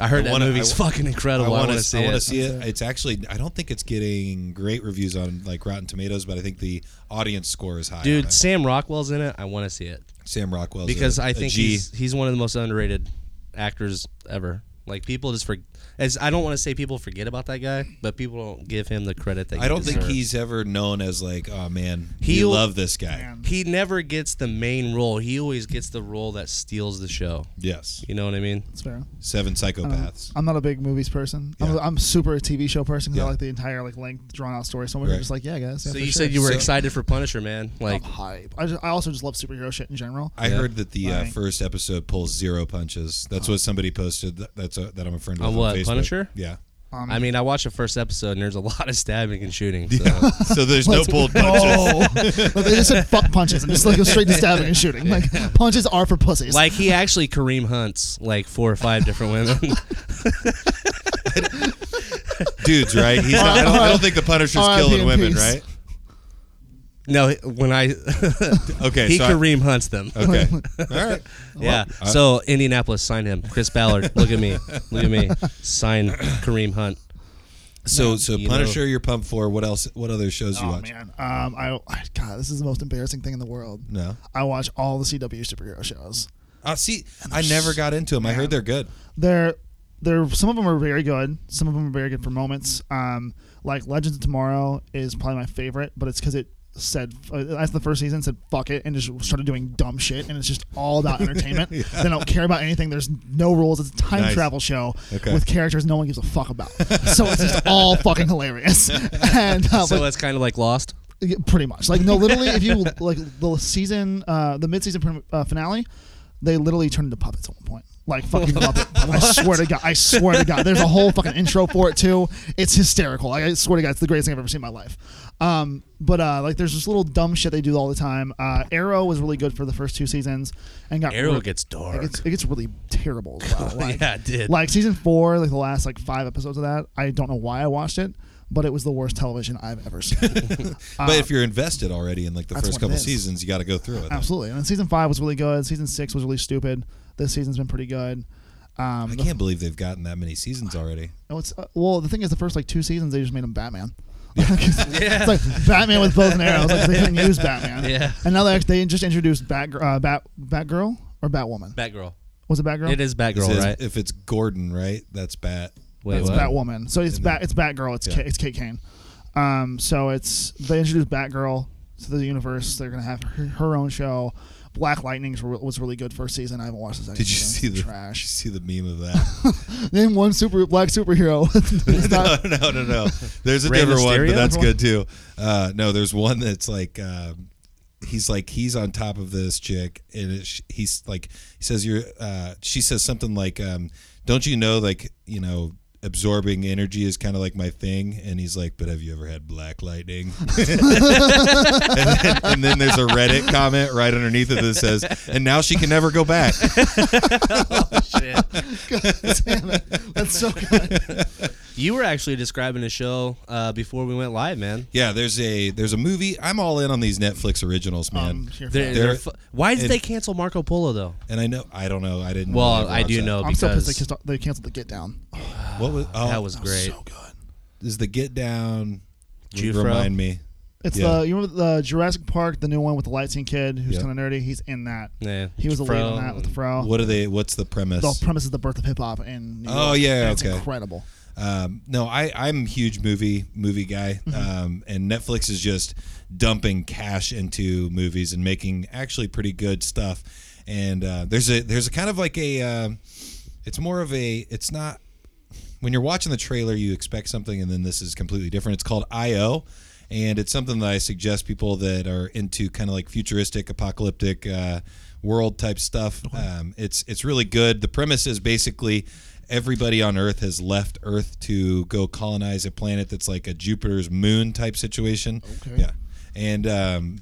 [SPEAKER 3] I heard
[SPEAKER 2] I
[SPEAKER 3] that
[SPEAKER 2] wanna-
[SPEAKER 3] movie's
[SPEAKER 2] I wa-
[SPEAKER 3] fucking incredible. I
[SPEAKER 2] wanna
[SPEAKER 3] want to
[SPEAKER 2] s-
[SPEAKER 3] see
[SPEAKER 2] I want to
[SPEAKER 3] it.
[SPEAKER 2] see it. It's actually I don't think it's getting great reviews on like Rotten Tomatoes, but I think the audience score is high. on
[SPEAKER 3] Dude,
[SPEAKER 2] it.
[SPEAKER 3] Sam Rockwell's in it. I want to see it
[SPEAKER 2] Sam Rockwell
[SPEAKER 3] because
[SPEAKER 2] I
[SPEAKER 3] I think he's he's one of the most underrated actors ever. Like people just for as I don't want to say people forget about that guy, but people don't give him the credit that
[SPEAKER 2] I don't think
[SPEAKER 3] he's
[SPEAKER 2] he's ever known as like oh man he
[SPEAKER 3] He'll-
[SPEAKER 2] love this guy.
[SPEAKER 3] he never gets the main role. He always gets the role that steals the show.
[SPEAKER 2] Yes,
[SPEAKER 3] You know what I mean?
[SPEAKER 4] It's fair.
[SPEAKER 2] seven psychopaths.
[SPEAKER 4] I'm not a big movies person. I'm,
[SPEAKER 2] Yeah.
[SPEAKER 4] I'm super a TV show person 'cause
[SPEAKER 2] Yeah.
[SPEAKER 4] I like the entire like length drawn out story. So I'm
[SPEAKER 2] Right.
[SPEAKER 4] just like, yeah, guys.
[SPEAKER 3] so
[SPEAKER 4] Yeah, for
[SPEAKER 3] you
[SPEAKER 4] sure. Oh,
[SPEAKER 3] said you were
[SPEAKER 2] So-
[SPEAKER 3] excited for Punisher, man.
[SPEAKER 4] I'm
[SPEAKER 3] Like
[SPEAKER 4] hype. I, just, I also just love superhero shit in general.
[SPEAKER 2] I heard that the uh,
[SPEAKER 4] Right.
[SPEAKER 2] first episode pulls zero punches. That's what somebody posted. Th- That's a, that I'm a friend with
[SPEAKER 3] On
[SPEAKER 2] on
[SPEAKER 3] what,
[SPEAKER 2] Facebook.
[SPEAKER 3] Punisher?
[SPEAKER 2] Yeah.
[SPEAKER 4] Um,
[SPEAKER 3] I mean, I watched the first episode and there's a lot of stabbing and shooting. So.
[SPEAKER 2] so there's no
[SPEAKER 4] Let's-
[SPEAKER 2] pulled
[SPEAKER 3] Oh.
[SPEAKER 2] punches.
[SPEAKER 4] but Oh. they just said fuck punches and just like go straight to stabbing and shooting. Like punches are for pussies.
[SPEAKER 3] Like he actually Kareem hunts like four or five different women.
[SPEAKER 2] Dudes, right? He's not, I, don't, I don't think the Punisher's
[SPEAKER 4] R.I.P.
[SPEAKER 2] killing
[SPEAKER 4] in
[SPEAKER 2] women,
[SPEAKER 4] peace.
[SPEAKER 2] right?
[SPEAKER 3] no, when I
[SPEAKER 2] Okay.
[SPEAKER 3] he
[SPEAKER 2] so I-
[SPEAKER 3] Kareem hunts them.
[SPEAKER 2] okay. All right.
[SPEAKER 3] Yeah. so Indianapolis, sign him. Chris Ballard, look at me. Look at me. Sign Kareem Hunt.
[SPEAKER 2] So so
[SPEAKER 3] You
[SPEAKER 2] Punisher, you're pumped for. What else? What other shows you
[SPEAKER 4] oh
[SPEAKER 2] watch?
[SPEAKER 4] man, um, I I- God, this is the most embarrassing thing in the world.
[SPEAKER 2] No.
[SPEAKER 4] I watch all the CW superhero shows.
[SPEAKER 2] Uh, see, I never got into them. I heard they're good.
[SPEAKER 4] They're they're some of them are very good. Some of them are very good for moments. Um, like Legends of Tomorrow is probably my favorite, but it's because it said uh, as the first season said fuck it and just started doing dumb shit and it's just all about entertainment they don't care about anything there's no rules it's a time
[SPEAKER 2] Nice.
[SPEAKER 4] travel show
[SPEAKER 2] Okay.
[SPEAKER 4] with characters no one gives a fuck about so it's just all fucking hilarious and uh,
[SPEAKER 3] So
[SPEAKER 4] like-
[SPEAKER 3] that's kind of like Lost.
[SPEAKER 4] Yeah, pretty much like no literally if you like the season uh the mid-season prim- uh, finale they literally turned into puppets at one point like fucking puppet. i swear to god i swear to god there's a whole fucking intro for it too it's hysterical like, i swear to god it's the greatest thing i've ever seen in my life um but uh like there's this little dumb shit they do all the time uh arrow was really good for the first two seasons and got
[SPEAKER 3] Arrow
[SPEAKER 4] re-
[SPEAKER 3] gets
[SPEAKER 4] it
[SPEAKER 3] dark.
[SPEAKER 4] gets, it gets really terrible as well. Like,
[SPEAKER 3] yeah, it did.
[SPEAKER 4] like season four, like the last like five episodes of that, I don't know why I watched it, but it was the worst television I've ever seen.
[SPEAKER 2] But if you're invested already in like the
[SPEAKER 4] Uh, that's
[SPEAKER 2] first
[SPEAKER 4] what it
[SPEAKER 2] couple
[SPEAKER 4] is. Um,
[SPEAKER 2] seasons, you got to go through it.
[SPEAKER 4] Absolutely. And then season five was really good. Season six was really stupid. This season's been pretty good. Um,
[SPEAKER 2] I
[SPEAKER 4] the-
[SPEAKER 2] can't believe they've gotten that many seasons already.
[SPEAKER 4] oh, it's, uh, well, the thing is, the first like two seasons, they just made him Batman. it's like Batman with bows and arrows. Like they couldn't use Batman.
[SPEAKER 3] Yeah.
[SPEAKER 4] And now they actually, they just introduced Bat uh, Bat Batgirl or Batwoman.
[SPEAKER 3] Batgirl.
[SPEAKER 4] was it Batgirl?
[SPEAKER 3] It is
[SPEAKER 2] It
[SPEAKER 3] Batgirl,
[SPEAKER 2] says
[SPEAKER 3] right?
[SPEAKER 2] If it's Gordon, right? That's Bat.
[SPEAKER 3] Wait,
[SPEAKER 4] it's
[SPEAKER 3] what?
[SPEAKER 4] Batwoman. So it's Bat. It's Batgirl. It's
[SPEAKER 2] Yeah.
[SPEAKER 4] Kate, it's Kate Kane. Um, so it's they introduced Batgirl to the universe. They're gonna have her, her own show. Black Lightning was really good first season. I haven't watched the second.
[SPEAKER 2] Did you see
[SPEAKER 4] season.
[SPEAKER 2] the
[SPEAKER 4] trash?
[SPEAKER 2] Did you see the meme of that?
[SPEAKER 4] Name one super black superhero. It's not-
[SPEAKER 2] no, no, no, no. There's a
[SPEAKER 3] Rey
[SPEAKER 2] different one,
[SPEAKER 3] Mysterio?
[SPEAKER 2] but that's good too. Uh, no, there's one that's like um, he's like he's on top of this chick, and it, sh- he's like he says you're. Uh, she says something like, um, "Don't you know like you know." Absorbing energy is kind of like my thing, and he's like, "But have you ever had black lightning?" and, then, and then there's a Reddit comment right underneath it that says, "And now she can never go back."
[SPEAKER 4] Damn it. That's so good.
[SPEAKER 3] You were actually describing the show uh, before we went live, man.
[SPEAKER 2] Yeah, there's a there's a movie. I'm all in on these Netflix originals, man.
[SPEAKER 4] Um, here,
[SPEAKER 3] They're,
[SPEAKER 4] fine.
[SPEAKER 3] they're
[SPEAKER 2] They're-
[SPEAKER 3] fu- why did
[SPEAKER 2] and-
[SPEAKER 3] they cancel Marco Polo though?
[SPEAKER 2] and I know I don't know. I didn't.
[SPEAKER 3] Well,
[SPEAKER 2] really
[SPEAKER 3] I
[SPEAKER 2] watch
[SPEAKER 3] do
[SPEAKER 2] that.
[SPEAKER 3] know
[SPEAKER 4] I'm so pissed they,
[SPEAKER 3] because
[SPEAKER 4] kissed- they canceled the Get Down. Oh,
[SPEAKER 2] What was oh,
[SPEAKER 3] that was
[SPEAKER 4] that was
[SPEAKER 3] great.
[SPEAKER 4] so good.
[SPEAKER 2] is the Get Down?
[SPEAKER 3] Jufro.
[SPEAKER 2] Remind me.
[SPEAKER 4] It's
[SPEAKER 2] Yeah.
[SPEAKER 4] the you remember the Jurassic Park, the new one with the lightseeing kid who's
[SPEAKER 2] Yeah.
[SPEAKER 4] kind of nerdy. He's in that.
[SPEAKER 3] Yeah,
[SPEAKER 4] He was the lead
[SPEAKER 3] Fro
[SPEAKER 4] in that with the
[SPEAKER 3] and-
[SPEAKER 4] fro.
[SPEAKER 2] What are they? What's the premise?
[SPEAKER 4] The premise is the birth of hip hop and
[SPEAKER 2] Oh, yeah,
[SPEAKER 4] it's
[SPEAKER 2] okay.
[SPEAKER 4] incredible.
[SPEAKER 2] Um, no, I I'm huge movie movie guy,
[SPEAKER 4] Mm-hmm.
[SPEAKER 2] um, and Netflix is just dumping cash into movies and making actually pretty good stuff. And uh, there's a there's a kind of like a um, it's more of a it's not when you're watching the trailer you expect something and then this is completely different. It's called IO. And it's something that I suggest people that are into kind of like futuristic, apocalyptic uh, world type stuff. Um, it's it's really good. The premise is basically everybody on Earth has left Earth to go colonize a planet that's like a Jupiter's moon type situation.
[SPEAKER 4] Okay.
[SPEAKER 2] Yeah, and um,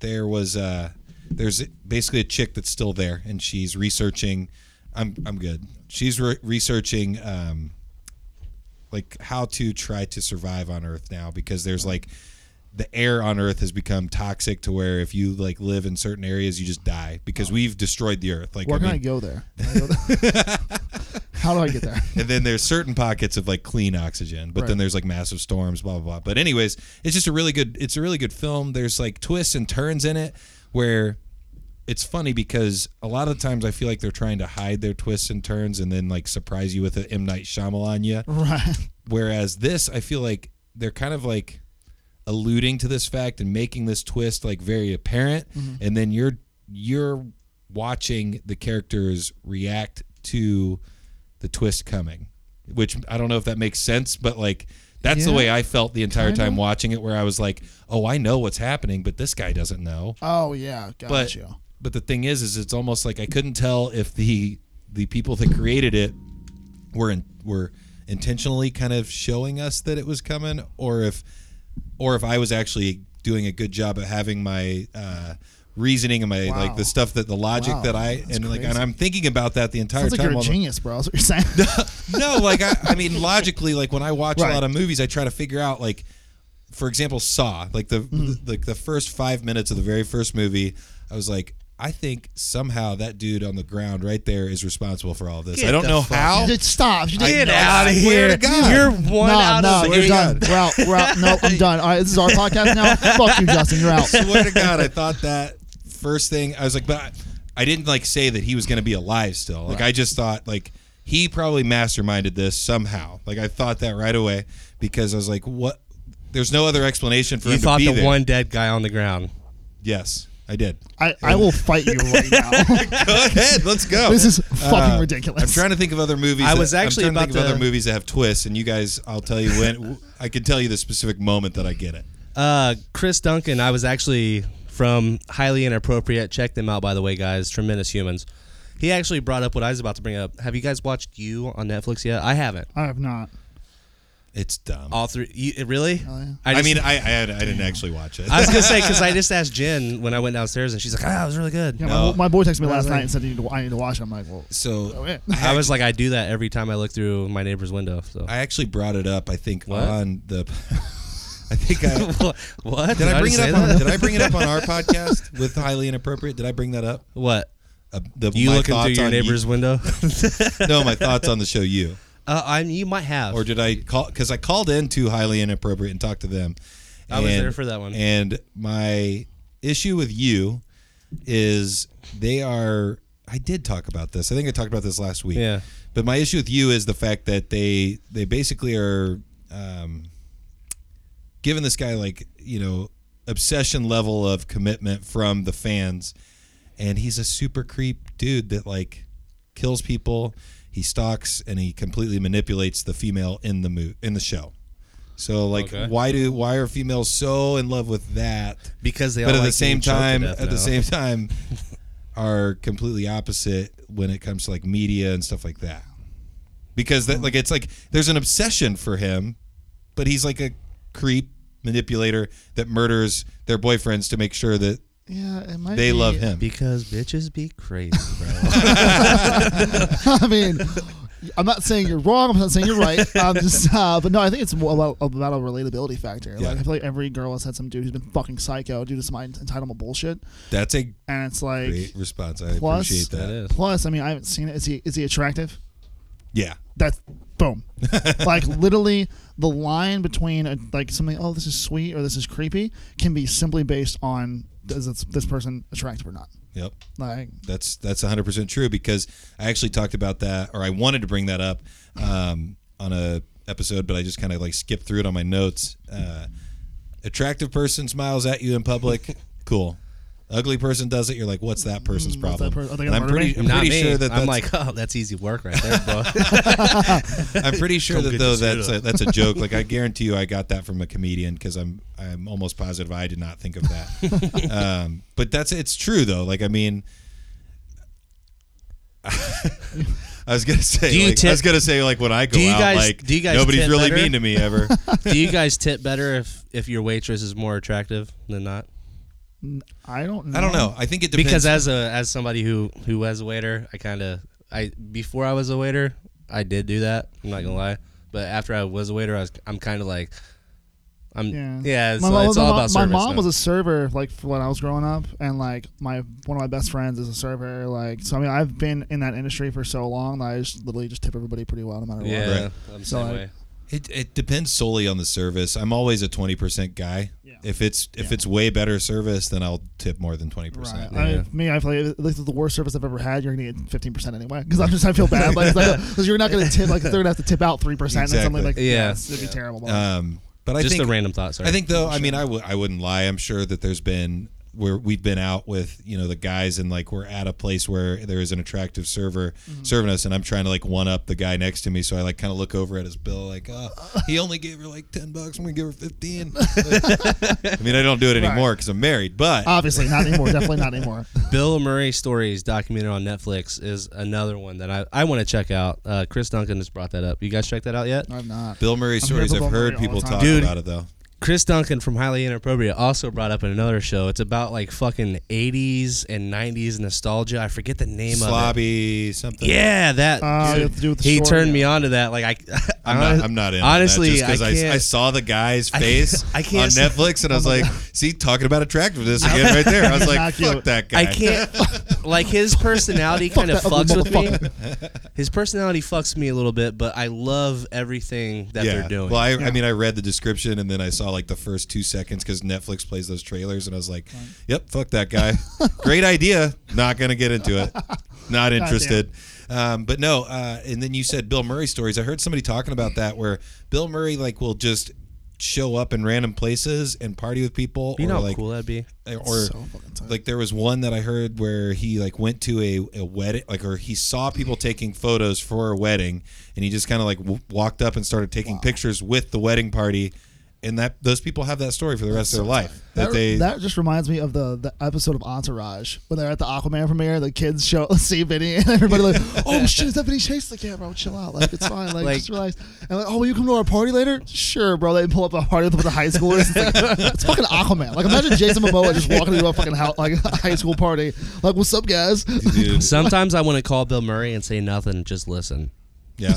[SPEAKER 2] there was uh, there's basically a chick that's still there, and she's researching. I'm I'm good. She's re- researching. Um, like how to try to survive on earth now because there's like the air on earth has become toxic to where if you like live in certain areas you just die because we've destroyed the earth like
[SPEAKER 4] Where
[SPEAKER 2] I
[SPEAKER 4] can I
[SPEAKER 2] mean-
[SPEAKER 4] go there? Can I go there? How do I get there?
[SPEAKER 2] and then there's certain pockets of like clean oxygen but then
[SPEAKER 4] Right.
[SPEAKER 2] there's like massive storms blah blah blah but anyways it's just a really good it's a really good film there's like twists and turns in it where it's funny because a lot of times I feel like they're trying to hide their twists and turns and then like surprise you with an M Night Shyamalan you.
[SPEAKER 4] Right.
[SPEAKER 2] Whereas this, I feel like they're kind of like alluding to this fact and making this twist like very apparent,
[SPEAKER 4] Mm-hmm.
[SPEAKER 2] and then you're you're watching the characters react to the twist coming, which I don't know if that makes sense, but like that's the
[SPEAKER 4] Yeah.
[SPEAKER 2] way I felt the entire
[SPEAKER 4] Kinda.
[SPEAKER 2] time watching it, where I was like, oh, I know what's happening, but this guy doesn't know
[SPEAKER 4] Oh yeah, got
[SPEAKER 2] but
[SPEAKER 4] you.
[SPEAKER 2] but the thing is is it's almost like I couldn't tell if the the people that created it were in, were intentionally kind of showing us that it was coming or if or if I was actually doing a good job at having my uh reasoning and my
[SPEAKER 4] Wow.
[SPEAKER 2] like the stuff that the logic
[SPEAKER 4] Wow,
[SPEAKER 2] that I
[SPEAKER 4] that's
[SPEAKER 2] and like
[SPEAKER 4] crazy.
[SPEAKER 2] and I'm thinking about that the entire
[SPEAKER 4] Sounds like
[SPEAKER 2] time
[SPEAKER 4] you're a
[SPEAKER 2] while-
[SPEAKER 4] genius, bro. That's what you're saying.
[SPEAKER 2] no, like I, I mean, logically, like when I watch
[SPEAKER 4] Right.
[SPEAKER 2] a lot of movies, I try to figure out, like, for example, Saw. Like the,
[SPEAKER 3] Mm-hmm.
[SPEAKER 2] the like the first five minutes of the very first movie, I was like, I think somehow that dude on the ground right there is responsible for all this. I don't know how.
[SPEAKER 4] Dude, stop. You didn't
[SPEAKER 2] Get
[SPEAKER 4] know.
[SPEAKER 2] out of here. to God.
[SPEAKER 3] You're one
[SPEAKER 4] no,
[SPEAKER 3] out
[SPEAKER 4] no,
[SPEAKER 3] of
[SPEAKER 4] you're
[SPEAKER 3] three.
[SPEAKER 4] done. We're out. We're out. No, I'm done. All right, this is our podcast now. Fuck you, Justin. You're out.
[SPEAKER 2] swear to God, I thought that first thing. I was like, but I, I didn't like say that he was going to be alive still. Like I just thought like he probably masterminded this somehow. Like I thought that right away because I was like, what? There's no other explanation for
[SPEAKER 3] You
[SPEAKER 2] him
[SPEAKER 3] thought
[SPEAKER 2] to be
[SPEAKER 3] the
[SPEAKER 2] there.
[SPEAKER 3] one dead guy on the ground.
[SPEAKER 2] Yes, I did.
[SPEAKER 4] I, I will fight you right now.
[SPEAKER 2] Go ahead, let's go.
[SPEAKER 4] this is fucking ridiculous.
[SPEAKER 2] Uh, I'm trying to think of other movies.
[SPEAKER 3] I
[SPEAKER 2] that-
[SPEAKER 3] was
[SPEAKER 2] I'm
[SPEAKER 3] actually
[SPEAKER 2] trying to think
[SPEAKER 3] about
[SPEAKER 2] of other
[SPEAKER 3] to-
[SPEAKER 2] movies that have twists, and you guys, I'll tell you when. I can tell you the specific moment that I get it.
[SPEAKER 3] Uh, Chris Duncan, I was actually from Highly Inappropriate. Check them out, by the way, guys. Tremendous humans. He actually brought up what I was about to bring up. Have you guys watched You on Netflix yet? I haven't.
[SPEAKER 4] I have not.
[SPEAKER 2] It's dumb.
[SPEAKER 3] All three. You, really?
[SPEAKER 4] Oh, yeah.
[SPEAKER 2] I
[SPEAKER 3] Oh, just-
[SPEAKER 2] mean, I I, had, I didn't actually watch it.
[SPEAKER 3] I was gonna say because I just asked Jen when I went downstairs, and she's like, "Ah, it was really good."
[SPEAKER 4] Yeah,
[SPEAKER 2] No.
[SPEAKER 4] my, my boy texted me last
[SPEAKER 3] like-
[SPEAKER 4] night and said I need to, I need to watch. it." I'm like, well,
[SPEAKER 2] so
[SPEAKER 4] oh, yeah.
[SPEAKER 3] I was like, I do that every time I look through my neighbor's window. So
[SPEAKER 2] I actually brought it up. I think
[SPEAKER 3] What?
[SPEAKER 2] on the. I think I
[SPEAKER 3] what? what?
[SPEAKER 2] did. I bring it
[SPEAKER 3] just
[SPEAKER 2] up.
[SPEAKER 3] say
[SPEAKER 2] On,
[SPEAKER 3] that?
[SPEAKER 2] did I bring it up on our podcast with highly inappropriate? Did I bring that up?
[SPEAKER 3] What?
[SPEAKER 2] Uh, the,
[SPEAKER 3] You
[SPEAKER 2] my
[SPEAKER 3] looking
[SPEAKER 2] thoughts
[SPEAKER 3] through your
[SPEAKER 2] on you-
[SPEAKER 3] neighbor's window?
[SPEAKER 2] no, my thoughts on the show. You.
[SPEAKER 3] uh, I you might have.
[SPEAKER 2] or did I call? Because I called in to highly inappropriate and talked to them.
[SPEAKER 3] I was there for that one.
[SPEAKER 2] And my issue with you is they are. I did talk about this. I think I talked about this last week.
[SPEAKER 3] Yeah.
[SPEAKER 2] But my issue with you is the fact that they they basically are um, giving this guy like you know obsession level of commitment from the fans, and he's a super creep dude that like kills people. He stalks and he completely manipulates the female in the mo- in the show. So like,
[SPEAKER 3] Okay.
[SPEAKER 2] why do why are females so in love with that?
[SPEAKER 3] because they
[SPEAKER 2] but at
[SPEAKER 3] all like
[SPEAKER 2] the same
[SPEAKER 3] being choked to
[SPEAKER 2] time,
[SPEAKER 3] death
[SPEAKER 2] at
[SPEAKER 3] now.
[SPEAKER 2] the same time, are completely opposite when it comes to like media and stuff like that. Because that like it's like there's an obsession for him, but he's like a creep manipulator that murders their boyfriends to make sure that
[SPEAKER 4] yeah, it might
[SPEAKER 2] they
[SPEAKER 4] be-
[SPEAKER 2] love him.
[SPEAKER 3] because bitches be crazy, bro.
[SPEAKER 4] I mean, I'm not saying you're wrong. I'm not saying you're right. I'm just, uh, but no, I think it's more about, about a relatability factor.
[SPEAKER 2] Yeah.
[SPEAKER 4] Like, I feel like every girl has had some dude who's been fucking psycho due to some entitlement bullshit,
[SPEAKER 2] That's a
[SPEAKER 4] and it's like,
[SPEAKER 2] great response. I
[SPEAKER 4] Plus-
[SPEAKER 2] appreciate that.
[SPEAKER 3] that is.
[SPEAKER 4] plus, I mean, I haven't seen it. Is he is he attractive?
[SPEAKER 2] Yeah.
[SPEAKER 4] that's boom. like literally, the line between a, like something, oh, this is sweet or this is creepy, can be simply based on does this, this person attractive or not.
[SPEAKER 2] Yep.
[SPEAKER 4] Like,
[SPEAKER 2] That's that's 100% true because I actually talked about that or I wanted to bring that up um, on a episode but I just kind of like skipped through it on my notes. Uh, attractive person smiles at you in public, cool. Ugly person does it, you're like what's that person's
[SPEAKER 4] Mm, What's
[SPEAKER 2] problem?
[SPEAKER 4] that per- are they
[SPEAKER 2] And
[SPEAKER 4] gonna
[SPEAKER 2] I'm
[SPEAKER 4] murder
[SPEAKER 2] pretty
[SPEAKER 4] me?
[SPEAKER 2] I'm
[SPEAKER 3] Not
[SPEAKER 2] pretty
[SPEAKER 3] me.
[SPEAKER 2] sure that
[SPEAKER 3] I'm
[SPEAKER 2] that's,
[SPEAKER 3] like, oh, that's easy work right there, bro.
[SPEAKER 2] I'm pretty sure
[SPEAKER 3] Come
[SPEAKER 2] that
[SPEAKER 3] get
[SPEAKER 2] though
[SPEAKER 3] your suit
[SPEAKER 2] that's a, that's a joke. Like I guarantee you, I got that from a comedian because I'm I'm almost positive I did not think of that. um, but that's it's true though. Like I mean, I was gonna say,
[SPEAKER 3] Do you
[SPEAKER 2] like,
[SPEAKER 3] tip-
[SPEAKER 2] I was gonna say like when I go
[SPEAKER 3] Do you
[SPEAKER 2] out,
[SPEAKER 3] guys-
[SPEAKER 2] like
[SPEAKER 3] do you guys
[SPEAKER 2] nobody's
[SPEAKER 3] tip
[SPEAKER 2] really
[SPEAKER 3] better?
[SPEAKER 2] mean to me ever.
[SPEAKER 3] Do you guys tip better if if your waitress is more attractive than not?
[SPEAKER 4] I don't. Know.
[SPEAKER 2] I don't know. I think it depends.
[SPEAKER 3] Because as a as somebody who who was a waiter, I kind of I before I was a waiter, I did do that. I'm not gonna lie, but after I was a waiter, I was I'm kind of like, I'm yeah,
[SPEAKER 4] Yeah.
[SPEAKER 3] it's, all- it's all
[SPEAKER 4] mom-
[SPEAKER 3] about
[SPEAKER 4] my
[SPEAKER 3] service.
[SPEAKER 4] mom
[SPEAKER 3] now.
[SPEAKER 4] was a server like for when I was growing up, and like my one of my best friends is a server. Like, so I mean, I've been in that industry for so long that I just literally just tip everybody pretty well, no matter what.
[SPEAKER 3] yeah,
[SPEAKER 2] Right.
[SPEAKER 3] I'm the
[SPEAKER 4] So
[SPEAKER 3] same
[SPEAKER 4] I-
[SPEAKER 3] way.
[SPEAKER 2] It, it depends solely on the service. I'm always a 20% guy.
[SPEAKER 4] Yeah.
[SPEAKER 2] If it's if it's way better service, then I'll tip more than 20%.
[SPEAKER 4] Right.
[SPEAKER 3] Yeah.
[SPEAKER 4] I, me, I feel like this is the worst service I've ever had. You're gonna get fifteen percent anyway because I'm just I feel bad, like because you're not gonna tip like they're gonna have to tip out three percent and something like
[SPEAKER 2] Exactly.
[SPEAKER 3] Yeah.
[SPEAKER 4] yes, it'd be terrible.
[SPEAKER 2] Um, but I
[SPEAKER 3] Just
[SPEAKER 2] think
[SPEAKER 3] a random thought. Sorry.
[SPEAKER 2] I think though, I mean, I w- I wouldn't lie. I'm sure that there's been where we've been out with you know the guys and like we're at a place where there is an attractive server serving us, and I'm trying to like one up the guy next to me. So I like kind of look over at his bill, like, oh, he only gave her like ten bucks. I'm gonna give her fifteen. I mean, I don't do it anymore because I'm married, but
[SPEAKER 4] Obviously, not anymore. Definitely not anymore.
[SPEAKER 3] Bill Murray stories documented on Netflix is another one that I I want to check out. Uh, Chris Duncan just brought that up. You guys check that out yet?
[SPEAKER 4] I'm not.
[SPEAKER 2] Bill Murray
[SPEAKER 4] I'm
[SPEAKER 2] stories.
[SPEAKER 4] here
[SPEAKER 2] I've
[SPEAKER 4] for Bill
[SPEAKER 2] heard
[SPEAKER 4] Murray all
[SPEAKER 2] people
[SPEAKER 4] the
[SPEAKER 2] talk
[SPEAKER 4] time.
[SPEAKER 3] Dude.
[SPEAKER 2] about it though.
[SPEAKER 3] Chris Duncan from Highly Inappropriate also brought up in another show. It's about like fucking 80s and 90s nostalgia. I forget the name of it.
[SPEAKER 2] Slobby something.
[SPEAKER 3] Yeah, that
[SPEAKER 4] Uh,
[SPEAKER 3] dude,
[SPEAKER 4] it has to do with the
[SPEAKER 3] he
[SPEAKER 4] story,
[SPEAKER 3] turned
[SPEAKER 4] yeah.
[SPEAKER 3] me on to that. Like I,
[SPEAKER 2] I'm not, I'm not in. on that
[SPEAKER 3] Honestly,
[SPEAKER 2] just 'cause
[SPEAKER 3] I
[SPEAKER 2] I,
[SPEAKER 3] can't-
[SPEAKER 2] I saw the guy's
[SPEAKER 3] I can't-
[SPEAKER 2] face
[SPEAKER 3] I can't
[SPEAKER 2] on
[SPEAKER 3] see- Oh
[SPEAKER 2] Netflix, and I was like, "See, talking about attractiveness again, right there." I was like,
[SPEAKER 4] Knock you
[SPEAKER 2] "Fuck
[SPEAKER 4] out.
[SPEAKER 2] that guy."
[SPEAKER 3] I can't. like his personality kind of
[SPEAKER 4] Fuck that
[SPEAKER 3] fucks
[SPEAKER 4] ugly
[SPEAKER 3] with me. His personality fucks me a little bit, but I love everything that
[SPEAKER 2] Yeah.
[SPEAKER 3] they're doing.
[SPEAKER 2] Well, I, I
[SPEAKER 4] Yeah.
[SPEAKER 2] mean, I read the description, and then I saw like the first two seconds because Netflix plays those trailers, and I was like, "Yep, fuck that guy." Great idea. Not gonna get into it. Not interested. Um, but no. Uh, and then you said Bill Murray stories. I heard somebody talking about that where Bill Murray like will just show up in random places and party with people
[SPEAKER 3] you
[SPEAKER 2] or
[SPEAKER 3] know how
[SPEAKER 2] like
[SPEAKER 3] cool that'd be.
[SPEAKER 2] or
[SPEAKER 4] so fucking tight.
[SPEAKER 2] like there was one that I heard where he like went to a, a wedding like or he saw
[SPEAKER 3] Mm-hmm.
[SPEAKER 2] people taking photos for a wedding and he just kind of like w- walked up and started taking pictures with the wedding party and that those people have that story for the rest of their life that,
[SPEAKER 4] That,
[SPEAKER 2] they
[SPEAKER 4] that just reminds me of the, the episode of Entourage when they're at the Aquaman premiere. The kids show see Vinny, and everybody like, "Oh shit, is that Vinny Chase?" Like, "Yeah, bro, chill out. Like, it's fine. Like,
[SPEAKER 3] Like-
[SPEAKER 4] just relax." And like, "Oh, will you come to our party later?" Sure, bro. They pull up a party with the high schoolers. It's like, it's fucking Aquaman. Like, imagine Jason Momoa just walking into a fucking house, like high school party. Like, what's up, guys?
[SPEAKER 2] dude,
[SPEAKER 3] Sometimes I want to call Bill Murray and say nothing, just listen.
[SPEAKER 2] yeah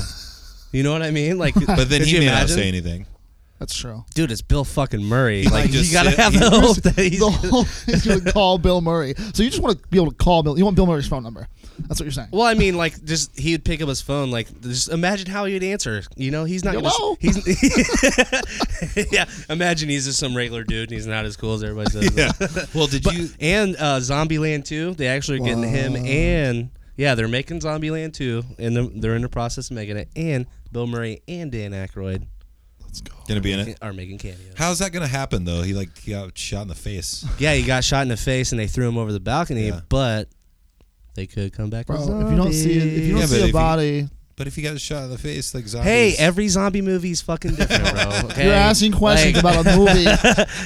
[SPEAKER 3] You know what I mean? Like,
[SPEAKER 2] but then
[SPEAKER 3] could
[SPEAKER 2] he
[SPEAKER 3] you
[SPEAKER 2] may not
[SPEAKER 3] imagine?
[SPEAKER 2] say anything
[SPEAKER 4] That's true.
[SPEAKER 3] Dude, it's Bill fucking Murray.
[SPEAKER 2] He
[SPEAKER 3] Like,
[SPEAKER 2] might just
[SPEAKER 3] you gotta
[SPEAKER 2] sit-
[SPEAKER 3] have
[SPEAKER 2] he-
[SPEAKER 3] the hope that he's.
[SPEAKER 4] The whole he's gonna call Bill Murray. So you just want to be able to call Bill. You want Bill Murray's phone number. That's what you're saying.
[SPEAKER 3] Well, I mean, like, just he would pick up his phone. Like, just imagine how he'd answer. You know, he's not.
[SPEAKER 4] Hello?
[SPEAKER 3] Gonna, he's yeah. Imagine he's just some regular dude. and He's not as cool as everybody says.
[SPEAKER 2] yeah well did you
[SPEAKER 3] And uh, Zombieland 2, they actually are getting him and yeah, they're making Zombieland 2 and they're- they're in the process of making it. And Bill Murray and Dan Aykroyd
[SPEAKER 4] Let's go.
[SPEAKER 2] gonna be in it
[SPEAKER 3] are making cameos.
[SPEAKER 2] how's that gonna happen though he like got shot in the face
[SPEAKER 3] Yeah, he got shot in the face and they threw him over the balcony,
[SPEAKER 2] Yeah.
[SPEAKER 3] but they could come back.
[SPEAKER 4] Bro,
[SPEAKER 3] with
[SPEAKER 4] if you don't see if you don't
[SPEAKER 2] Yeah, but
[SPEAKER 4] see
[SPEAKER 2] if
[SPEAKER 4] a
[SPEAKER 2] you-
[SPEAKER 4] body,
[SPEAKER 2] but if he got shot in the face like zombies
[SPEAKER 3] Hey, every zombie movie is fucking different, bro. Okay?
[SPEAKER 4] You're asking questions
[SPEAKER 3] Like,
[SPEAKER 4] about a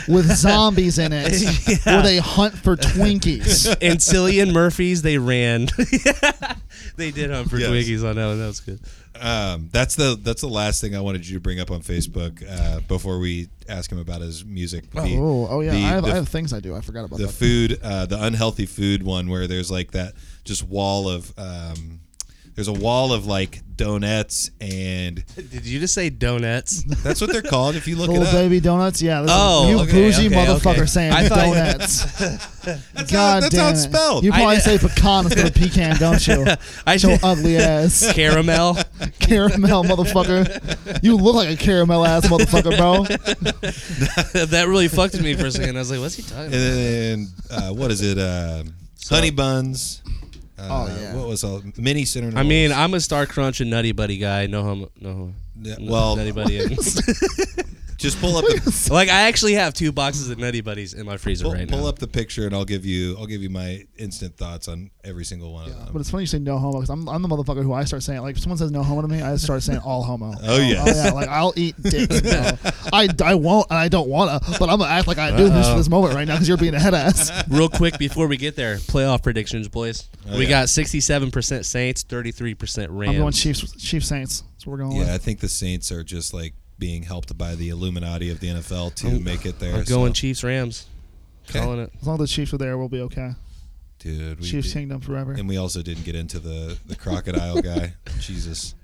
[SPEAKER 4] movie with zombies in it where they hunt for Twinkies.
[SPEAKER 3] and Cillian Murphy's they ran. they did hunt for
[SPEAKER 2] Yes.
[SPEAKER 3] Twinkies on that one. That was good.
[SPEAKER 2] um, that's the that's the last thing I wanted you to bring up on Facebook uh, before we ask him about his music. The-
[SPEAKER 4] oh, oh yeah,
[SPEAKER 2] the-
[SPEAKER 4] I, have,
[SPEAKER 2] the-
[SPEAKER 4] I have things I do. I forgot about
[SPEAKER 2] the
[SPEAKER 4] that.
[SPEAKER 2] food, uh, the unhealthy food one, where there's like that just wall of um, There's a wall of like donuts and
[SPEAKER 3] Did you just say donuts?
[SPEAKER 2] that's what they're called. If you look it
[SPEAKER 4] Little
[SPEAKER 2] up,
[SPEAKER 4] baby donuts, yeah. this is-
[SPEAKER 3] Oh,
[SPEAKER 4] you
[SPEAKER 3] okay,
[SPEAKER 4] bougie
[SPEAKER 3] okay,
[SPEAKER 4] motherfucker
[SPEAKER 3] okay.
[SPEAKER 4] saying
[SPEAKER 3] I thought-
[SPEAKER 4] donuts.
[SPEAKER 2] that's, how,
[SPEAKER 4] God
[SPEAKER 2] that's
[SPEAKER 4] damn
[SPEAKER 2] how it's
[SPEAKER 4] it.
[SPEAKER 2] spelled.
[SPEAKER 4] You probably
[SPEAKER 3] I-
[SPEAKER 4] say pecan instead of pecan, don't you?
[SPEAKER 3] I
[SPEAKER 4] Your
[SPEAKER 3] did-
[SPEAKER 4] ugly ass
[SPEAKER 3] caramel.
[SPEAKER 4] caramel motherfucker. You look like a caramel ass motherfucker, bro.
[SPEAKER 3] that really fucked with me for a second. I was like, what's he talking about?
[SPEAKER 2] and then uh, what is it? Um honey buns. Uh,
[SPEAKER 4] Oh, yeah.
[SPEAKER 2] What was all mini cinnamon?
[SPEAKER 3] I mean,
[SPEAKER 2] rolls.
[SPEAKER 3] I'm a Star Crunch and Nutty Buddy guy. No homo. No homo.
[SPEAKER 2] Yeah,
[SPEAKER 3] No-
[SPEAKER 2] well-
[SPEAKER 3] Nutty Buddy.
[SPEAKER 2] just pull up the
[SPEAKER 3] like, I actually have two boxes of Nutty Buddies in my freezer
[SPEAKER 2] pull,
[SPEAKER 3] right
[SPEAKER 2] pull
[SPEAKER 3] now.
[SPEAKER 2] up the picture, and I'll give you I'll give you my instant thoughts on every single one of them.
[SPEAKER 4] But it's funny you say no homo because I'm, I'm the motherfucker who I start saying like if someone says no homo to me, I start saying all homo.
[SPEAKER 2] Oh, yes.
[SPEAKER 4] yeah, like I'll eat dicks. bro. I, I won't and I don't wanna, but I'm gonna act like I do this for this
[SPEAKER 2] Uh-huh.
[SPEAKER 4] moment right now because you're being a head ass.
[SPEAKER 3] Real quick before we get there, playoff predictions, boys.
[SPEAKER 2] Oh,
[SPEAKER 3] we
[SPEAKER 2] yeah.
[SPEAKER 3] got 67% Saints, 33% Rams.
[SPEAKER 4] I'm going Chiefs Chiefs Saints. That's what we're going
[SPEAKER 2] Yeah, I
[SPEAKER 4] with.
[SPEAKER 2] think the Saints are just like being helped by the Illuminati of the NFL to make it there.
[SPEAKER 3] I'm going
[SPEAKER 2] so-
[SPEAKER 3] Chiefs Rams.
[SPEAKER 2] Okay.
[SPEAKER 3] Calling it.
[SPEAKER 4] As long as the Chiefs are there, we'll be okay.
[SPEAKER 2] dude. We
[SPEAKER 4] Chiefs
[SPEAKER 2] did-
[SPEAKER 4] Kingdom forever.
[SPEAKER 2] and we also didn't get into the the crocodile guy. Jesus,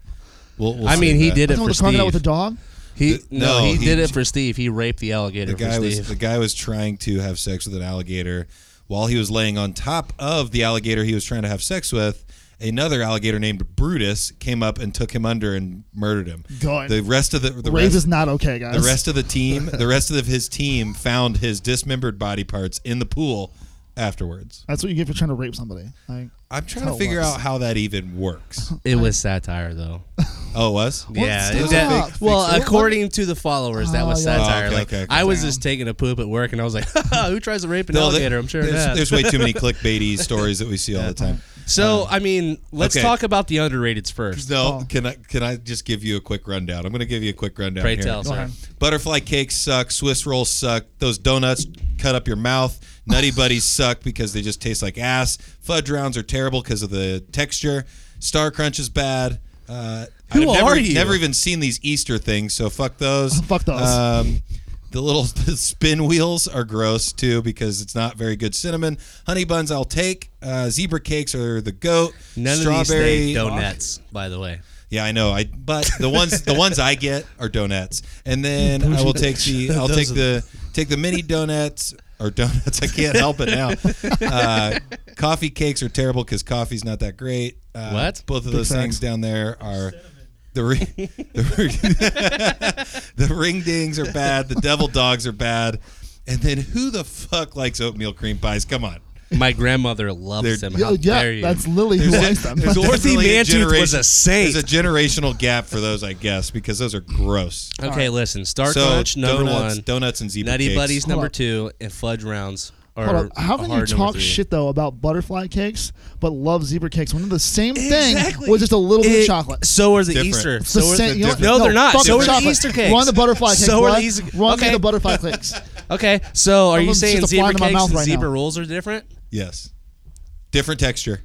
[SPEAKER 2] we'll, we'll
[SPEAKER 3] I mean,
[SPEAKER 2] save
[SPEAKER 3] he
[SPEAKER 2] that.
[SPEAKER 3] did
[SPEAKER 4] I
[SPEAKER 3] it
[SPEAKER 4] don't
[SPEAKER 3] for
[SPEAKER 4] want to crocodile
[SPEAKER 3] Steve.
[SPEAKER 4] with a dog.
[SPEAKER 3] he,
[SPEAKER 2] The-
[SPEAKER 3] no,
[SPEAKER 2] no,
[SPEAKER 3] he,
[SPEAKER 2] he-
[SPEAKER 3] did it for Steve. He raped the alligator
[SPEAKER 2] The guy
[SPEAKER 3] for
[SPEAKER 2] was
[SPEAKER 3] Steve.
[SPEAKER 2] the guy was trying to have sex with an alligator while he was laying on top of the alligator he was trying to have sex with. Another alligator named Brutus came up and took him under and murdered him.
[SPEAKER 4] Good.
[SPEAKER 2] The rest of the the
[SPEAKER 4] Rave
[SPEAKER 2] rest,
[SPEAKER 4] is not okay, guys.
[SPEAKER 2] the rest of the team, the rest of his team found his dismembered body parts in the pool afterwards.
[SPEAKER 4] That's what you get for trying to rape somebody. Like,
[SPEAKER 2] I'm trying
[SPEAKER 4] how
[SPEAKER 2] to
[SPEAKER 4] it
[SPEAKER 2] figure
[SPEAKER 4] works.
[SPEAKER 2] out how that even works.
[SPEAKER 3] it was satire, though.
[SPEAKER 2] Oh, it was?
[SPEAKER 3] yeah.
[SPEAKER 4] the
[SPEAKER 3] it did-
[SPEAKER 4] fuck?
[SPEAKER 3] well,
[SPEAKER 4] Fix it.
[SPEAKER 3] according to the followers, that was
[SPEAKER 4] Oh, yeah.
[SPEAKER 3] satire.
[SPEAKER 2] Oh, okay,
[SPEAKER 3] like,
[SPEAKER 2] okay, okay.
[SPEAKER 3] I was
[SPEAKER 4] Damn.
[SPEAKER 3] just taking a poop at work, and I was like, "Who tries to rape an
[SPEAKER 2] No, there-
[SPEAKER 3] alligator?" I'm sure of
[SPEAKER 2] there's,
[SPEAKER 3] that.
[SPEAKER 2] there's way too many clickbaity stories that we see all the time.
[SPEAKER 3] So, I mean, let's
[SPEAKER 2] um, okay.
[SPEAKER 3] talk about the underrateds first.
[SPEAKER 2] No,
[SPEAKER 4] Oh.
[SPEAKER 2] can I can I just give you a quick rundown? I'm going to give you a quick rundown.
[SPEAKER 3] Pray
[SPEAKER 2] here.
[SPEAKER 3] tell,
[SPEAKER 4] Go
[SPEAKER 3] sir.
[SPEAKER 4] ahead.
[SPEAKER 2] Butterfly cakes suck. Swiss rolls suck. Those donuts cut up your mouth. Nutty buddies suck because they just taste like ass. Fudge rounds are terrible because of the texture. Star crunch is bad. Uh,
[SPEAKER 3] Who
[SPEAKER 2] I've never,
[SPEAKER 3] are you?
[SPEAKER 2] Never even seen these Easter things, so fuck those.
[SPEAKER 4] Fuck those.
[SPEAKER 2] Um, the little spin wheels are gross too because it's not very good cinnamon. Honey buns I'll take. Uh, zebra cakes are the goat.
[SPEAKER 3] None
[SPEAKER 2] Strawberry
[SPEAKER 3] of these things donuts, by the way.
[SPEAKER 2] yeah, I know. I but the ones the ones I get are donuts, and then I will take the I'll
[SPEAKER 3] Those
[SPEAKER 2] take
[SPEAKER 3] are
[SPEAKER 2] the take the mini donuts or donuts. I can't help it now. Uh, coffee cakes are terrible because coffee's not that great. Uh,
[SPEAKER 3] What?
[SPEAKER 2] Both of those
[SPEAKER 4] thanks.
[SPEAKER 2] things down there are. The ring, the, ring, the ring dings are bad. The devil dogs are bad. And then who the fuck likes oatmeal cream pies? Come on.
[SPEAKER 3] My grandmother loves
[SPEAKER 2] They're-
[SPEAKER 3] them.
[SPEAKER 4] yeah,
[SPEAKER 3] How
[SPEAKER 4] yeah,
[SPEAKER 3] dare you?
[SPEAKER 4] that's literally who likes them.
[SPEAKER 2] There's
[SPEAKER 3] Dorothy
[SPEAKER 2] definitely
[SPEAKER 3] Mantooth was
[SPEAKER 2] generation-
[SPEAKER 3] a saint.
[SPEAKER 2] There's a generational gap for those, I guess, because those are gross.
[SPEAKER 3] okay, listen. Star Crunch, number
[SPEAKER 2] donuts,
[SPEAKER 3] one.
[SPEAKER 2] donuts and zebra
[SPEAKER 3] Nutty
[SPEAKER 2] cakes.
[SPEAKER 3] Buddies, number
[SPEAKER 4] up.
[SPEAKER 3] two. And Fudge Rounds are
[SPEAKER 4] Hold up. How
[SPEAKER 3] a
[SPEAKER 4] can you
[SPEAKER 3] hard number
[SPEAKER 4] talk
[SPEAKER 3] three.
[SPEAKER 4] shit though about butterfly cakes but love zebra cakes when they're the same
[SPEAKER 3] Exactly.
[SPEAKER 4] thing with just a little bit
[SPEAKER 3] It-
[SPEAKER 4] of chocolate?
[SPEAKER 3] So are the
[SPEAKER 2] Different.
[SPEAKER 3] Easter.
[SPEAKER 2] It's
[SPEAKER 4] The
[SPEAKER 3] So are
[SPEAKER 4] same-
[SPEAKER 3] the,
[SPEAKER 4] you know what?
[SPEAKER 3] no, they're not.
[SPEAKER 4] fuck
[SPEAKER 3] So
[SPEAKER 4] the
[SPEAKER 3] are the
[SPEAKER 4] chocolate.
[SPEAKER 3] Easter cakes.
[SPEAKER 4] Run the butterfly cakes.
[SPEAKER 3] So are
[SPEAKER 4] bud.
[SPEAKER 3] the Easter-
[SPEAKER 4] Run
[SPEAKER 3] okay.
[SPEAKER 4] the butterfly cakes.
[SPEAKER 3] Okay, so are
[SPEAKER 4] Some
[SPEAKER 3] you
[SPEAKER 4] of them
[SPEAKER 3] saying
[SPEAKER 4] just apply
[SPEAKER 3] zebra
[SPEAKER 4] to my
[SPEAKER 3] cakes
[SPEAKER 4] mouth
[SPEAKER 3] and
[SPEAKER 4] right now.
[SPEAKER 3] zebra rolls are different?
[SPEAKER 2] Yes. Different texture.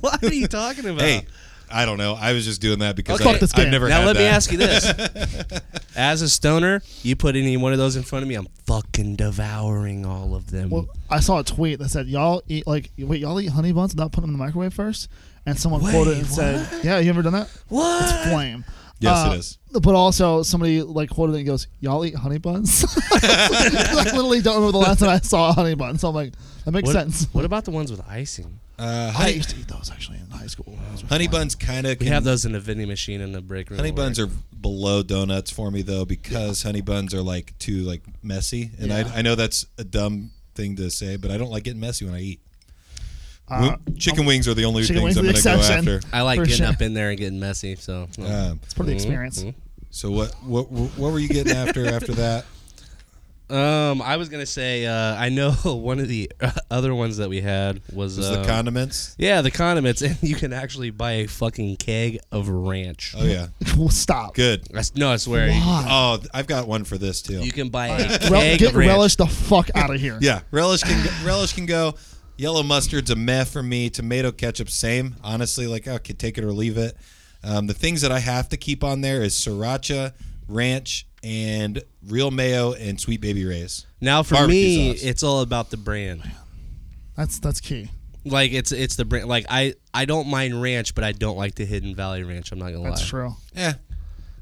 [SPEAKER 3] what are you talking about?
[SPEAKER 2] Hey, I don't know. I was just doing that because
[SPEAKER 3] Okay.
[SPEAKER 2] I,
[SPEAKER 3] Fuck this
[SPEAKER 2] have
[SPEAKER 4] game.
[SPEAKER 2] never
[SPEAKER 3] now
[SPEAKER 2] had
[SPEAKER 3] let me
[SPEAKER 2] that.
[SPEAKER 3] ask you this: As a stoner, you put any one of those in front of me, I'm fucking devouring all of them.
[SPEAKER 4] Well, I saw a tweet that said y'all eat like wait y'all eat honey buns without putting them in the microwave first, and someone quoted it and
[SPEAKER 3] Wait,
[SPEAKER 4] said, "Yeah, you ever done that?
[SPEAKER 3] what?
[SPEAKER 4] It's flame."
[SPEAKER 2] Yes, it is.
[SPEAKER 4] But also, somebody like quoted it and goes, "Y'all eat honey buns." I literally don't remember the last time I saw a honey bun, so I'm like, that makes
[SPEAKER 3] what,
[SPEAKER 4] sense.
[SPEAKER 3] What about the ones with icing?
[SPEAKER 2] Uh,
[SPEAKER 4] I
[SPEAKER 2] honey,
[SPEAKER 4] used to eat those actually in high school.
[SPEAKER 2] honey buns kind of
[SPEAKER 3] We have those in the vending machine in the break room.
[SPEAKER 2] Honey
[SPEAKER 3] over
[SPEAKER 2] buns
[SPEAKER 3] here.
[SPEAKER 2] are below donuts for me though because honey buns are like too like messy, and
[SPEAKER 4] Yeah.
[SPEAKER 2] I, I know that's a dumb thing to say, but I don't like getting messy when I eat.
[SPEAKER 4] Uh,
[SPEAKER 2] Wo- chicken wings are the only
[SPEAKER 4] chicken
[SPEAKER 2] things
[SPEAKER 4] wings
[SPEAKER 2] I'm
[SPEAKER 4] are
[SPEAKER 2] going
[SPEAKER 4] the
[SPEAKER 2] to go
[SPEAKER 4] exception.
[SPEAKER 2] after.
[SPEAKER 3] I like
[SPEAKER 4] for
[SPEAKER 3] getting
[SPEAKER 4] sure.
[SPEAKER 3] up in there and getting messy. So
[SPEAKER 2] Um,
[SPEAKER 4] It's part of the experience.
[SPEAKER 2] so what what what were you getting after after that?
[SPEAKER 3] Um, I was gonna say, uh, I know one of the uh, other ones that we had was,
[SPEAKER 2] Was
[SPEAKER 3] uh,
[SPEAKER 2] the condiments?
[SPEAKER 3] yeah, the condiments, and you can actually buy a fucking keg of ranch.
[SPEAKER 2] Oh yeah,
[SPEAKER 4] Well, stop.
[SPEAKER 2] good.
[SPEAKER 3] I s- no, I swear, you,
[SPEAKER 4] Why?
[SPEAKER 2] Oh, th- I've got one for this too.
[SPEAKER 3] you can buy a
[SPEAKER 4] Rel-
[SPEAKER 3] keg
[SPEAKER 4] get
[SPEAKER 3] of ranch.
[SPEAKER 4] relish the fuck out of here.
[SPEAKER 2] Yeah, relish can go, relish can go. Yellow mustard's a meh for me. Tomato ketchup, same. Honestly, like I could take it or leave it. Um, the things that I have to keep on there is sriracha, ranch, and real mayo and sweet baby rays.
[SPEAKER 3] Now for
[SPEAKER 2] Barbecue
[SPEAKER 3] me,
[SPEAKER 2] sauce.
[SPEAKER 3] it's all about the brand.
[SPEAKER 4] That's that's key.
[SPEAKER 3] Like it's it's the brand. Like I I don't mind ranch, but I don't like the Hidden Valley Ranch. I'm not gonna
[SPEAKER 4] That's
[SPEAKER 3] lie.
[SPEAKER 4] true.
[SPEAKER 3] Eh,
[SPEAKER 2] Yeah.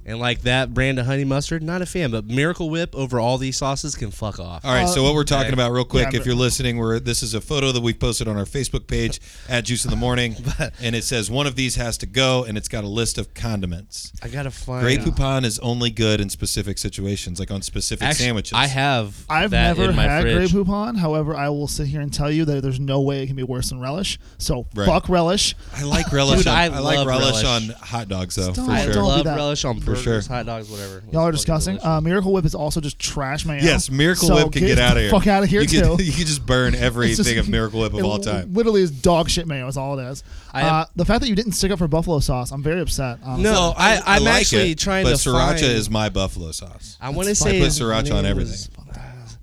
[SPEAKER 3] And like that brand of honey mustard, not a fan. But Miracle Whip over all these sauces can fuck off.
[SPEAKER 2] All right, so what we're talking about, real quick,
[SPEAKER 4] yeah,
[SPEAKER 2] if you're listening, we're this is a photo that we posted on our Facebook page at Juice in the Morning, and it says one of these has to go, and it's got a list of condiments.
[SPEAKER 3] I gotta find.
[SPEAKER 2] Grey Poupon is only good in specific situations, like on specific
[SPEAKER 3] Actually,
[SPEAKER 2] sandwiches.
[SPEAKER 3] I have.
[SPEAKER 4] I've
[SPEAKER 3] that
[SPEAKER 4] never
[SPEAKER 3] in my
[SPEAKER 4] had Grey
[SPEAKER 3] fridge.
[SPEAKER 4] Poupon. However, I will sit here and tell you that there's no way it can be worse than relish. So
[SPEAKER 2] Right.
[SPEAKER 4] fuck relish.
[SPEAKER 2] I like relish.
[SPEAKER 3] Dude,
[SPEAKER 2] on,
[SPEAKER 3] I
[SPEAKER 2] I, like
[SPEAKER 3] love
[SPEAKER 2] relish,
[SPEAKER 3] relish.
[SPEAKER 2] on hot dogs, though,
[SPEAKER 4] Stop.
[SPEAKER 2] for
[SPEAKER 3] I
[SPEAKER 4] Don't
[SPEAKER 2] sure.
[SPEAKER 4] do
[SPEAKER 3] love
[SPEAKER 4] that.
[SPEAKER 3] relish on burgers,
[SPEAKER 2] sure.
[SPEAKER 3] hot dogs, whatever. It's
[SPEAKER 4] Y'all are
[SPEAKER 3] fucking
[SPEAKER 4] disgusting.
[SPEAKER 3] delicious.
[SPEAKER 4] Uh, Miracle Whip is also just trash, man.
[SPEAKER 2] Yes, Miracle
[SPEAKER 4] So
[SPEAKER 2] Whip can get, out of here.
[SPEAKER 4] the Fuck out of here
[SPEAKER 2] you
[SPEAKER 4] too.
[SPEAKER 2] Can, you can just burn
[SPEAKER 4] It's just-
[SPEAKER 2] everything of Miracle Whip of
[SPEAKER 4] it
[SPEAKER 2] all time.
[SPEAKER 4] Literally is dog shit mayo is all it is.
[SPEAKER 3] I am-
[SPEAKER 4] uh, the fact that you didn't stick up for buffalo sauce, I'm very upset. honestly.
[SPEAKER 3] No, I, I'm
[SPEAKER 2] like
[SPEAKER 3] actually
[SPEAKER 2] it,
[SPEAKER 3] trying
[SPEAKER 2] but
[SPEAKER 3] to
[SPEAKER 2] sriracha
[SPEAKER 3] find-
[SPEAKER 2] is my buffalo sauce.
[SPEAKER 3] I want to
[SPEAKER 2] That's
[SPEAKER 3] say
[SPEAKER 2] I put
[SPEAKER 3] his
[SPEAKER 2] sriracha on
[SPEAKER 3] name
[SPEAKER 2] everything.
[SPEAKER 3] was-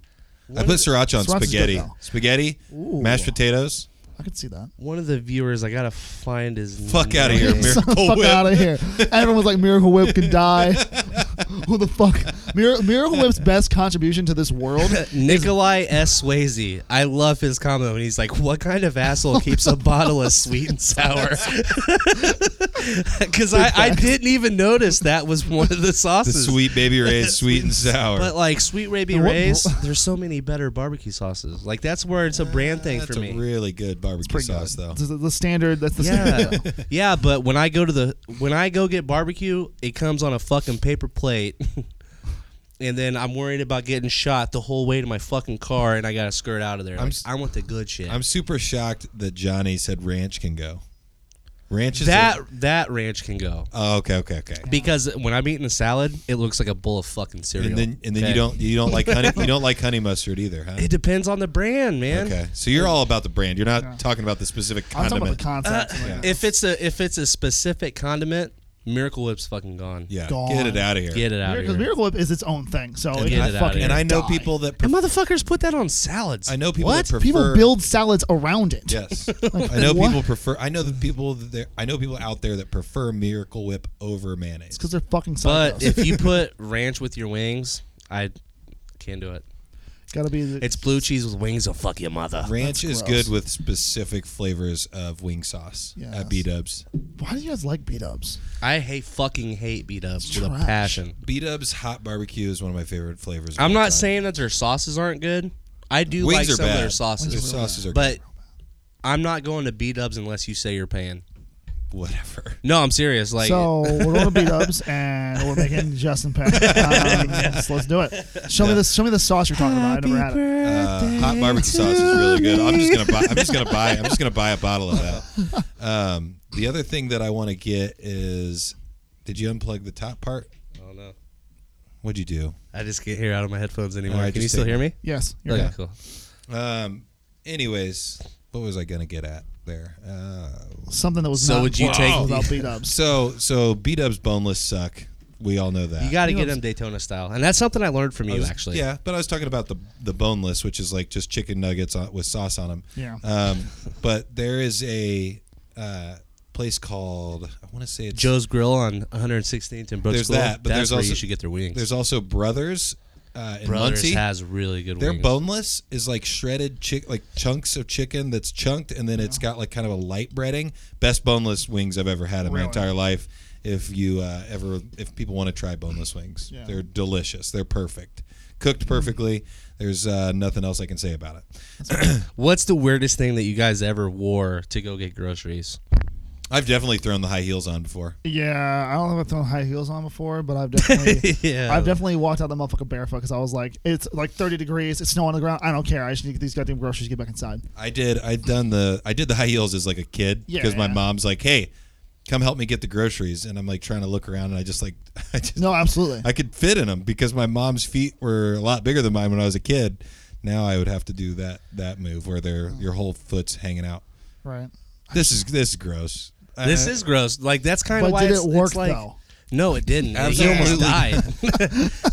[SPEAKER 2] I put sriracha on
[SPEAKER 4] Sriracha's good,
[SPEAKER 2] spaghetti,
[SPEAKER 4] though.
[SPEAKER 2] spaghetti,
[SPEAKER 4] Ooh.
[SPEAKER 2] mashed potatoes.
[SPEAKER 4] I can see that.
[SPEAKER 3] One of the viewers, I gotta find his.
[SPEAKER 2] Fuck
[SPEAKER 3] name.
[SPEAKER 2] outta here,
[SPEAKER 4] Get the
[SPEAKER 2] Miracle
[SPEAKER 4] fuck
[SPEAKER 2] Whip.
[SPEAKER 4] out of here. Everyone was like, Miracle Whip could die. Who the fuck? Mir- Miracle Whip's best contribution to this world.
[SPEAKER 3] Nikolai S. Swayze. I love his comment when he's like, "What kind of asshole keeps a bottle of sweet and sour?" Because I, I didn't even notice that was one of the
[SPEAKER 2] The
[SPEAKER 3] sauces.
[SPEAKER 2] sweet baby Ray's sweet and sour.
[SPEAKER 3] but like sweet Raby
[SPEAKER 4] And what-
[SPEAKER 3] Ray's, there's so many better barbecue sauces. Like that's where it's a brand thing
[SPEAKER 2] That's
[SPEAKER 3] for
[SPEAKER 2] a
[SPEAKER 3] me.
[SPEAKER 2] really good barbecue
[SPEAKER 4] Pretty good.
[SPEAKER 2] sauce, though.
[SPEAKER 4] This is the standard. That's the
[SPEAKER 3] yeah,
[SPEAKER 4] standard.
[SPEAKER 3] yeah. But when I go to the when I go get barbecue, it comes on a fucking paper plate. And then I'm worried about getting shot the whole way to my fucking car, and I gotta skirt out of there.
[SPEAKER 2] I'm
[SPEAKER 3] Like,
[SPEAKER 2] s-
[SPEAKER 3] I want the good shit.
[SPEAKER 2] I'm super shocked that Johnny said ranch can go. Ranch is
[SPEAKER 3] that
[SPEAKER 2] a-
[SPEAKER 3] that ranch can go
[SPEAKER 2] oh, okay, okay, okay.
[SPEAKER 3] because when I'm eating a salad, it looks like a bowl of fucking cereal.
[SPEAKER 2] And then and then
[SPEAKER 3] Okay.
[SPEAKER 2] you don't you don't like honey you don't like honey mustard either, huh?
[SPEAKER 3] It depends on the brand, man.
[SPEAKER 2] Okay, so you're all about the brand. You're not talking about the specific
[SPEAKER 4] I'm talking about
[SPEAKER 2] condiment.
[SPEAKER 4] the concept.
[SPEAKER 3] If it's a if it's a specific condiment, Miracle Whip's fucking gone.
[SPEAKER 2] yeah,
[SPEAKER 4] Gone.
[SPEAKER 2] get it out of here.
[SPEAKER 3] get it out of
[SPEAKER 4] Because
[SPEAKER 3] here.
[SPEAKER 4] Miracle Whip is its own thing. So
[SPEAKER 3] And get
[SPEAKER 4] it can
[SPEAKER 3] it outta
[SPEAKER 4] fucking
[SPEAKER 3] here.
[SPEAKER 2] And I know
[SPEAKER 4] die.
[SPEAKER 2] people that pref-
[SPEAKER 3] And motherfuckers put that on salads.
[SPEAKER 2] I know people
[SPEAKER 3] What?
[SPEAKER 2] that prefer
[SPEAKER 4] People build salads around it.
[SPEAKER 2] Yes, I know
[SPEAKER 4] what?
[SPEAKER 2] people prefer. I know the people that there- I know people out there that prefer Miracle Whip over mayonnaise.
[SPEAKER 4] because they're fucking
[SPEAKER 3] but
[SPEAKER 4] psychos.
[SPEAKER 3] if you put ranch with your wings, I can't do it.
[SPEAKER 4] gotta be. The,
[SPEAKER 3] It's blue cheese with wings. Oh fuck your mother.
[SPEAKER 2] Ranch is
[SPEAKER 4] gross.
[SPEAKER 2] good with specific flavors of wing sauce
[SPEAKER 4] Yes.
[SPEAKER 2] at B Dubs.
[SPEAKER 4] why do you guys like beat ups?
[SPEAKER 3] I hate fucking hate beat ups with
[SPEAKER 4] trash.
[SPEAKER 3] a passion.
[SPEAKER 2] B Dubs hot barbecue is one of Oh my favorite flavors. of
[SPEAKER 3] I'm
[SPEAKER 2] all
[SPEAKER 3] not
[SPEAKER 2] time.
[SPEAKER 3] saying that their sauces aren't good. I do
[SPEAKER 2] Wings
[SPEAKER 3] like
[SPEAKER 2] are
[SPEAKER 3] some of
[SPEAKER 2] bad.
[SPEAKER 3] their sauces.
[SPEAKER 2] Their sauces are
[SPEAKER 3] but I'm not going to B Dubs unless you say you're paying.
[SPEAKER 2] whatever.
[SPEAKER 3] No, I'm serious. Like,
[SPEAKER 4] so we're going to beat ups and we're making Justin Peck. Um, so let's do it. Show me this. Show me the sauce you're talking about. I never had it.
[SPEAKER 2] Uh, hot barbecue sauce is really good. I'm just gonna buy. I'm just gonna buy. I'm just gonna buy a bottle of that. Um, the other thing that I want to get is, did you unplug the top part?
[SPEAKER 3] oh no,
[SPEAKER 2] What'd you do?
[SPEAKER 3] I just can't hear out of my headphones anymore.
[SPEAKER 2] All right,
[SPEAKER 3] Can you
[SPEAKER 2] just
[SPEAKER 3] still
[SPEAKER 2] take
[SPEAKER 3] hear me?
[SPEAKER 4] Yes. You're
[SPEAKER 3] Okay,
[SPEAKER 4] good.
[SPEAKER 3] cool.
[SPEAKER 2] Um, anyways, what was I gonna get at there? Uh,
[SPEAKER 4] Something that was
[SPEAKER 3] So
[SPEAKER 4] not
[SPEAKER 3] would you
[SPEAKER 4] wow.
[SPEAKER 3] take-
[SPEAKER 4] about beat ups?
[SPEAKER 2] so so B Dubs boneless suck. We all know that.
[SPEAKER 3] You got to get
[SPEAKER 4] know-
[SPEAKER 3] them Daytona style, and that's something I learned from
[SPEAKER 2] I
[SPEAKER 3] you
[SPEAKER 2] was-
[SPEAKER 3] actually.
[SPEAKER 2] Yeah, but I was talking about the the boneless, which is like just chicken nuggets on, with sauce on them.
[SPEAKER 4] Yeah.
[SPEAKER 2] Um, but there is a uh, place called I want to say it's
[SPEAKER 3] Joe's Grill on 116th and Brooksville.
[SPEAKER 2] There's that, but
[SPEAKER 3] that's
[SPEAKER 2] there's
[SPEAKER 3] where
[SPEAKER 2] also
[SPEAKER 3] you should get their wings.
[SPEAKER 2] There's also Brothers uh, in
[SPEAKER 3] Brothers
[SPEAKER 2] Muncie.
[SPEAKER 3] has really good
[SPEAKER 2] Their
[SPEAKER 3] wings.
[SPEAKER 2] boneless is like shredded chick, like chunks of chicken that's chunked, and then it's got like kind of a light breading. Best boneless wings I've ever had in my
[SPEAKER 4] Really?
[SPEAKER 2] entire life. If you uh, ever, if people want to try boneless wings,
[SPEAKER 4] Yeah.
[SPEAKER 2] they're delicious. They're perfect, cooked perfectly. There's uh, nothing else I can say about it.
[SPEAKER 3] What's the weirdest thing that you guys ever wore to go get groceries?
[SPEAKER 2] I've definitely thrown the high heels on before.
[SPEAKER 4] Yeah, I don't know if I've thrown high heels on before, but I've definitely,
[SPEAKER 3] Yeah.
[SPEAKER 4] I've definitely walked out the motherfucker barefoot because I was like, it's like 30 degrees, it's snow on the ground. I don't care. I just need to get these goddamn groceries, to get back inside.
[SPEAKER 2] I did. I done the. I did the high heels as like a kid
[SPEAKER 4] Yeah,
[SPEAKER 2] because my
[SPEAKER 4] yeah.
[SPEAKER 2] mom's like, "Hey, come help me get the groceries," and I'm like trying to look around, and I just like, I just
[SPEAKER 4] No, absolutely.
[SPEAKER 2] I could fit in them because my mom's feet were a lot bigger than mine when I was a kid. Now I would have to do that that move where their
[SPEAKER 3] Mm.
[SPEAKER 2] your whole foot's hanging out.
[SPEAKER 4] right.
[SPEAKER 2] This is this is gross.
[SPEAKER 3] This
[SPEAKER 2] Uh,
[SPEAKER 3] is gross. Like that's kind of
[SPEAKER 4] But
[SPEAKER 3] why
[SPEAKER 4] did
[SPEAKER 3] it's,
[SPEAKER 4] it work
[SPEAKER 3] it's like,
[SPEAKER 4] though?
[SPEAKER 3] No, it didn't. He almost died.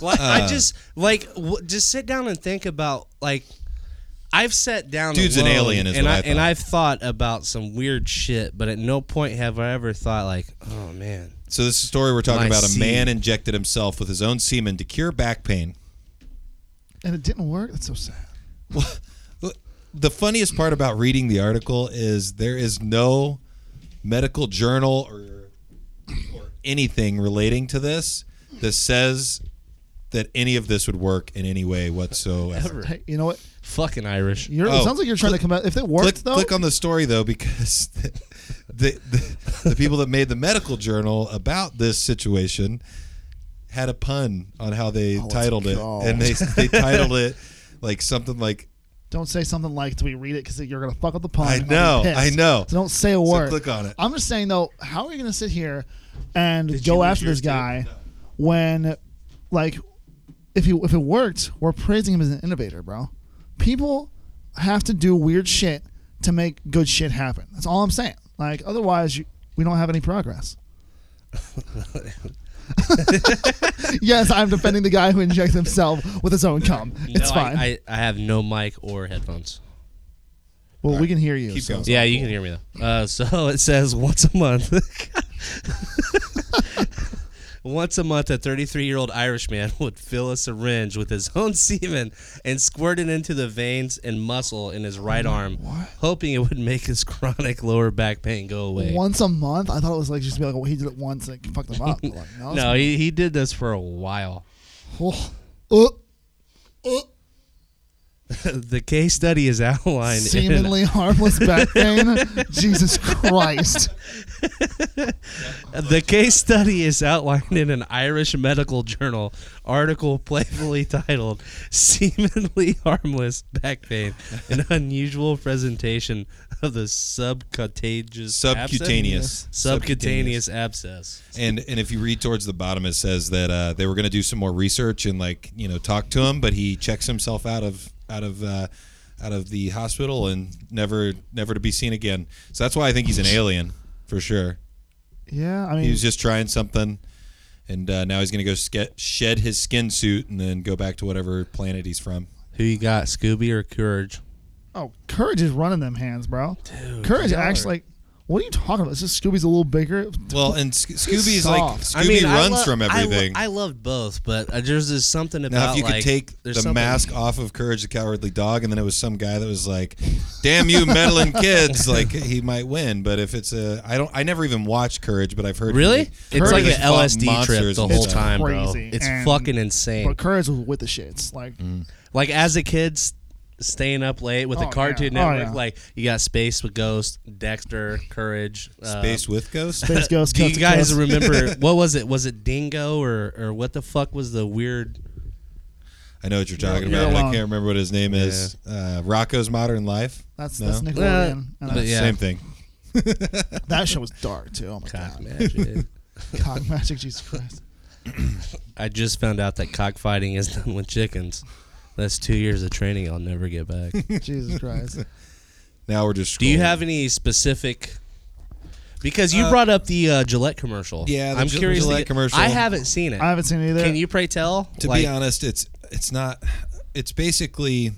[SPEAKER 3] like,
[SPEAKER 2] Uh.
[SPEAKER 3] I just like w- just sit down and think about like I've sat down.
[SPEAKER 2] Dude's an
[SPEAKER 3] alone,
[SPEAKER 2] alien is
[SPEAKER 3] and
[SPEAKER 2] what I
[SPEAKER 3] and
[SPEAKER 2] thought.
[SPEAKER 3] I've thought about some weird shit, but at no point have I ever thought like, oh man,
[SPEAKER 2] so. This story we're talking
[SPEAKER 3] My
[SPEAKER 2] about. A man
[SPEAKER 3] semen.
[SPEAKER 2] injected himself with his own semen to cure back pain.
[SPEAKER 4] And it didn't work? That's so sad.
[SPEAKER 2] the funniest part about reading the article is there is no medical journal or or anything relating to this that says that any of this would work in any way whatsoever.
[SPEAKER 4] Hey, you know what?
[SPEAKER 3] Fucking Irish.
[SPEAKER 4] You're,
[SPEAKER 2] Oh,
[SPEAKER 4] it sounds like you're trying to come out. If it worked,
[SPEAKER 2] Click,
[SPEAKER 4] though,
[SPEAKER 2] click on the story though, because the, the, the, the people that made the medical journal about this situation had a pun on how they
[SPEAKER 4] what's it
[SPEAKER 2] titled it,
[SPEAKER 4] Oh, called?
[SPEAKER 2] and they they titled it like something like
[SPEAKER 4] don't say something like, "Do we read it?" Because you're gonna fuck up the pun.
[SPEAKER 2] I
[SPEAKER 4] I'll be
[SPEAKER 2] know,
[SPEAKER 4] pissed.
[SPEAKER 2] I know.
[SPEAKER 4] So don't say a word.
[SPEAKER 2] click on it.
[SPEAKER 4] I'm just saying though, how are you gonna sit here and go after this guy when, like, if he if it worked, we're praising him as an innovator, bro. People have to do weird shit to make good shit happen. That's all I'm saying. Like, otherwise, you, we don't have any progress. yes, I'm defending the guy who injects himself with his own cum. It's
[SPEAKER 3] No, I-
[SPEAKER 4] fine.
[SPEAKER 3] I, I, have no mic or headphones.
[SPEAKER 4] well, we can hear you.
[SPEAKER 2] keep
[SPEAKER 4] so-
[SPEAKER 2] going.
[SPEAKER 3] Yeah, you can hear me though. Uh, so it says once a month. once a month, a 33-year-old Irishman would fill a syringe with his own semen and squirt it into the veins and muscle in his right arm, hoping it would make his chronic lower back pain go away.
[SPEAKER 4] Once a month? I thought it was like just be like, well, he did it once and it fucked him up. Like,
[SPEAKER 3] no,
[SPEAKER 4] no, it's-
[SPEAKER 3] he, he did this for a while.
[SPEAKER 4] oh, oh, oh,
[SPEAKER 3] the case study is outlined in
[SPEAKER 4] seemingly harmless back pain. Jesus Christ!
[SPEAKER 3] The case study is outlined in an Irish medical journal article playfully titled Seemingly Harmless Back Pain An Unusual Presentation of the Subcutaneous
[SPEAKER 2] Subcutaneous.
[SPEAKER 3] Abscess? Subcutaneous Abscess.
[SPEAKER 2] And and if you read towards the bottom, it says that uh, they were going to do some more research and like you know talk to him, but he checks himself out of out of uh, out of the hospital and never never to be seen again. So that's why I think he's an alien for sure.
[SPEAKER 4] Yeah, I
[SPEAKER 2] He
[SPEAKER 4] mean,
[SPEAKER 2] was just trying something, and uh, now he's going to go ske- shed his skin suit and then go back to whatever planet he's from.
[SPEAKER 3] Who you got, Scooby or Courage?
[SPEAKER 4] oh, courage is running them hands, bro. courage
[SPEAKER 3] y'all
[SPEAKER 4] acts
[SPEAKER 3] are-
[SPEAKER 4] like. What are you talking about? It's just Scooby's a little bigger.
[SPEAKER 2] Well, and Sc- Scooby's like
[SPEAKER 4] soft.
[SPEAKER 2] Scooby runs from everything.
[SPEAKER 3] I, loved both, but uh, there's just something about
[SPEAKER 2] Now, if you
[SPEAKER 3] like,
[SPEAKER 2] could take the
[SPEAKER 3] there's something-
[SPEAKER 2] mask off of Courage the Cowardly Dog, and then it was some guy that was like, "Damn you, meddling kids!" Like he might win, but if it's a, I don't, I never even watched Courage, but I've heard
[SPEAKER 3] Really? It's
[SPEAKER 2] Courage
[SPEAKER 3] like an
[SPEAKER 2] has fought
[SPEAKER 3] LSD trip
[SPEAKER 2] monsters
[SPEAKER 3] the
[SPEAKER 2] and
[SPEAKER 3] whole
[SPEAKER 2] stuff.
[SPEAKER 3] time, bro.
[SPEAKER 4] crazy,
[SPEAKER 3] It's
[SPEAKER 4] and-
[SPEAKER 3] fucking insane.
[SPEAKER 4] But courage was with the shits. Like,
[SPEAKER 3] Like as a kid, s- staying up late with the
[SPEAKER 4] Oh,
[SPEAKER 3] Cartoon
[SPEAKER 4] yeah. Oh,
[SPEAKER 3] Network,
[SPEAKER 4] yeah.
[SPEAKER 3] like you got Space with Ghost, Dexter, Courage. uh,
[SPEAKER 2] Space with ghosts.
[SPEAKER 4] space ghost.
[SPEAKER 3] do
[SPEAKER 4] cuts
[SPEAKER 3] you
[SPEAKER 4] to
[SPEAKER 3] guys
[SPEAKER 4] cuss.
[SPEAKER 3] remember what was it? Was it Dingo or or what the fuck was the weird?
[SPEAKER 2] I know what you're talking
[SPEAKER 4] You're
[SPEAKER 2] about, but I
[SPEAKER 4] alone.
[SPEAKER 2] can't remember what his name is. Uh, Rocco's Modern Life.
[SPEAKER 4] That's
[SPEAKER 2] No?
[SPEAKER 4] that's Nickelodeon. and
[SPEAKER 3] but
[SPEAKER 4] that's-
[SPEAKER 3] yeah.
[SPEAKER 2] Same thing.
[SPEAKER 4] That show was dark too. Oh my
[SPEAKER 3] Ah,
[SPEAKER 4] god,
[SPEAKER 3] magic.
[SPEAKER 4] cock magic, Jesus Christ!
[SPEAKER 3] I just found out that cockfighting is done with chickens. That's two years of training I'll never get back.
[SPEAKER 4] Jesus Christ!
[SPEAKER 2] Now we're just.
[SPEAKER 3] Do you
[SPEAKER 2] scrolling.
[SPEAKER 3] have any specific? Because you brought up the uh, Gillette commercial.
[SPEAKER 2] Yeah, the
[SPEAKER 3] I'm
[SPEAKER 2] Gil-
[SPEAKER 3] curious. to
[SPEAKER 2] Gillette
[SPEAKER 3] get-
[SPEAKER 2] commercial.
[SPEAKER 3] I haven't seen it.
[SPEAKER 4] I haven't seen it either.
[SPEAKER 3] Can you pray tell?
[SPEAKER 2] to
[SPEAKER 3] Like,
[SPEAKER 2] be honest, it's it's not. It's basically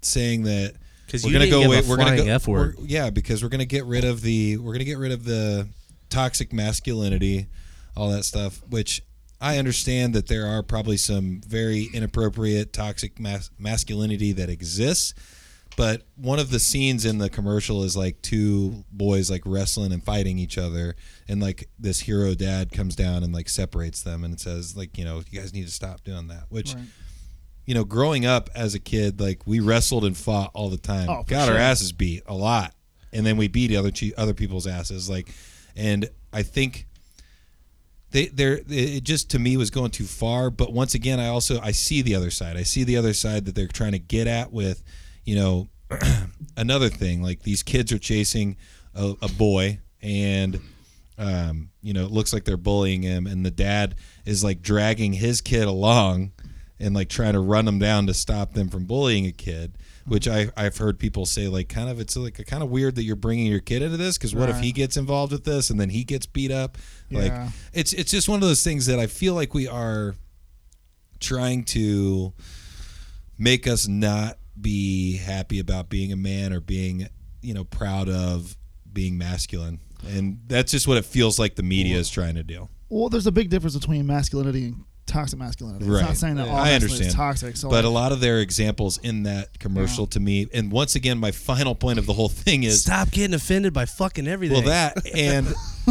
[SPEAKER 2] saying that
[SPEAKER 3] 'Cause
[SPEAKER 2] we're
[SPEAKER 3] you
[SPEAKER 2] gonna go
[SPEAKER 3] didn't give a
[SPEAKER 2] away. We're gonna
[SPEAKER 3] flying
[SPEAKER 2] go.
[SPEAKER 3] F word.
[SPEAKER 2] we're- yeah, because we're gonna get rid of the. We're gonna get rid of the toxic masculinity, all that stuff. Which I understand that there are probably some very inappropriate toxic mas- masculinity that exists. But one of the scenes in the commercial is like two boys like wrestling and fighting each other, and like this hero dad comes down and like separates them and says like you know you guys need to stop doing that. Which,
[SPEAKER 4] Right.
[SPEAKER 2] you know, growing up as a kid, like we wrestled and fought all the time,
[SPEAKER 4] Oh, for
[SPEAKER 2] got our
[SPEAKER 4] sure.
[SPEAKER 2] asses beat a lot, and then we beat other che- other people's asses. Like, and I think they they're it just to me was going too far but once again i also i see the other side i see the other side that they're trying to get at with you know another thing like these kids are chasing a, a boy and um, you know it looks like they're bullying him and the dad is like dragging his kid along and like trying to run them down to stop them from bullying a kid which I, i've heard people say like kind of it's like kind of weird that you're bringing your kid into this because what if
[SPEAKER 4] Right.
[SPEAKER 2] he gets involved with this and then he gets beat up like
[SPEAKER 4] Yeah.
[SPEAKER 2] it's it's just one of those things that I feel like we are trying to make us not be happy about being a man or being you know proud of being masculine, and that's just what it feels like the media is trying to do.
[SPEAKER 4] Well, there's a big difference between masculinity and toxic masculinity.
[SPEAKER 2] Right.
[SPEAKER 4] It's not saying that all
[SPEAKER 2] I
[SPEAKER 4] masculinity
[SPEAKER 2] understand.
[SPEAKER 4] is toxic. So
[SPEAKER 2] but a
[SPEAKER 4] like,
[SPEAKER 2] lot of their examples in that commercial to me, and once again, my final point of the whole thing is
[SPEAKER 3] Stop getting offended by fucking everything.
[SPEAKER 2] well that and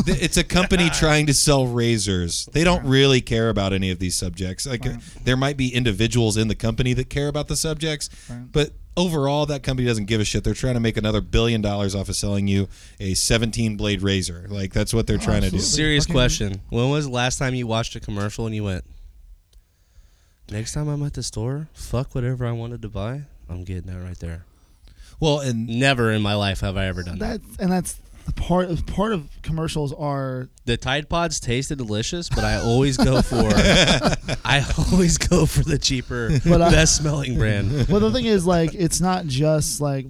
[SPEAKER 2] th- it's a company trying to sell razors. They don't really care about any of these subjects. Like uh, there might be individuals in the company that care about the subjects, but overall, that company doesn't give a shit. They're trying to make another billion dollars off of selling you a 17 blade razor. Like that's what they're
[SPEAKER 3] Oh,
[SPEAKER 2] trying to do.
[SPEAKER 4] absolutely.
[SPEAKER 3] Serious
[SPEAKER 4] Fucking-
[SPEAKER 3] question. When was the last time you watched a commercial and you went, next time I'm at the store, fuck whatever I wanted to buy, I'm getting that right there.
[SPEAKER 2] Well, and
[SPEAKER 3] Never in my life have I ever done that.
[SPEAKER 4] that's and that's the part of part of commercials are
[SPEAKER 3] The Tide Pods tasted delicious, but I always go for I always go for the cheaper,
[SPEAKER 4] But I-
[SPEAKER 3] best smelling brand.
[SPEAKER 4] well, the thing is, like, it's not just like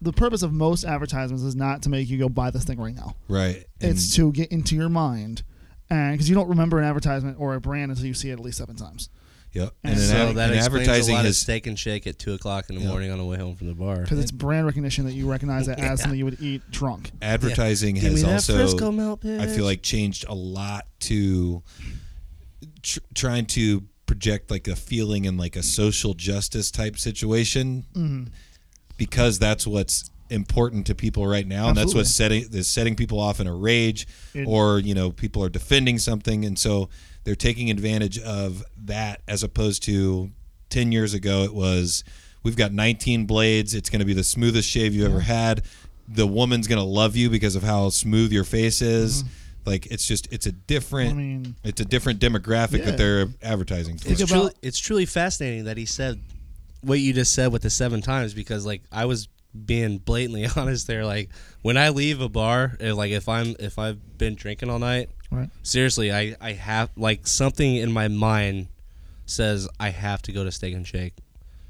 [SPEAKER 4] the purpose of most advertisements is not to make you go buy this thing right now.
[SPEAKER 2] right, and-
[SPEAKER 4] It's to get into your mind, and because you don't remember an advertisement or a brand until you see it at least seven times.
[SPEAKER 2] Yep. And,
[SPEAKER 4] So
[SPEAKER 2] an,
[SPEAKER 3] So
[SPEAKER 2] ad-
[SPEAKER 3] that
[SPEAKER 2] and
[SPEAKER 3] explains
[SPEAKER 2] advertising
[SPEAKER 3] a lot of
[SPEAKER 2] is
[SPEAKER 3] steak and shake at two o'clock in the
[SPEAKER 2] Yeah.
[SPEAKER 3] morning on the way home from the bar.
[SPEAKER 4] Because it's brand recognition that you recognize it as something you would eat drunk.
[SPEAKER 2] advertising
[SPEAKER 3] Give me
[SPEAKER 2] has
[SPEAKER 3] that
[SPEAKER 2] also
[SPEAKER 3] Frisco melt,
[SPEAKER 2] I feel
[SPEAKER 3] bitch.
[SPEAKER 2] like changed a lot to tr- trying to project like a feeling and like a social justice type situation
[SPEAKER 3] Mm-hmm.
[SPEAKER 2] because that's what's important to people right now and that's what's setting is setting people off in a rage
[SPEAKER 4] It-
[SPEAKER 2] or you know people are defending something and so they're taking advantage of that as opposed to 10 years ago it was we've got 19 blades it's going to be the smoothest shave you ever had the woman's going to love you because of how smooth your face is like it's just it's a different
[SPEAKER 4] Mm-hmm. I mean-
[SPEAKER 2] it's a different demographic
[SPEAKER 4] Yeah.
[SPEAKER 2] that they're advertising for
[SPEAKER 3] it's
[SPEAKER 4] Think
[SPEAKER 3] truly,
[SPEAKER 4] about-
[SPEAKER 3] it's truly fascinating that he said what you just said with the seven times because like I was being blatantly honest there like when I leave a bar eh, like if I'm if I've been drinking all night
[SPEAKER 4] Right.
[SPEAKER 3] seriously I I have like something in my mind says I have to go to Steak and Shake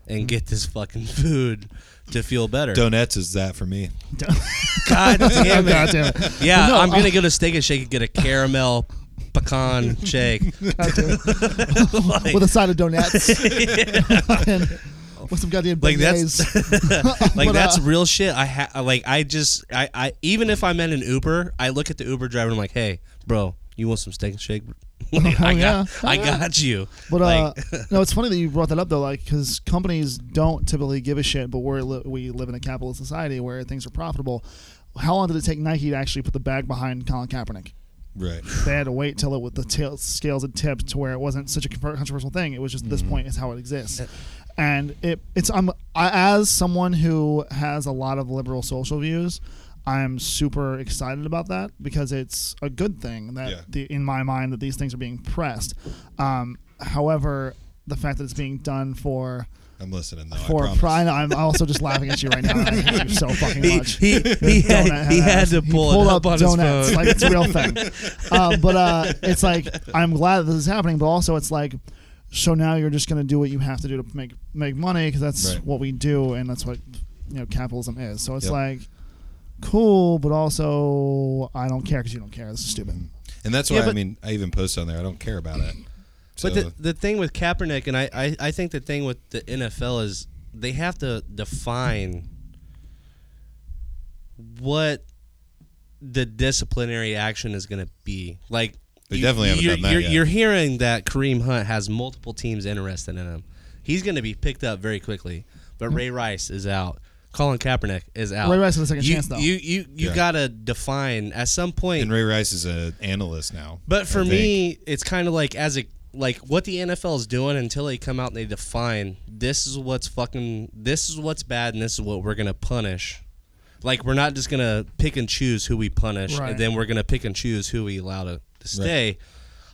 [SPEAKER 3] and get this fucking food to feel better.
[SPEAKER 2] donuts is that for me
[SPEAKER 3] God damn it.
[SPEAKER 4] God damn it.
[SPEAKER 3] Yeah,
[SPEAKER 4] No,
[SPEAKER 3] I'm gonna
[SPEAKER 4] I-
[SPEAKER 3] go to Steak and Shake and get a caramel pecan shake. Like-
[SPEAKER 4] With a side of donuts. and with some goddamn
[SPEAKER 3] Like,
[SPEAKER 4] beignets.
[SPEAKER 3] that's- like
[SPEAKER 4] But,
[SPEAKER 3] that's
[SPEAKER 4] uh,
[SPEAKER 3] real shit. I ha- I- like I just I, I even if I'm in an Uber, I look at the Uber driver and I'm like, hey, bro, you want some steak and shake? Like, I got
[SPEAKER 4] Oh, yeah.
[SPEAKER 3] I got you.
[SPEAKER 4] But uh,
[SPEAKER 3] like,
[SPEAKER 4] no, it's funny that you brought that up though, like because companies don't typically give a shit, but we're li- we live in a capitalist society where things are profitable. How long did it take Nike to actually put the bag behind Colin Kaepernick?
[SPEAKER 2] right
[SPEAKER 4] They had to wait till it with the tail, scales had tipped to where it wasn't such a con- controversial thing. It was just this point is how it exists, and it it's I'm I, as someone who has a lot of liberal social views. I'm super excited about that because it's a good thing that
[SPEAKER 2] Yeah.
[SPEAKER 4] the, in my mind that these things are being pressed. Um, however, the fact that it's being done for
[SPEAKER 2] i'm listening though Oh, I
[SPEAKER 4] for a
[SPEAKER 2] promise.
[SPEAKER 4] pride, I'm also just laughing at you right now. I hate you so fucking
[SPEAKER 3] he
[SPEAKER 4] much.
[SPEAKER 3] he, he, had, he had to pull
[SPEAKER 4] pulled
[SPEAKER 3] it up, on his
[SPEAKER 4] donuts
[SPEAKER 3] phone.
[SPEAKER 4] like it's a real thing. uh, but uh, it's like I'm glad that this is happening, but also it's like. So now you're just going to do what you have to do to make make money because that's
[SPEAKER 2] Right.
[SPEAKER 4] what we do and that's what you know capitalism is. So it's
[SPEAKER 2] Yep.
[SPEAKER 4] like cool, but also I don't care because you don't care. This is stupid.
[SPEAKER 3] Mm-hmm.
[SPEAKER 2] and that's why
[SPEAKER 3] Yeah,
[SPEAKER 2] i
[SPEAKER 3] but-
[SPEAKER 2] mean i even post on there i don't care about it so
[SPEAKER 3] But the, the thing with Kaepernick, and I, I, I think the thing with the NFL is they have to define what the disciplinary action is going to be. Like
[SPEAKER 2] They definitely haven't
[SPEAKER 3] you're,
[SPEAKER 2] done that
[SPEAKER 3] You're,
[SPEAKER 2] yet.
[SPEAKER 3] you're hearing that Kareem Hunt has multiple teams interested in him. He's going to be picked up very quickly. But Ray Rice is out. Colin Kaepernick is out.
[SPEAKER 4] Ray Rice has a second
[SPEAKER 3] you,
[SPEAKER 4] chance, though.
[SPEAKER 3] You you you
[SPEAKER 2] Yeah.
[SPEAKER 3] gotta define at some point.
[SPEAKER 2] and ray rice is an analyst now
[SPEAKER 3] But for
[SPEAKER 2] I think.
[SPEAKER 3] me, it's kind of like as a like what the NFL is doing until they come out and they define this is what's fucking this is what's bad and this is what we're gonna punish. Like we're not just gonna pick and choose who we punish
[SPEAKER 4] Right.
[SPEAKER 3] and then we're gonna pick and choose who we allow to, to stay.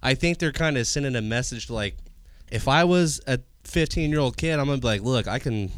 [SPEAKER 3] I think they're kind of sending a message like, if I was a 15 year old kid, I'm gonna be like, look, I can.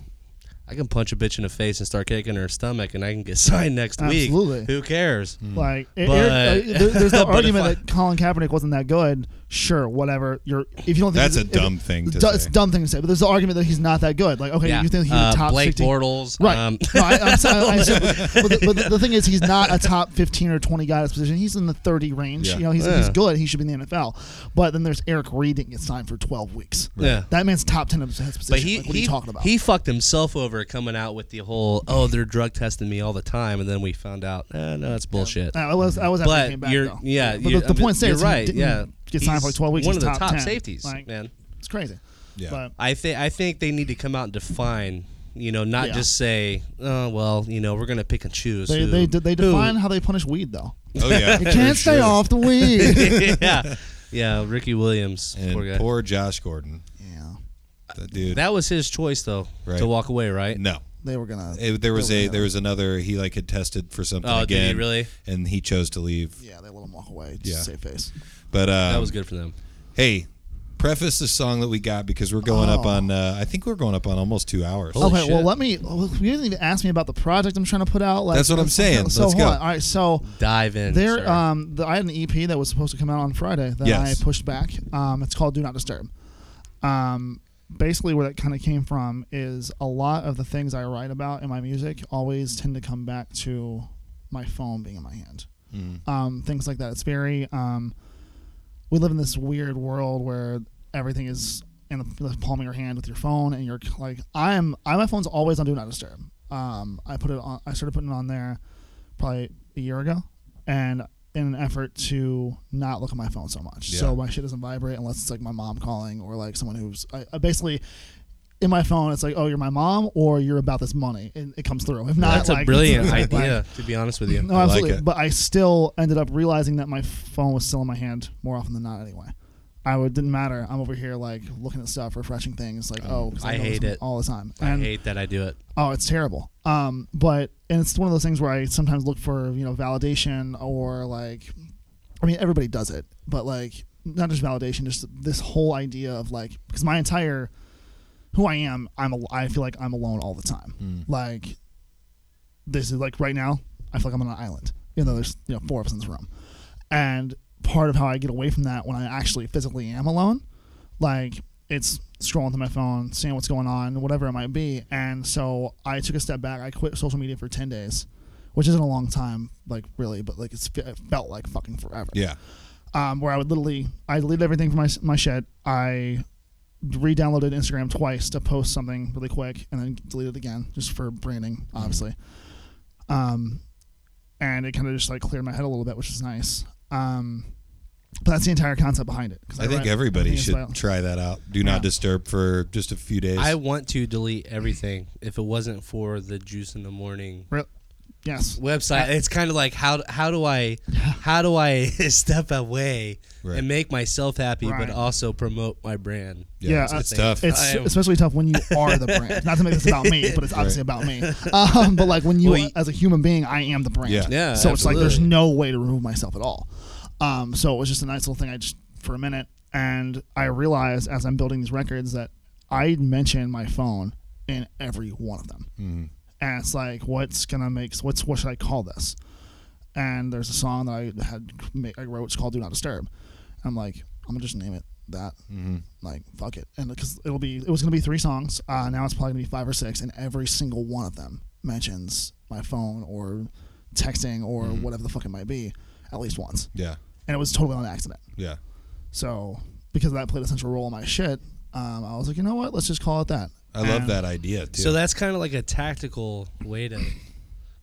[SPEAKER 3] I can punch a bitch in the face and start kicking her stomach, and I can get signed next
[SPEAKER 4] Absolutely.
[SPEAKER 3] week. Who cares?
[SPEAKER 4] Like, it-
[SPEAKER 3] But-
[SPEAKER 4] Eric- uh, there- there's the
[SPEAKER 3] but if
[SPEAKER 4] argument
[SPEAKER 3] I-
[SPEAKER 4] that Colin Kaepernick wasn't that good. Sure, whatever. You're if you don't think
[SPEAKER 2] That's
[SPEAKER 4] he's-
[SPEAKER 2] a
[SPEAKER 4] if-
[SPEAKER 2] dumb thing to
[SPEAKER 4] du- It's
[SPEAKER 2] say.
[SPEAKER 4] a dumb thing to say. But there's the argument that he's not that good. Like, okay, you think he's
[SPEAKER 3] Uh,
[SPEAKER 4] a top
[SPEAKER 3] Blake
[SPEAKER 4] 16
[SPEAKER 3] Bortles,
[SPEAKER 4] Right.
[SPEAKER 3] Um,
[SPEAKER 4] no, I, I'm sorry, I said- but, the, but the- the thing is, he's not a top 15 or 20 guy at his position. He's in the 30 range.
[SPEAKER 2] Yeah.
[SPEAKER 4] You know, he's,
[SPEAKER 3] Yeah.
[SPEAKER 4] he's good. He should be in the NFL. But then there's Eric Reed that gets signed for 12 weeks.
[SPEAKER 3] Yeah.
[SPEAKER 4] That man's top 10 of his position.
[SPEAKER 3] But he,
[SPEAKER 4] like, what
[SPEAKER 3] he,
[SPEAKER 4] are you talking about?
[SPEAKER 3] he fucked himself over whatever coming out with the whole oh they're drug testing me all the time, and then we found out eh, no that's bullshit.
[SPEAKER 4] I was I was after he
[SPEAKER 3] but
[SPEAKER 4] came back
[SPEAKER 3] you're
[SPEAKER 4] though.
[SPEAKER 3] yeah.
[SPEAKER 4] but
[SPEAKER 3] you're,
[SPEAKER 4] the, the point
[SPEAKER 3] you're
[SPEAKER 4] is,
[SPEAKER 3] right.
[SPEAKER 4] He didn't
[SPEAKER 3] yeah,
[SPEAKER 4] get signed for like
[SPEAKER 3] He's
[SPEAKER 4] twelve weeks.
[SPEAKER 3] One
[SPEAKER 4] he's
[SPEAKER 3] of the top
[SPEAKER 4] 10.
[SPEAKER 3] safeties,
[SPEAKER 4] Like,
[SPEAKER 3] man.
[SPEAKER 4] It's crazy.
[SPEAKER 2] Yeah.
[SPEAKER 4] But
[SPEAKER 3] I think I think they need to come out and define. You know, not
[SPEAKER 4] Yeah.
[SPEAKER 3] just say, "Oh well, you know, we're gonna pick and choose."
[SPEAKER 4] they
[SPEAKER 3] who-
[SPEAKER 4] they they
[SPEAKER 3] who-
[SPEAKER 4] define how they punish weed though.
[SPEAKER 2] Oh yeah.
[SPEAKER 4] You
[SPEAKER 2] for
[SPEAKER 4] can't stay
[SPEAKER 2] sure.
[SPEAKER 4] off the weed.
[SPEAKER 3] yeah, yeah. Ricky Williams,
[SPEAKER 2] And
[SPEAKER 3] poor guy.
[SPEAKER 2] poor, Josh Gordon.
[SPEAKER 4] yeah,
[SPEAKER 2] That dude.
[SPEAKER 3] that was his choice though
[SPEAKER 2] Right.
[SPEAKER 3] to walk away, right?
[SPEAKER 2] no.
[SPEAKER 4] they were gonna.
[SPEAKER 2] It- there was
[SPEAKER 4] they were
[SPEAKER 2] a
[SPEAKER 4] gonna-
[SPEAKER 2] there was another he like had tested for something
[SPEAKER 3] Oh, did he
[SPEAKER 2] again.
[SPEAKER 3] really?
[SPEAKER 2] And he chose to leave.
[SPEAKER 4] Yeah, they let him walk away. Just
[SPEAKER 2] Yeah.
[SPEAKER 4] save face.
[SPEAKER 2] But uh
[SPEAKER 3] That was good for them.
[SPEAKER 2] hey, preface the song that we got because we're going up
[SPEAKER 4] Oh.
[SPEAKER 2] on uh, I think we're going up on almost 2 hours.
[SPEAKER 4] okay, well
[SPEAKER 3] shit.
[SPEAKER 4] let me. well, You didn't even ask me about the project I'm trying to put out. Like,
[SPEAKER 2] That's what I'm saying.
[SPEAKER 4] So
[SPEAKER 2] Let's
[SPEAKER 4] hold
[SPEAKER 2] go.
[SPEAKER 4] on. All right, so
[SPEAKER 3] Dive in.
[SPEAKER 4] there,
[SPEAKER 3] sir.
[SPEAKER 4] um, the, I had an EP that was supposed to come out on Friday that
[SPEAKER 2] Yes.
[SPEAKER 4] I pushed back. Um, it's called "Do Not Disturb." Um, basically, where that kind of came from is a lot of the things I write about in my music always tend to come back to my phone being in my hand.
[SPEAKER 2] Mm.
[SPEAKER 4] Um, things like that. It's very. Um, we live in this weird world where everything is in the, the palm of your hand with your phone, and you're like, I'm, I my phone's always on do not disturb. Um, I put it on, I started putting it on there probably a year ago, and in an effort to not look at my phone so much,
[SPEAKER 2] Yeah.
[SPEAKER 4] so my shit doesn't vibrate unless it's like my mom calling or like someone who's, I, I basically. In my phone, it's like, oh, you're my mom, or you're about this money, and it comes through. If not,
[SPEAKER 3] That's
[SPEAKER 4] like-
[SPEAKER 3] a brilliant
[SPEAKER 4] like,
[SPEAKER 3] idea. To be honest with you,
[SPEAKER 4] no,
[SPEAKER 2] I like
[SPEAKER 4] absolutely.
[SPEAKER 2] it.
[SPEAKER 4] But I still ended up realizing that my phone was still in my hand more often than not. Anyway, I would didn't matter. I'm over here like looking at stuff, refreshing things. Like oh, 'cause
[SPEAKER 3] Um, I
[SPEAKER 4] know
[SPEAKER 3] hate
[SPEAKER 4] this
[SPEAKER 3] it.
[SPEAKER 4] all the time.
[SPEAKER 3] I
[SPEAKER 4] And-
[SPEAKER 3] hate that I do it.
[SPEAKER 4] Oh, it's terrible. Um, but and it's one of those things where I sometimes look for you know validation or like, I mean everybody does it, but like not just validation, just this whole idea of like because my entire who I am, I'm al- I feel like I'm alone all the time. Like this is like right now, I feel like I'm on an island. Even though there's you know four of us in this room, and part of how I get away from that when I actually physically am alone like it's scrolling through my phone, seeing what's going on, whatever it might be. And so I took a step back. I quit social media for ten days, which isn't a long time, like really, but like it's, it felt like fucking forever.
[SPEAKER 2] yeah.
[SPEAKER 4] Um, where I would literally, I deleted everything from my my shit. I re-downloaded Instagram twice to post something really quick, and then delete it again just for branding,
[SPEAKER 2] Mm-hmm.
[SPEAKER 4] obviously. Um, and it kind of just like cleared my head a little bit, which is nice. Um, but that's the entire concept behind it. 'cause
[SPEAKER 2] I think
[SPEAKER 4] write-
[SPEAKER 2] everybody
[SPEAKER 4] everything is
[SPEAKER 2] should
[SPEAKER 4] about-
[SPEAKER 2] try that out. Do not
[SPEAKER 4] Yeah.
[SPEAKER 2] disturb for just a few days.
[SPEAKER 3] I want to delete everything if it wasn't for the juice in the morning
[SPEAKER 4] Re- yes.
[SPEAKER 3] website. It's kind of like how how do I how do I step away
[SPEAKER 2] Right.
[SPEAKER 3] and make myself happy,
[SPEAKER 4] Right.
[SPEAKER 3] but also promote my brand.
[SPEAKER 2] yeah,
[SPEAKER 4] yeah,
[SPEAKER 2] it's,
[SPEAKER 4] I
[SPEAKER 2] it's
[SPEAKER 3] think-
[SPEAKER 2] tough.
[SPEAKER 4] It's
[SPEAKER 3] I am-
[SPEAKER 4] especially tough when you are the brand. Not to make this about me, but it's obviously about me. Um, but like when you,
[SPEAKER 3] Well, you-
[SPEAKER 4] as a human being, I am the brand.
[SPEAKER 2] Yeah.
[SPEAKER 3] Yeah,
[SPEAKER 4] So it's like there's
[SPEAKER 3] absolutely.
[SPEAKER 4] no way to remove myself at all. Um, so it was just a nice little thing. I just for a minute, and I realized as I'm building these records that I mention my phone in every one of them.
[SPEAKER 2] Mm-hmm.
[SPEAKER 4] And it's like, what's gonna make? What's what should I call this? and there's a song that I had make, I wrote. It's called "Do Not Disturb." I'm like, I'm gonna just name it that. Mm-hmm. Like, fuck it, and because it'll be it was gonna be three songs. Uh, now it's probably gonna be five or six, and every single one of them mentions my phone or texting or whatever the fuck it might be at least once,
[SPEAKER 2] Mm-hmm. yeah.
[SPEAKER 4] and it was totally on accident.
[SPEAKER 2] Yeah.
[SPEAKER 4] So because that played a central role in my shit, um, I was like, you know what? Let's just call it that.
[SPEAKER 2] I love
[SPEAKER 4] And-
[SPEAKER 2] that idea too.
[SPEAKER 3] So that's kind of like a tactical way to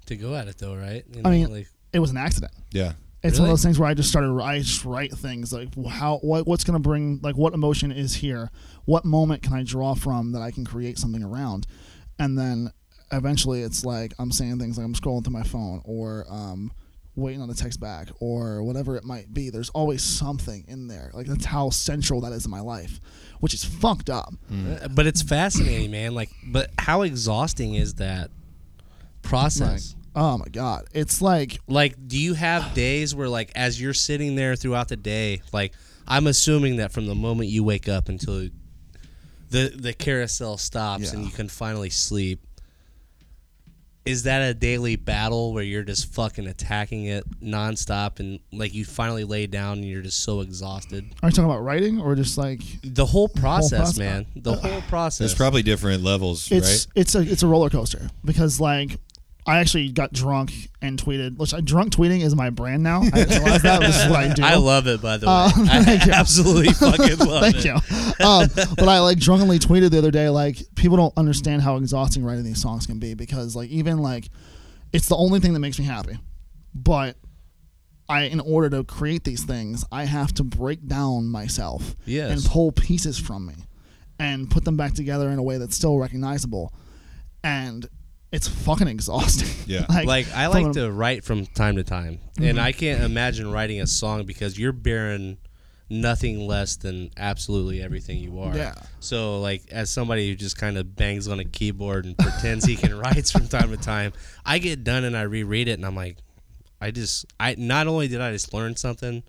[SPEAKER 3] to go at it, though, right? You
[SPEAKER 4] I mean,
[SPEAKER 3] like,
[SPEAKER 4] It was an accident.
[SPEAKER 2] yeah.
[SPEAKER 4] It's one
[SPEAKER 3] Really?
[SPEAKER 4] of those things where I just started. I just write things like how what what's gonna bring like what emotion is here, what moment can I draw from that I can create something around, and then eventually it's like I'm saying things like I'm scrolling through my phone or um, waiting on a text back or whatever it might be. There's always something in there. Like that's how central that is in my life, which is fucked up.
[SPEAKER 3] but it's fascinating, man. Like, but how exhausting is that process?
[SPEAKER 4] Oh my god, it's like
[SPEAKER 3] Like, do you have days where, like, as you're sitting there throughout the day, like, I'm assuming that from the moment you wake up until the the carousel stops and
[SPEAKER 4] Yeah.
[SPEAKER 3] you can finally sleep, is that a daily battle where you're just fucking attacking it nonstop and like you finally lay down and you're just so exhausted?
[SPEAKER 4] are you talking about writing or just like
[SPEAKER 3] The whole process,
[SPEAKER 4] process.
[SPEAKER 3] man. The whole process.
[SPEAKER 2] There's probably different levels,
[SPEAKER 4] it's it's a it's a roller coaster because like I actually got drunk and tweeted. Which I, drunk tweeting is my brand now. I didn't realize that. This is what I do.
[SPEAKER 3] I love it, by the way.
[SPEAKER 4] Uh,
[SPEAKER 3] I
[SPEAKER 4] thank you.
[SPEAKER 3] absolutely fucking love
[SPEAKER 4] Thank
[SPEAKER 3] it.
[SPEAKER 4] you. Um, but I like drunkenly tweeted the other day, like people don't understand how exhausting writing these songs can be because like even like it's the only thing that makes me happy. But I, in order to create these things, I have to break down myself
[SPEAKER 3] Yes.
[SPEAKER 4] and pull pieces from me and put them back together in a way that's still recognizable. And it's fucking exhausting.
[SPEAKER 2] Yeah.
[SPEAKER 3] like I
[SPEAKER 4] from
[SPEAKER 3] like
[SPEAKER 4] a-
[SPEAKER 3] to write from time to time, and I can't imagine writing a song because you're bearing nothing less than absolutely everything you are.
[SPEAKER 4] Yeah.
[SPEAKER 3] So like as somebody who just kind of bangs on a keyboard and pretends he can write from time to time, I get done and I reread it and I'm like, I just I not only did I just learn something,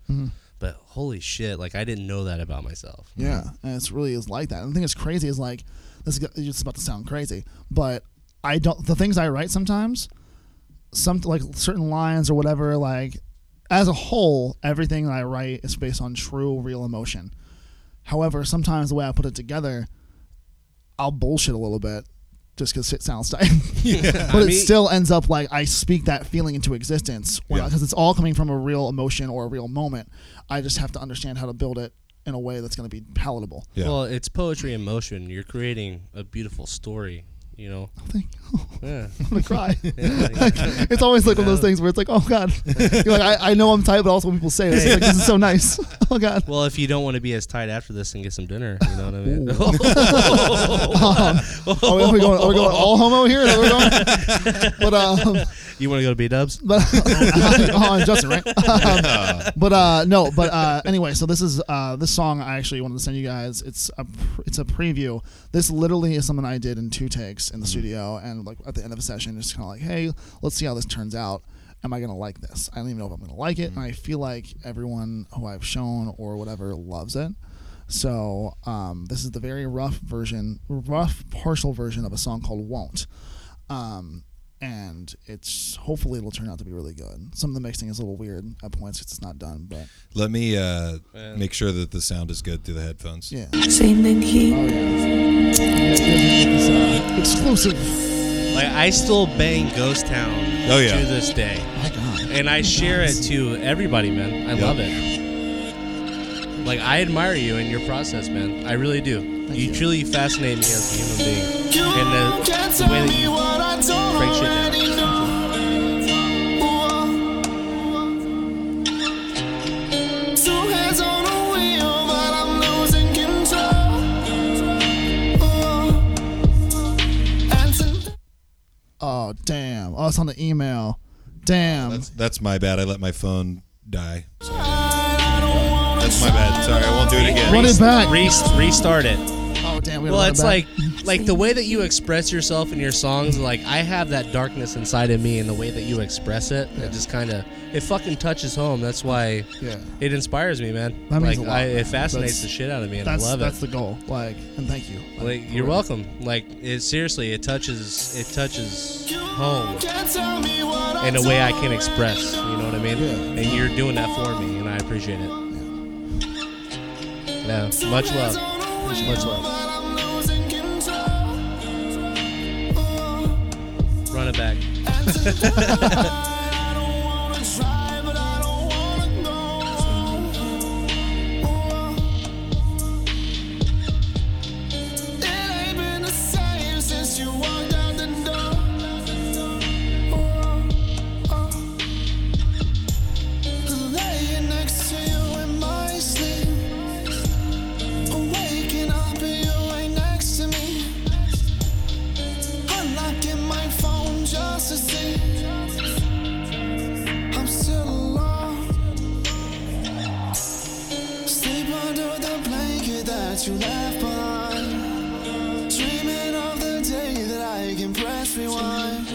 [SPEAKER 3] but holy shit, like I didn't know that about myself.
[SPEAKER 4] Yeah, and it's really is like that. And the thing that's crazy is like this. Is, it's about to sound crazy, but I don't. The things I write sometimes, some like certain lines or whatever. Like as a whole, everything that I write is based on true, real emotion. However, sometimes the way I put it together, I'll bullshit a little bit just because it sounds tight. but it
[SPEAKER 3] mean-
[SPEAKER 4] still ends up like I speak that feeling into existence
[SPEAKER 2] Yeah.
[SPEAKER 4] because it's all coming from a real emotion or a real moment. I just have to understand how to build it in a way that's going to be palatable.
[SPEAKER 2] Yeah.
[SPEAKER 3] Well, it's poetry in motion. You're creating a beautiful story, you know.
[SPEAKER 4] I think, oh,
[SPEAKER 3] Yeah.
[SPEAKER 4] I'm going to cry.
[SPEAKER 3] yeah.
[SPEAKER 4] it's always like one of those things where it's like, oh, God. You're like, I, I know I'm tight, but also when people say this, it's like, this is so nice. oh, God.
[SPEAKER 3] Well, if you don't want to be as tight after this and get some dinner, you know what I mean?
[SPEAKER 4] Are we, are we going, are we going all homo here? Is that where we're going? But, um,
[SPEAKER 3] you want to go to B Dubs?
[SPEAKER 4] but oh, I'm Justin, right? Um, but uh, no, but uh, anyway, so this is uh, this song I actually wanted to send you guys. It's a pr- it's a preview. This literally is something I did in two takes in the studio, and like at the end of a session, just kind of like, hey, let's see how this turns out. Am I gonna like this? I don't even know if I'm gonna like it, and I feel like everyone who I've shown or whatever loves it. So um, this is the very rough version, rough partial version of a song called "Won't." um, and it's hopefully it'll turn out to be really good. Some of the mixing is a little weird at points 'cause it's not done, but
[SPEAKER 2] Let me uh, make sure that the sound is good through the headphones.
[SPEAKER 4] yeah.
[SPEAKER 6] Same than he.
[SPEAKER 4] Oh yeah. yeah it's, uh, exclusive.
[SPEAKER 3] Like, I still bang Ghost Town
[SPEAKER 2] Oh, yeah.
[SPEAKER 3] to this day.
[SPEAKER 4] My God.
[SPEAKER 3] And I share it to everybody, man. I
[SPEAKER 2] Yeah.
[SPEAKER 3] love it. Like, I admire you and your process, man. I really do. You,
[SPEAKER 4] you.
[SPEAKER 3] truly fascinate me as a human being. And the, the way that you break shit down.
[SPEAKER 4] Oh damn. Oh, it's on the email. Damn.
[SPEAKER 2] That's, that's my bad. I let my phone die. Sorry. That's my bad. Sorry, I won't do it again.
[SPEAKER 4] Run it back.
[SPEAKER 3] Re- restart it.
[SPEAKER 4] oh damn. We gotta
[SPEAKER 3] Well,
[SPEAKER 4] run it
[SPEAKER 3] it's
[SPEAKER 4] back.
[SPEAKER 3] like like the way that you express yourself in your songs. Like I have that darkness inside of me, and the way that you express it, it just kind of it fucking touches home. That's why
[SPEAKER 4] Yeah.
[SPEAKER 3] it inspires me, man.
[SPEAKER 4] That
[SPEAKER 3] like
[SPEAKER 4] means a lot,
[SPEAKER 3] I, it
[SPEAKER 4] man.
[SPEAKER 3] fascinates
[SPEAKER 4] That's-
[SPEAKER 3] the shit out of me, and I
[SPEAKER 4] That's
[SPEAKER 3] love
[SPEAKER 4] that's
[SPEAKER 3] it.
[SPEAKER 4] the goal. Like, and thank you.
[SPEAKER 3] like you're welcome. Like it seriously, it touches it touches home in a way I can express. You know what I mean?
[SPEAKER 4] Yeah.
[SPEAKER 3] And you're doing that for me, and I appreciate it. Yeah, much love, much love. Run it back.
[SPEAKER 7] Just to see I'm still alone. Sleep under the blanket that you left behind. Dreaming of the day that I can press rewind.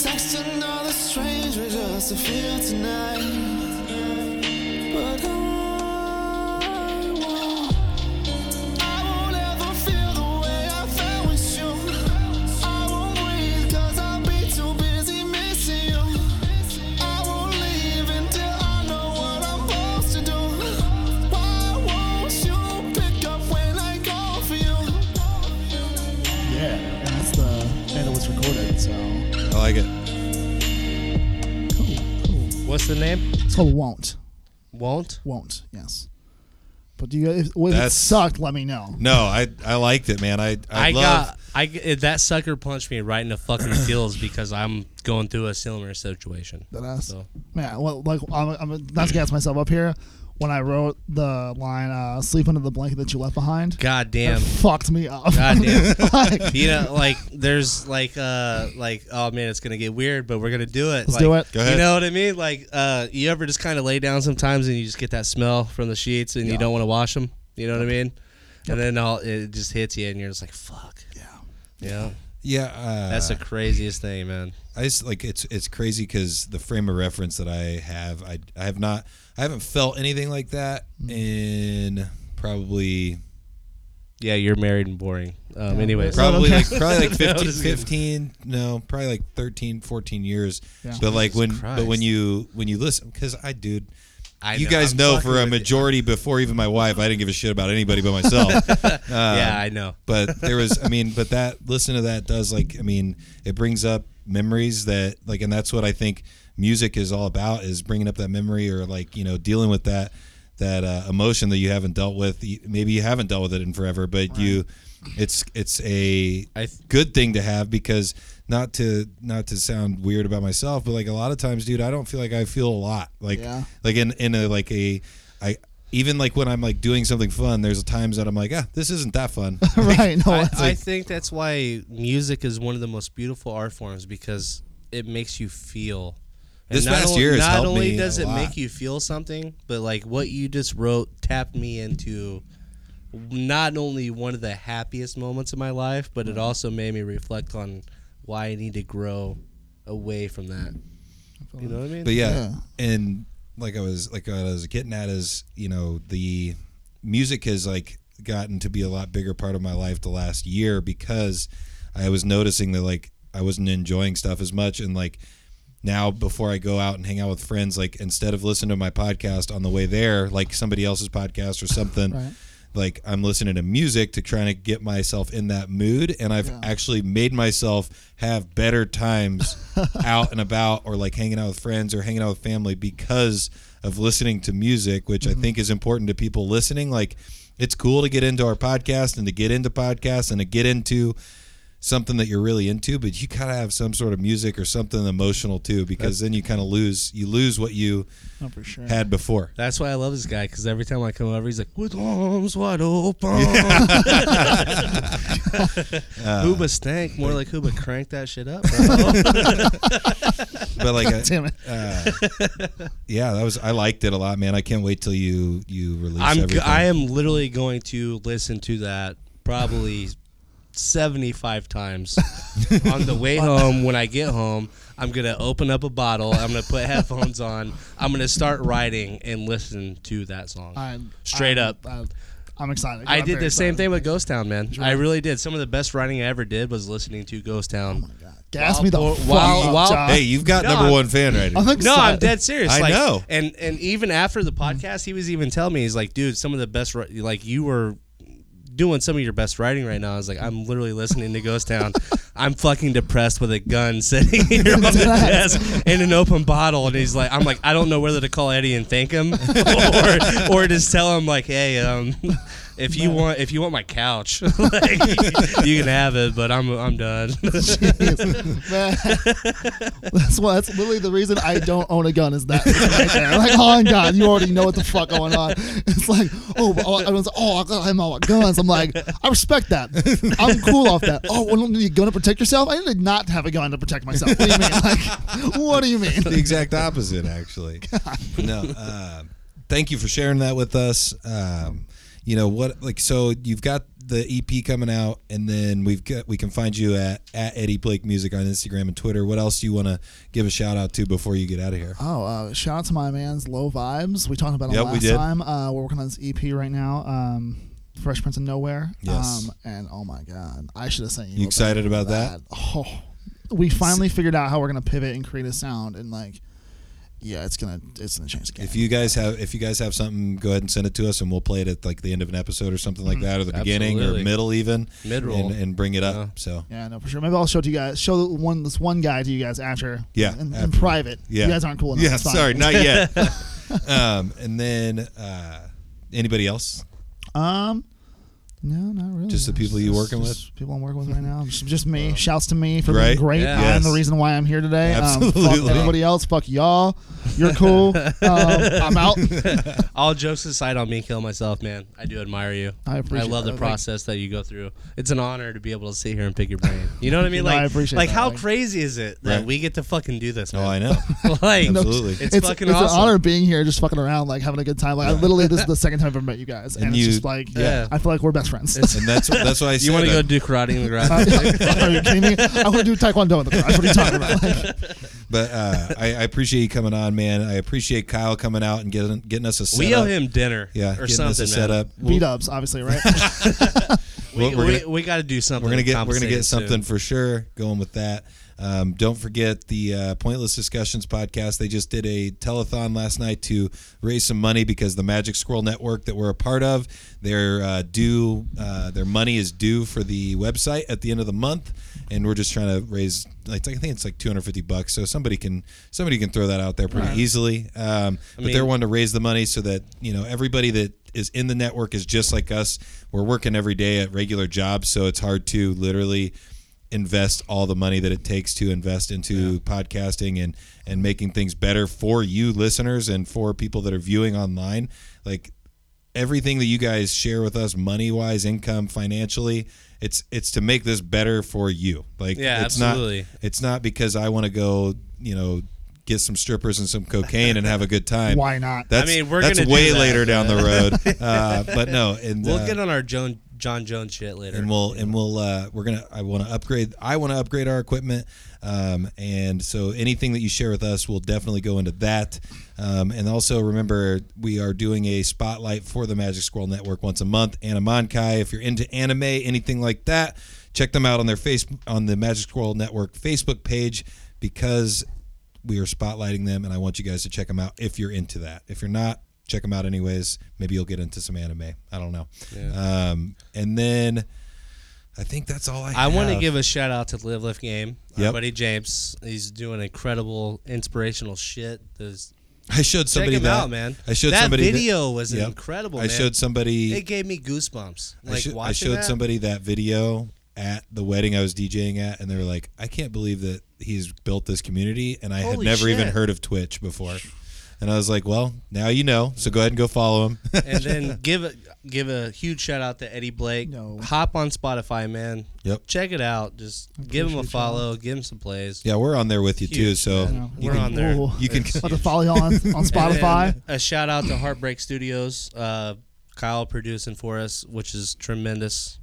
[SPEAKER 7] Text another stranger just to feel tonight. But I won't. I won't ever feel the way I felt with you. I won't wait 'cause I'll be too busy missing you. I won't leave until I know what I'm supposed to do. Why won't you pick up when I call for you?
[SPEAKER 4] Yeah. And that's the and it was recorded, so
[SPEAKER 2] Oh, I like it.
[SPEAKER 4] Cool, cool.
[SPEAKER 3] What's the name?
[SPEAKER 4] It's called Won't.
[SPEAKER 3] Won't.
[SPEAKER 4] Won't, yes. But do you, if, well, if it
[SPEAKER 2] That's-
[SPEAKER 4] sucked, let me know.
[SPEAKER 2] No, I I liked it, man. I I,
[SPEAKER 3] I
[SPEAKER 2] love,
[SPEAKER 3] got I g- that sucker punched me right in the fucking feels because I'm going through a similar situation.
[SPEAKER 4] That ass.
[SPEAKER 3] So
[SPEAKER 4] Man, well, like, I'm, I'm not to gas myself up here. When I wrote the line, uh, sleep under the blanket that you left behind,
[SPEAKER 3] goddamn,
[SPEAKER 4] fucked me up.
[SPEAKER 3] goddamn.
[SPEAKER 4] like,
[SPEAKER 3] You know, like there's like uh like oh man, it's gonna get weird, but we're gonna do it.
[SPEAKER 4] Let's
[SPEAKER 3] like,
[SPEAKER 4] do it.
[SPEAKER 2] Go ahead.
[SPEAKER 3] You know what I mean? Like uh, you ever just kind of lay down sometimes and you just get that smell from the sheets and you don't want to wash them. You know what I mean? And then all it just hits you and you're just like fuck. Yeah. Yeah.
[SPEAKER 2] yeah. Uh,
[SPEAKER 3] That's the craziest thing, man.
[SPEAKER 2] I just like it's it's crazy because the frame of reference that I have, I I have not, I haven't felt anything like that in probably
[SPEAKER 3] Yeah, you're married and boring. Um, anyways,
[SPEAKER 4] Pro-
[SPEAKER 2] probably like
[SPEAKER 4] okay.
[SPEAKER 2] probably like 15,
[SPEAKER 3] No, just kidding.
[SPEAKER 2] 15 no probably like 13 14 years
[SPEAKER 4] Yeah.
[SPEAKER 2] but like when but
[SPEAKER 3] Christ.
[SPEAKER 2] when you when you listen because i dude
[SPEAKER 3] I
[SPEAKER 2] you
[SPEAKER 3] know,
[SPEAKER 2] guys
[SPEAKER 3] I'm
[SPEAKER 2] know
[SPEAKER 3] fucking
[SPEAKER 2] for a
[SPEAKER 3] with you.
[SPEAKER 2] majority before even my wife i didn't give a shit about anybody but myself Uh,
[SPEAKER 3] yeah, I know.
[SPEAKER 2] but there was i mean but that listen to that does like i mean it brings up memories that like and that's what i think music is all about is bringing up that memory or like you know dealing with that that uh, emotion that you haven't dealt with You- maybe you haven't dealt with it in forever but you it's it's a
[SPEAKER 3] I th-
[SPEAKER 2] good thing to have because not to not to sound weird about myself but like a lot of times dude i don't feel like i feel a lot like
[SPEAKER 4] Yeah.
[SPEAKER 2] like in in a like a i even like when i'm like doing something fun there's times that i'm like ah this isn't that fun
[SPEAKER 4] right, no,
[SPEAKER 3] I,
[SPEAKER 4] it's
[SPEAKER 3] I
[SPEAKER 4] like,
[SPEAKER 3] think that's why music is one of the most beautiful art forms because it makes you feel. And
[SPEAKER 2] This
[SPEAKER 3] not
[SPEAKER 2] past
[SPEAKER 3] only-
[SPEAKER 2] year has
[SPEAKER 3] not
[SPEAKER 2] helped
[SPEAKER 3] only
[SPEAKER 2] me
[SPEAKER 3] does
[SPEAKER 2] a
[SPEAKER 3] it
[SPEAKER 2] lot.
[SPEAKER 3] make you feel something, but like what you just wrote tapped me into not only one of the happiest moments of my life, but
[SPEAKER 2] Mm-hmm.
[SPEAKER 3] it also made me reflect on why I need to grow away from that. You know what I mean?
[SPEAKER 2] But yeah,
[SPEAKER 4] Yeah.
[SPEAKER 2] and like I was like what I was getting at is you know the music has like gotten to be a lot bigger part of my life the last year because I was noticing that like I wasn't enjoying stuff as much and like now before I go out and hang out with friends like instead of listening to my podcast on the way there like somebody else's podcast or something
[SPEAKER 4] Right.
[SPEAKER 2] like I'm listening to music to try to get myself in that mood and I've
[SPEAKER 4] Yeah.
[SPEAKER 2] actually made myself have better times out and about or like hanging out with friends or hanging out with family because of listening to music which I think is important to people listening like it's cool to get into our podcast and to get into podcasts and to get into something that you're really into but you gotta have some sort of music or something emotional too because then you kind of lose you lose what you
[SPEAKER 4] no, for sure.
[SPEAKER 2] had before
[SPEAKER 3] That's why I love this guy because every time I come over, he's like, "With arms wide open." Huba stank, more like Huba crank that shit up. Bro.
[SPEAKER 2] but like I-
[SPEAKER 4] Damn it.
[SPEAKER 3] Uh,
[SPEAKER 2] yeah that was i liked it a lot man i can't wait till you you release
[SPEAKER 3] I'm g-
[SPEAKER 2] everything
[SPEAKER 3] I am literally going to listen to that probably 75 times on the way home. When I get home, I'm gonna open up a bottle. I'm gonna put headphones on. I'm gonna start writing and listen to that song.
[SPEAKER 4] I-
[SPEAKER 3] Straight
[SPEAKER 4] I-
[SPEAKER 3] up.
[SPEAKER 4] I, am excited.
[SPEAKER 3] I
[SPEAKER 4] I'm
[SPEAKER 3] did
[SPEAKER 4] very
[SPEAKER 3] the same
[SPEAKER 4] excited.
[SPEAKER 3] thing with Ghost Town, man. I really did. Some of the best writing I ever did was listening to Ghost Town.
[SPEAKER 4] Gas
[SPEAKER 3] Wild
[SPEAKER 4] me the
[SPEAKER 3] boar-
[SPEAKER 4] fuck
[SPEAKER 3] wild-
[SPEAKER 4] up,
[SPEAKER 3] wild-
[SPEAKER 4] John.
[SPEAKER 2] hey you've got
[SPEAKER 3] No,
[SPEAKER 2] number
[SPEAKER 3] I'm-
[SPEAKER 2] one fan right here
[SPEAKER 4] I'm excited.
[SPEAKER 3] no, I'm dead serious.
[SPEAKER 2] Uh, I
[SPEAKER 3] like,
[SPEAKER 2] know.
[SPEAKER 3] And and even after the podcast, he was even telling me, he's like, dude, some of the best, wri- like you were doing some of your best writing right now. I was like, I'm literally listening to Ghost Town. I'm fucking depressed with a gun sitting here on the desk in an open bottle, and he's like, I'm like, I don't know whether to call Eddie and thank him, or or just tell him like, hey, um. If you want, if you want my couch, like, you can have it, but I'm I'm done.
[SPEAKER 4] Man. that's what. That's literally the reason I don't own a gun. Is that right there? Like, oh my god, you already know what the fuck going on. It's like, oh, but- oh, everyone's like, oh, I got him all with guns. I'm like, I respect that. I'm cool off that. Oh, well, don't you need a gun to protect yourself? I did not have a gun to protect myself. What do you mean? Like, what do you mean?
[SPEAKER 2] the exact opposite, actually. no, uh, thank you for sharing that with us. Um, you know what? Like, so you've got the EP coming out, and then we've got we can find you at at Eddie Blake Music on Instagram and Twitter. What else do you want to give a shout out to before you get out of here?
[SPEAKER 4] Oh, uh, shout out to my man's Low Vibes. We talked about him
[SPEAKER 2] Yep, we
[SPEAKER 4] last
[SPEAKER 2] did.
[SPEAKER 4] time. Uh, we're working on this EP right now. Um, Fresh Prince of Nowhere.
[SPEAKER 2] Yes.
[SPEAKER 4] Um, and oh my God, I should have sent you.
[SPEAKER 2] You
[SPEAKER 4] about
[SPEAKER 2] excited about that?
[SPEAKER 4] Oh, we finally figured out how we're gonna pivot and create a sound, and like, yeah, it's gonna it's gonna change the game.
[SPEAKER 2] If you guys have if you guys have something, go ahead and send it to us, and we'll play it at like the end of an episode or something like that, or the beginning or
[SPEAKER 3] Mm-hmm. Absolutely.
[SPEAKER 2] middle even,
[SPEAKER 3] Mid-roll.
[SPEAKER 2] and, and bring it up.
[SPEAKER 3] Yeah.
[SPEAKER 2] So
[SPEAKER 4] yeah, no, for sure. Maybe I'll show it to you guys. Show one this one guy to you guys after.
[SPEAKER 2] Yeah,
[SPEAKER 4] in, in
[SPEAKER 2] after.
[SPEAKER 4] private.
[SPEAKER 2] yeah,
[SPEAKER 4] you guys aren't cool enough.
[SPEAKER 2] Yeah,
[SPEAKER 4] It's fine.
[SPEAKER 2] sorry, not yet. um, and then uh, anybody else?
[SPEAKER 4] Um, no, not really.
[SPEAKER 2] Just the people you working
[SPEAKER 4] just People I'm working with right now. Just, just me. Shouts to me for
[SPEAKER 2] Right?
[SPEAKER 4] being great.
[SPEAKER 3] Yeah.
[SPEAKER 4] I'm the
[SPEAKER 2] Yes.
[SPEAKER 4] reason why I'm here today. Um,
[SPEAKER 2] Absolutely.
[SPEAKER 4] fuck everybody else. Fuck y'all. You're cool. um, I'm out.
[SPEAKER 3] All jokes aside on me kill myself, man. I do admire you.
[SPEAKER 4] I appreciate
[SPEAKER 3] I love the
[SPEAKER 4] that. Like-
[SPEAKER 3] process that you go through. It's an honor to be able to sit here and pick your brain. You know what I mean?
[SPEAKER 4] No,
[SPEAKER 3] Like,
[SPEAKER 4] I appreciate
[SPEAKER 3] like
[SPEAKER 4] that,
[SPEAKER 3] how
[SPEAKER 4] like-
[SPEAKER 3] crazy is it that
[SPEAKER 2] Right.
[SPEAKER 3] we get to fucking do this? Man?
[SPEAKER 2] Oh, I know.
[SPEAKER 3] like,
[SPEAKER 2] Absolutely.
[SPEAKER 3] it's,
[SPEAKER 4] it's,
[SPEAKER 3] fucking
[SPEAKER 4] it's
[SPEAKER 3] awesome.
[SPEAKER 4] an honor being here, just fucking around, like having a good time. Like I literally, this is the second time I've ever met you guys, and,
[SPEAKER 2] And
[SPEAKER 4] it's
[SPEAKER 2] you-
[SPEAKER 4] just like,
[SPEAKER 3] yeah.
[SPEAKER 4] I feel like we're best friends.
[SPEAKER 2] and that's that's why I said
[SPEAKER 3] You want to
[SPEAKER 2] uh,
[SPEAKER 3] go do karate in the
[SPEAKER 4] Are
[SPEAKER 3] garage?
[SPEAKER 4] you kidding me? I want to do taekwondo in the garage. What are you talking about? Like,
[SPEAKER 2] But uh, I, I appreciate you coming on, man. I appreciate Kyle coming out and getting getting us a setup.
[SPEAKER 3] we owe him dinner,
[SPEAKER 2] yeah,
[SPEAKER 3] or
[SPEAKER 2] getting us
[SPEAKER 3] something,
[SPEAKER 2] a
[SPEAKER 3] man.
[SPEAKER 2] setup.
[SPEAKER 4] beat ups, obviously, right?
[SPEAKER 3] We,
[SPEAKER 2] We're
[SPEAKER 3] we,
[SPEAKER 2] gonna-
[SPEAKER 3] we got to do something.
[SPEAKER 2] We're gonna
[SPEAKER 3] to
[SPEAKER 2] get we're gonna
[SPEAKER 3] compensate
[SPEAKER 2] get
[SPEAKER 3] us,
[SPEAKER 2] something
[SPEAKER 3] too.
[SPEAKER 2] for sure going with that. Um, don't forget the uh, Pointless Discussions podcast. They just did a telethon last night to raise some money because the Magic Squirrel Network that we're a part of, their uh, due, uh, their money is due for the website at the end of the month, and we're just trying to raise. Like, I think it's like 250 bucks, so somebody can somebody can throw that out there pretty easily. Um, but
[SPEAKER 3] mean-
[SPEAKER 2] they're wanting to raise the money so that you know everybody that is in the network is just like us. We're working every day at regular jobs, so it's hard to literally invest all the money that it takes to invest into podcasting and and making things better for you listeners and for people that are viewing online. Like everything that you guys share with us money wise income financially it's it's to make this better for you like
[SPEAKER 3] Yeah,
[SPEAKER 2] it's
[SPEAKER 3] absolutely.
[SPEAKER 2] not it's not because i want to go you know get some strippers and some cocaine and have a good time
[SPEAKER 4] Why not?
[SPEAKER 2] that's,
[SPEAKER 3] I mean, we're
[SPEAKER 2] that's
[SPEAKER 3] gonna do
[SPEAKER 2] way
[SPEAKER 3] that,
[SPEAKER 2] later down the road uh, but no and
[SPEAKER 3] We'll
[SPEAKER 2] uh,
[SPEAKER 3] get on our Joan, John Jones shit later.
[SPEAKER 2] and we'll and we'll uh, we're gonna I want to upgrade I want to upgrade our equipment um, and so anything that you share with us will definitely go into that um, and also remember we are doing a spotlight for the Magic Squirrel Network once a month Animonkai if you're into anime anything like that check them out on their face on the Magic Squirrel Network Facebook page because we are spotlighting them and I want you guys to check them out if you're into that if you're not check them out anyways maybe you'll get into some anime I don't know um, and then I think that's all I.
[SPEAKER 3] I want to
[SPEAKER 2] have.
[SPEAKER 3] give a shout out to Live Lift Game. Our
[SPEAKER 2] Yep.
[SPEAKER 3] buddy James, he's doing incredible, inspirational shit. Those
[SPEAKER 2] I showed somebody
[SPEAKER 3] Check him
[SPEAKER 2] that
[SPEAKER 3] out, man.
[SPEAKER 2] I showed
[SPEAKER 3] that
[SPEAKER 2] somebody that-
[SPEAKER 3] video was
[SPEAKER 2] Yep.
[SPEAKER 3] incredible.
[SPEAKER 2] I
[SPEAKER 3] man.
[SPEAKER 2] showed somebody.
[SPEAKER 3] It gave me goosebumps.
[SPEAKER 2] I,
[SPEAKER 3] Like
[SPEAKER 2] sho- I
[SPEAKER 3] watching
[SPEAKER 2] showed
[SPEAKER 3] that.
[SPEAKER 2] somebody that video at the wedding I was DJing at, and they were like, "I can't believe that he's built this community," and I had
[SPEAKER 3] Holy
[SPEAKER 2] never even
[SPEAKER 3] shit.
[SPEAKER 2] heard of Twitch before. And I was like, "Well, now you know. So go ahead and go follow him."
[SPEAKER 3] and then give a give a huge shout out to Eddie Blake.
[SPEAKER 4] No.
[SPEAKER 3] Hop on Spotify, man.
[SPEAKER 2] Yep.
[SPEAKER 3] Check it out. Just give him a follow. Give him some plays.
[SPEAKER 2] yeah, we're on there with you too.
[SPEAKER 3] Huge,
[SPEAKER 2] So
[SPEAKER 3] man.
[SPEAKER 2] you
[SPEAKER 3] We're
[SPEAKER 2] can
[SPEAKER 3] on there.
[SPEAKER 4] Ooh.
[SPEAKER 2] you can
[SPEAKER 4] About to follow y'all on, on Spotify.
[SPEAKER 3] And a shout out to Heartbreak Studios. Uh, Kyle producing for us, which is tremendous.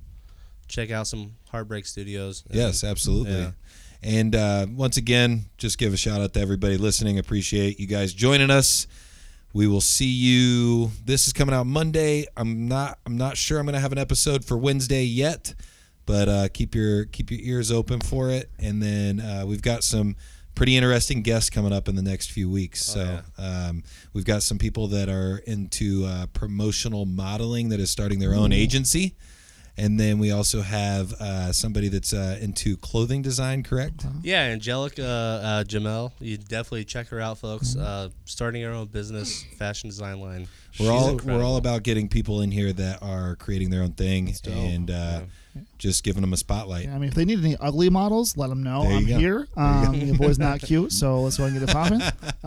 [SPEAKER 3] Check out some Heartbreak Studios. And
[SPEAKER 2] Yes, absolutely.
[SPEAKER 3] Yeah.
[SPEAKER 2] And uh, once again, just give a shout out to everybody listening. Appreciate you guys joining us. We will see you. This is coming out Monday. I'm not. I'm not sure I'm going to have an episode for Wednesday yet, but uh, keep your keep your ears open for it. And then uh, we've got some pretty interesting guests coming up in the next few weeks.
[SPEAKER 3] Oh,
[SPEAKER 2] So um, we've got some people that are into uh, promotional modeling that is starting their own agency. And then we also have uh, somebody that's uh, into clothing design, correct?
[SPEAKER 4] Uh-huh.
[SPEAKER 3] Yeah, Angelica uh, Jamel. You definitely check her out, folks. Uh, starting her own business, fashion design line. She's
[SPEAKER 2] We're all we're
[SPEAKER 3] incredible.
[SPEAKER 2] all about getting people in here that are creating their own thing and uh, just giving them a spotlight.
[SPEAKER 4] Yeah, I mean, if they need any ugly models, let them know.
[SPEAKER 2] There you
[SPEAKER 4] I'm
[SPEAKER 2] go.
[SPEAKER 4] here. Um, your boy's not cute, so let's go ahead and get it popping.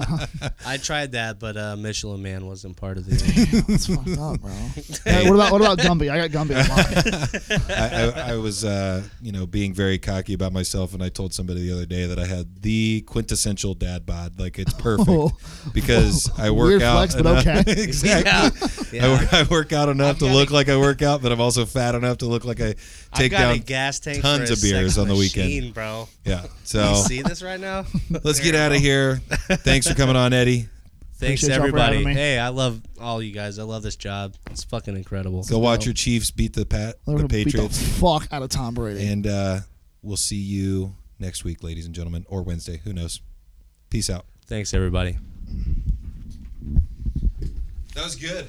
[SPEAKER 3] I tried that, but uh, Michelin Man wasn't part of the.
[SPEAKER 4] That's fucked up, bro. Hey, what about what about Gumby? I got Gumby. online.
[SPEAKER 2] I, I, I was uh, you know being very cocky about myself, and I told somebody the other day that I had the quintessential dad bod. Like it's perfect
[SPEAKER 4] Oh.
[SPEAKER 2] because I work
[SPEAKER 4] Weird
[SPEAKER 2] out.
[SPEAKER 4] flex, but
[SPEAKER 2] enough-
[SPEAKER 4] okay.
[SPEAKER 2] exactly. I,
[SPEAKER 3] Yeah.
[SPEAKER 2] work, I work out enough to
[SPEAKER 3] got
[SPEAKER 2] look
[SPEAKER 3] a-
[SPEAKER 2] like I work out, but I'm also fat enough to look like I
[SPEAKER 3] I've
[SPEAKER 2] take
[SPEAKER 3] got
[SPEAKER 2] down
[SPEAKER 3] a gas tank
[SPEAKER 2] tons
[SPEAKER 3] for a
[SPEAKER 2] of beers
[SPEAKER 3] sex
[SPEAKER 2] on the weekend.
[SPEAKER 3] machine, bro.
[SPEAKER 2] Yeah.
[SPEAKER 3] You
[SPEAKER 2] So
[SPEAKER 3] see this right now?
[SPEAKER 2] let's get out of here. Thanks for coming on, Eddie.
[SPEAKER 3] Thanks
[SPEAKER 4] Appreciate y'all for
[SPEAKER 3] everybody.
[SPEAKER 4] having me.
[SPEAKER 3] Hey, I love all you guys. I love this job. It's fucking incredible.
[SPEAKER 2] Go watch your Chiefs beat the Pat
[SPEAKER 4] They're
[SPEAKER 2] the
[SPEAKER 4] gonna beat the
[SPEAKER 2] Patriots,
[SPEAKER 4] fuck out of Tom Brady.
[SPEAKER 2] and uh, we'll see you next week, ladies and gentlemen, or Wednesday. Who knows? Peace out.
[SPEAKER 3] Thanks everybody.
[SPEAKER 2] That was good.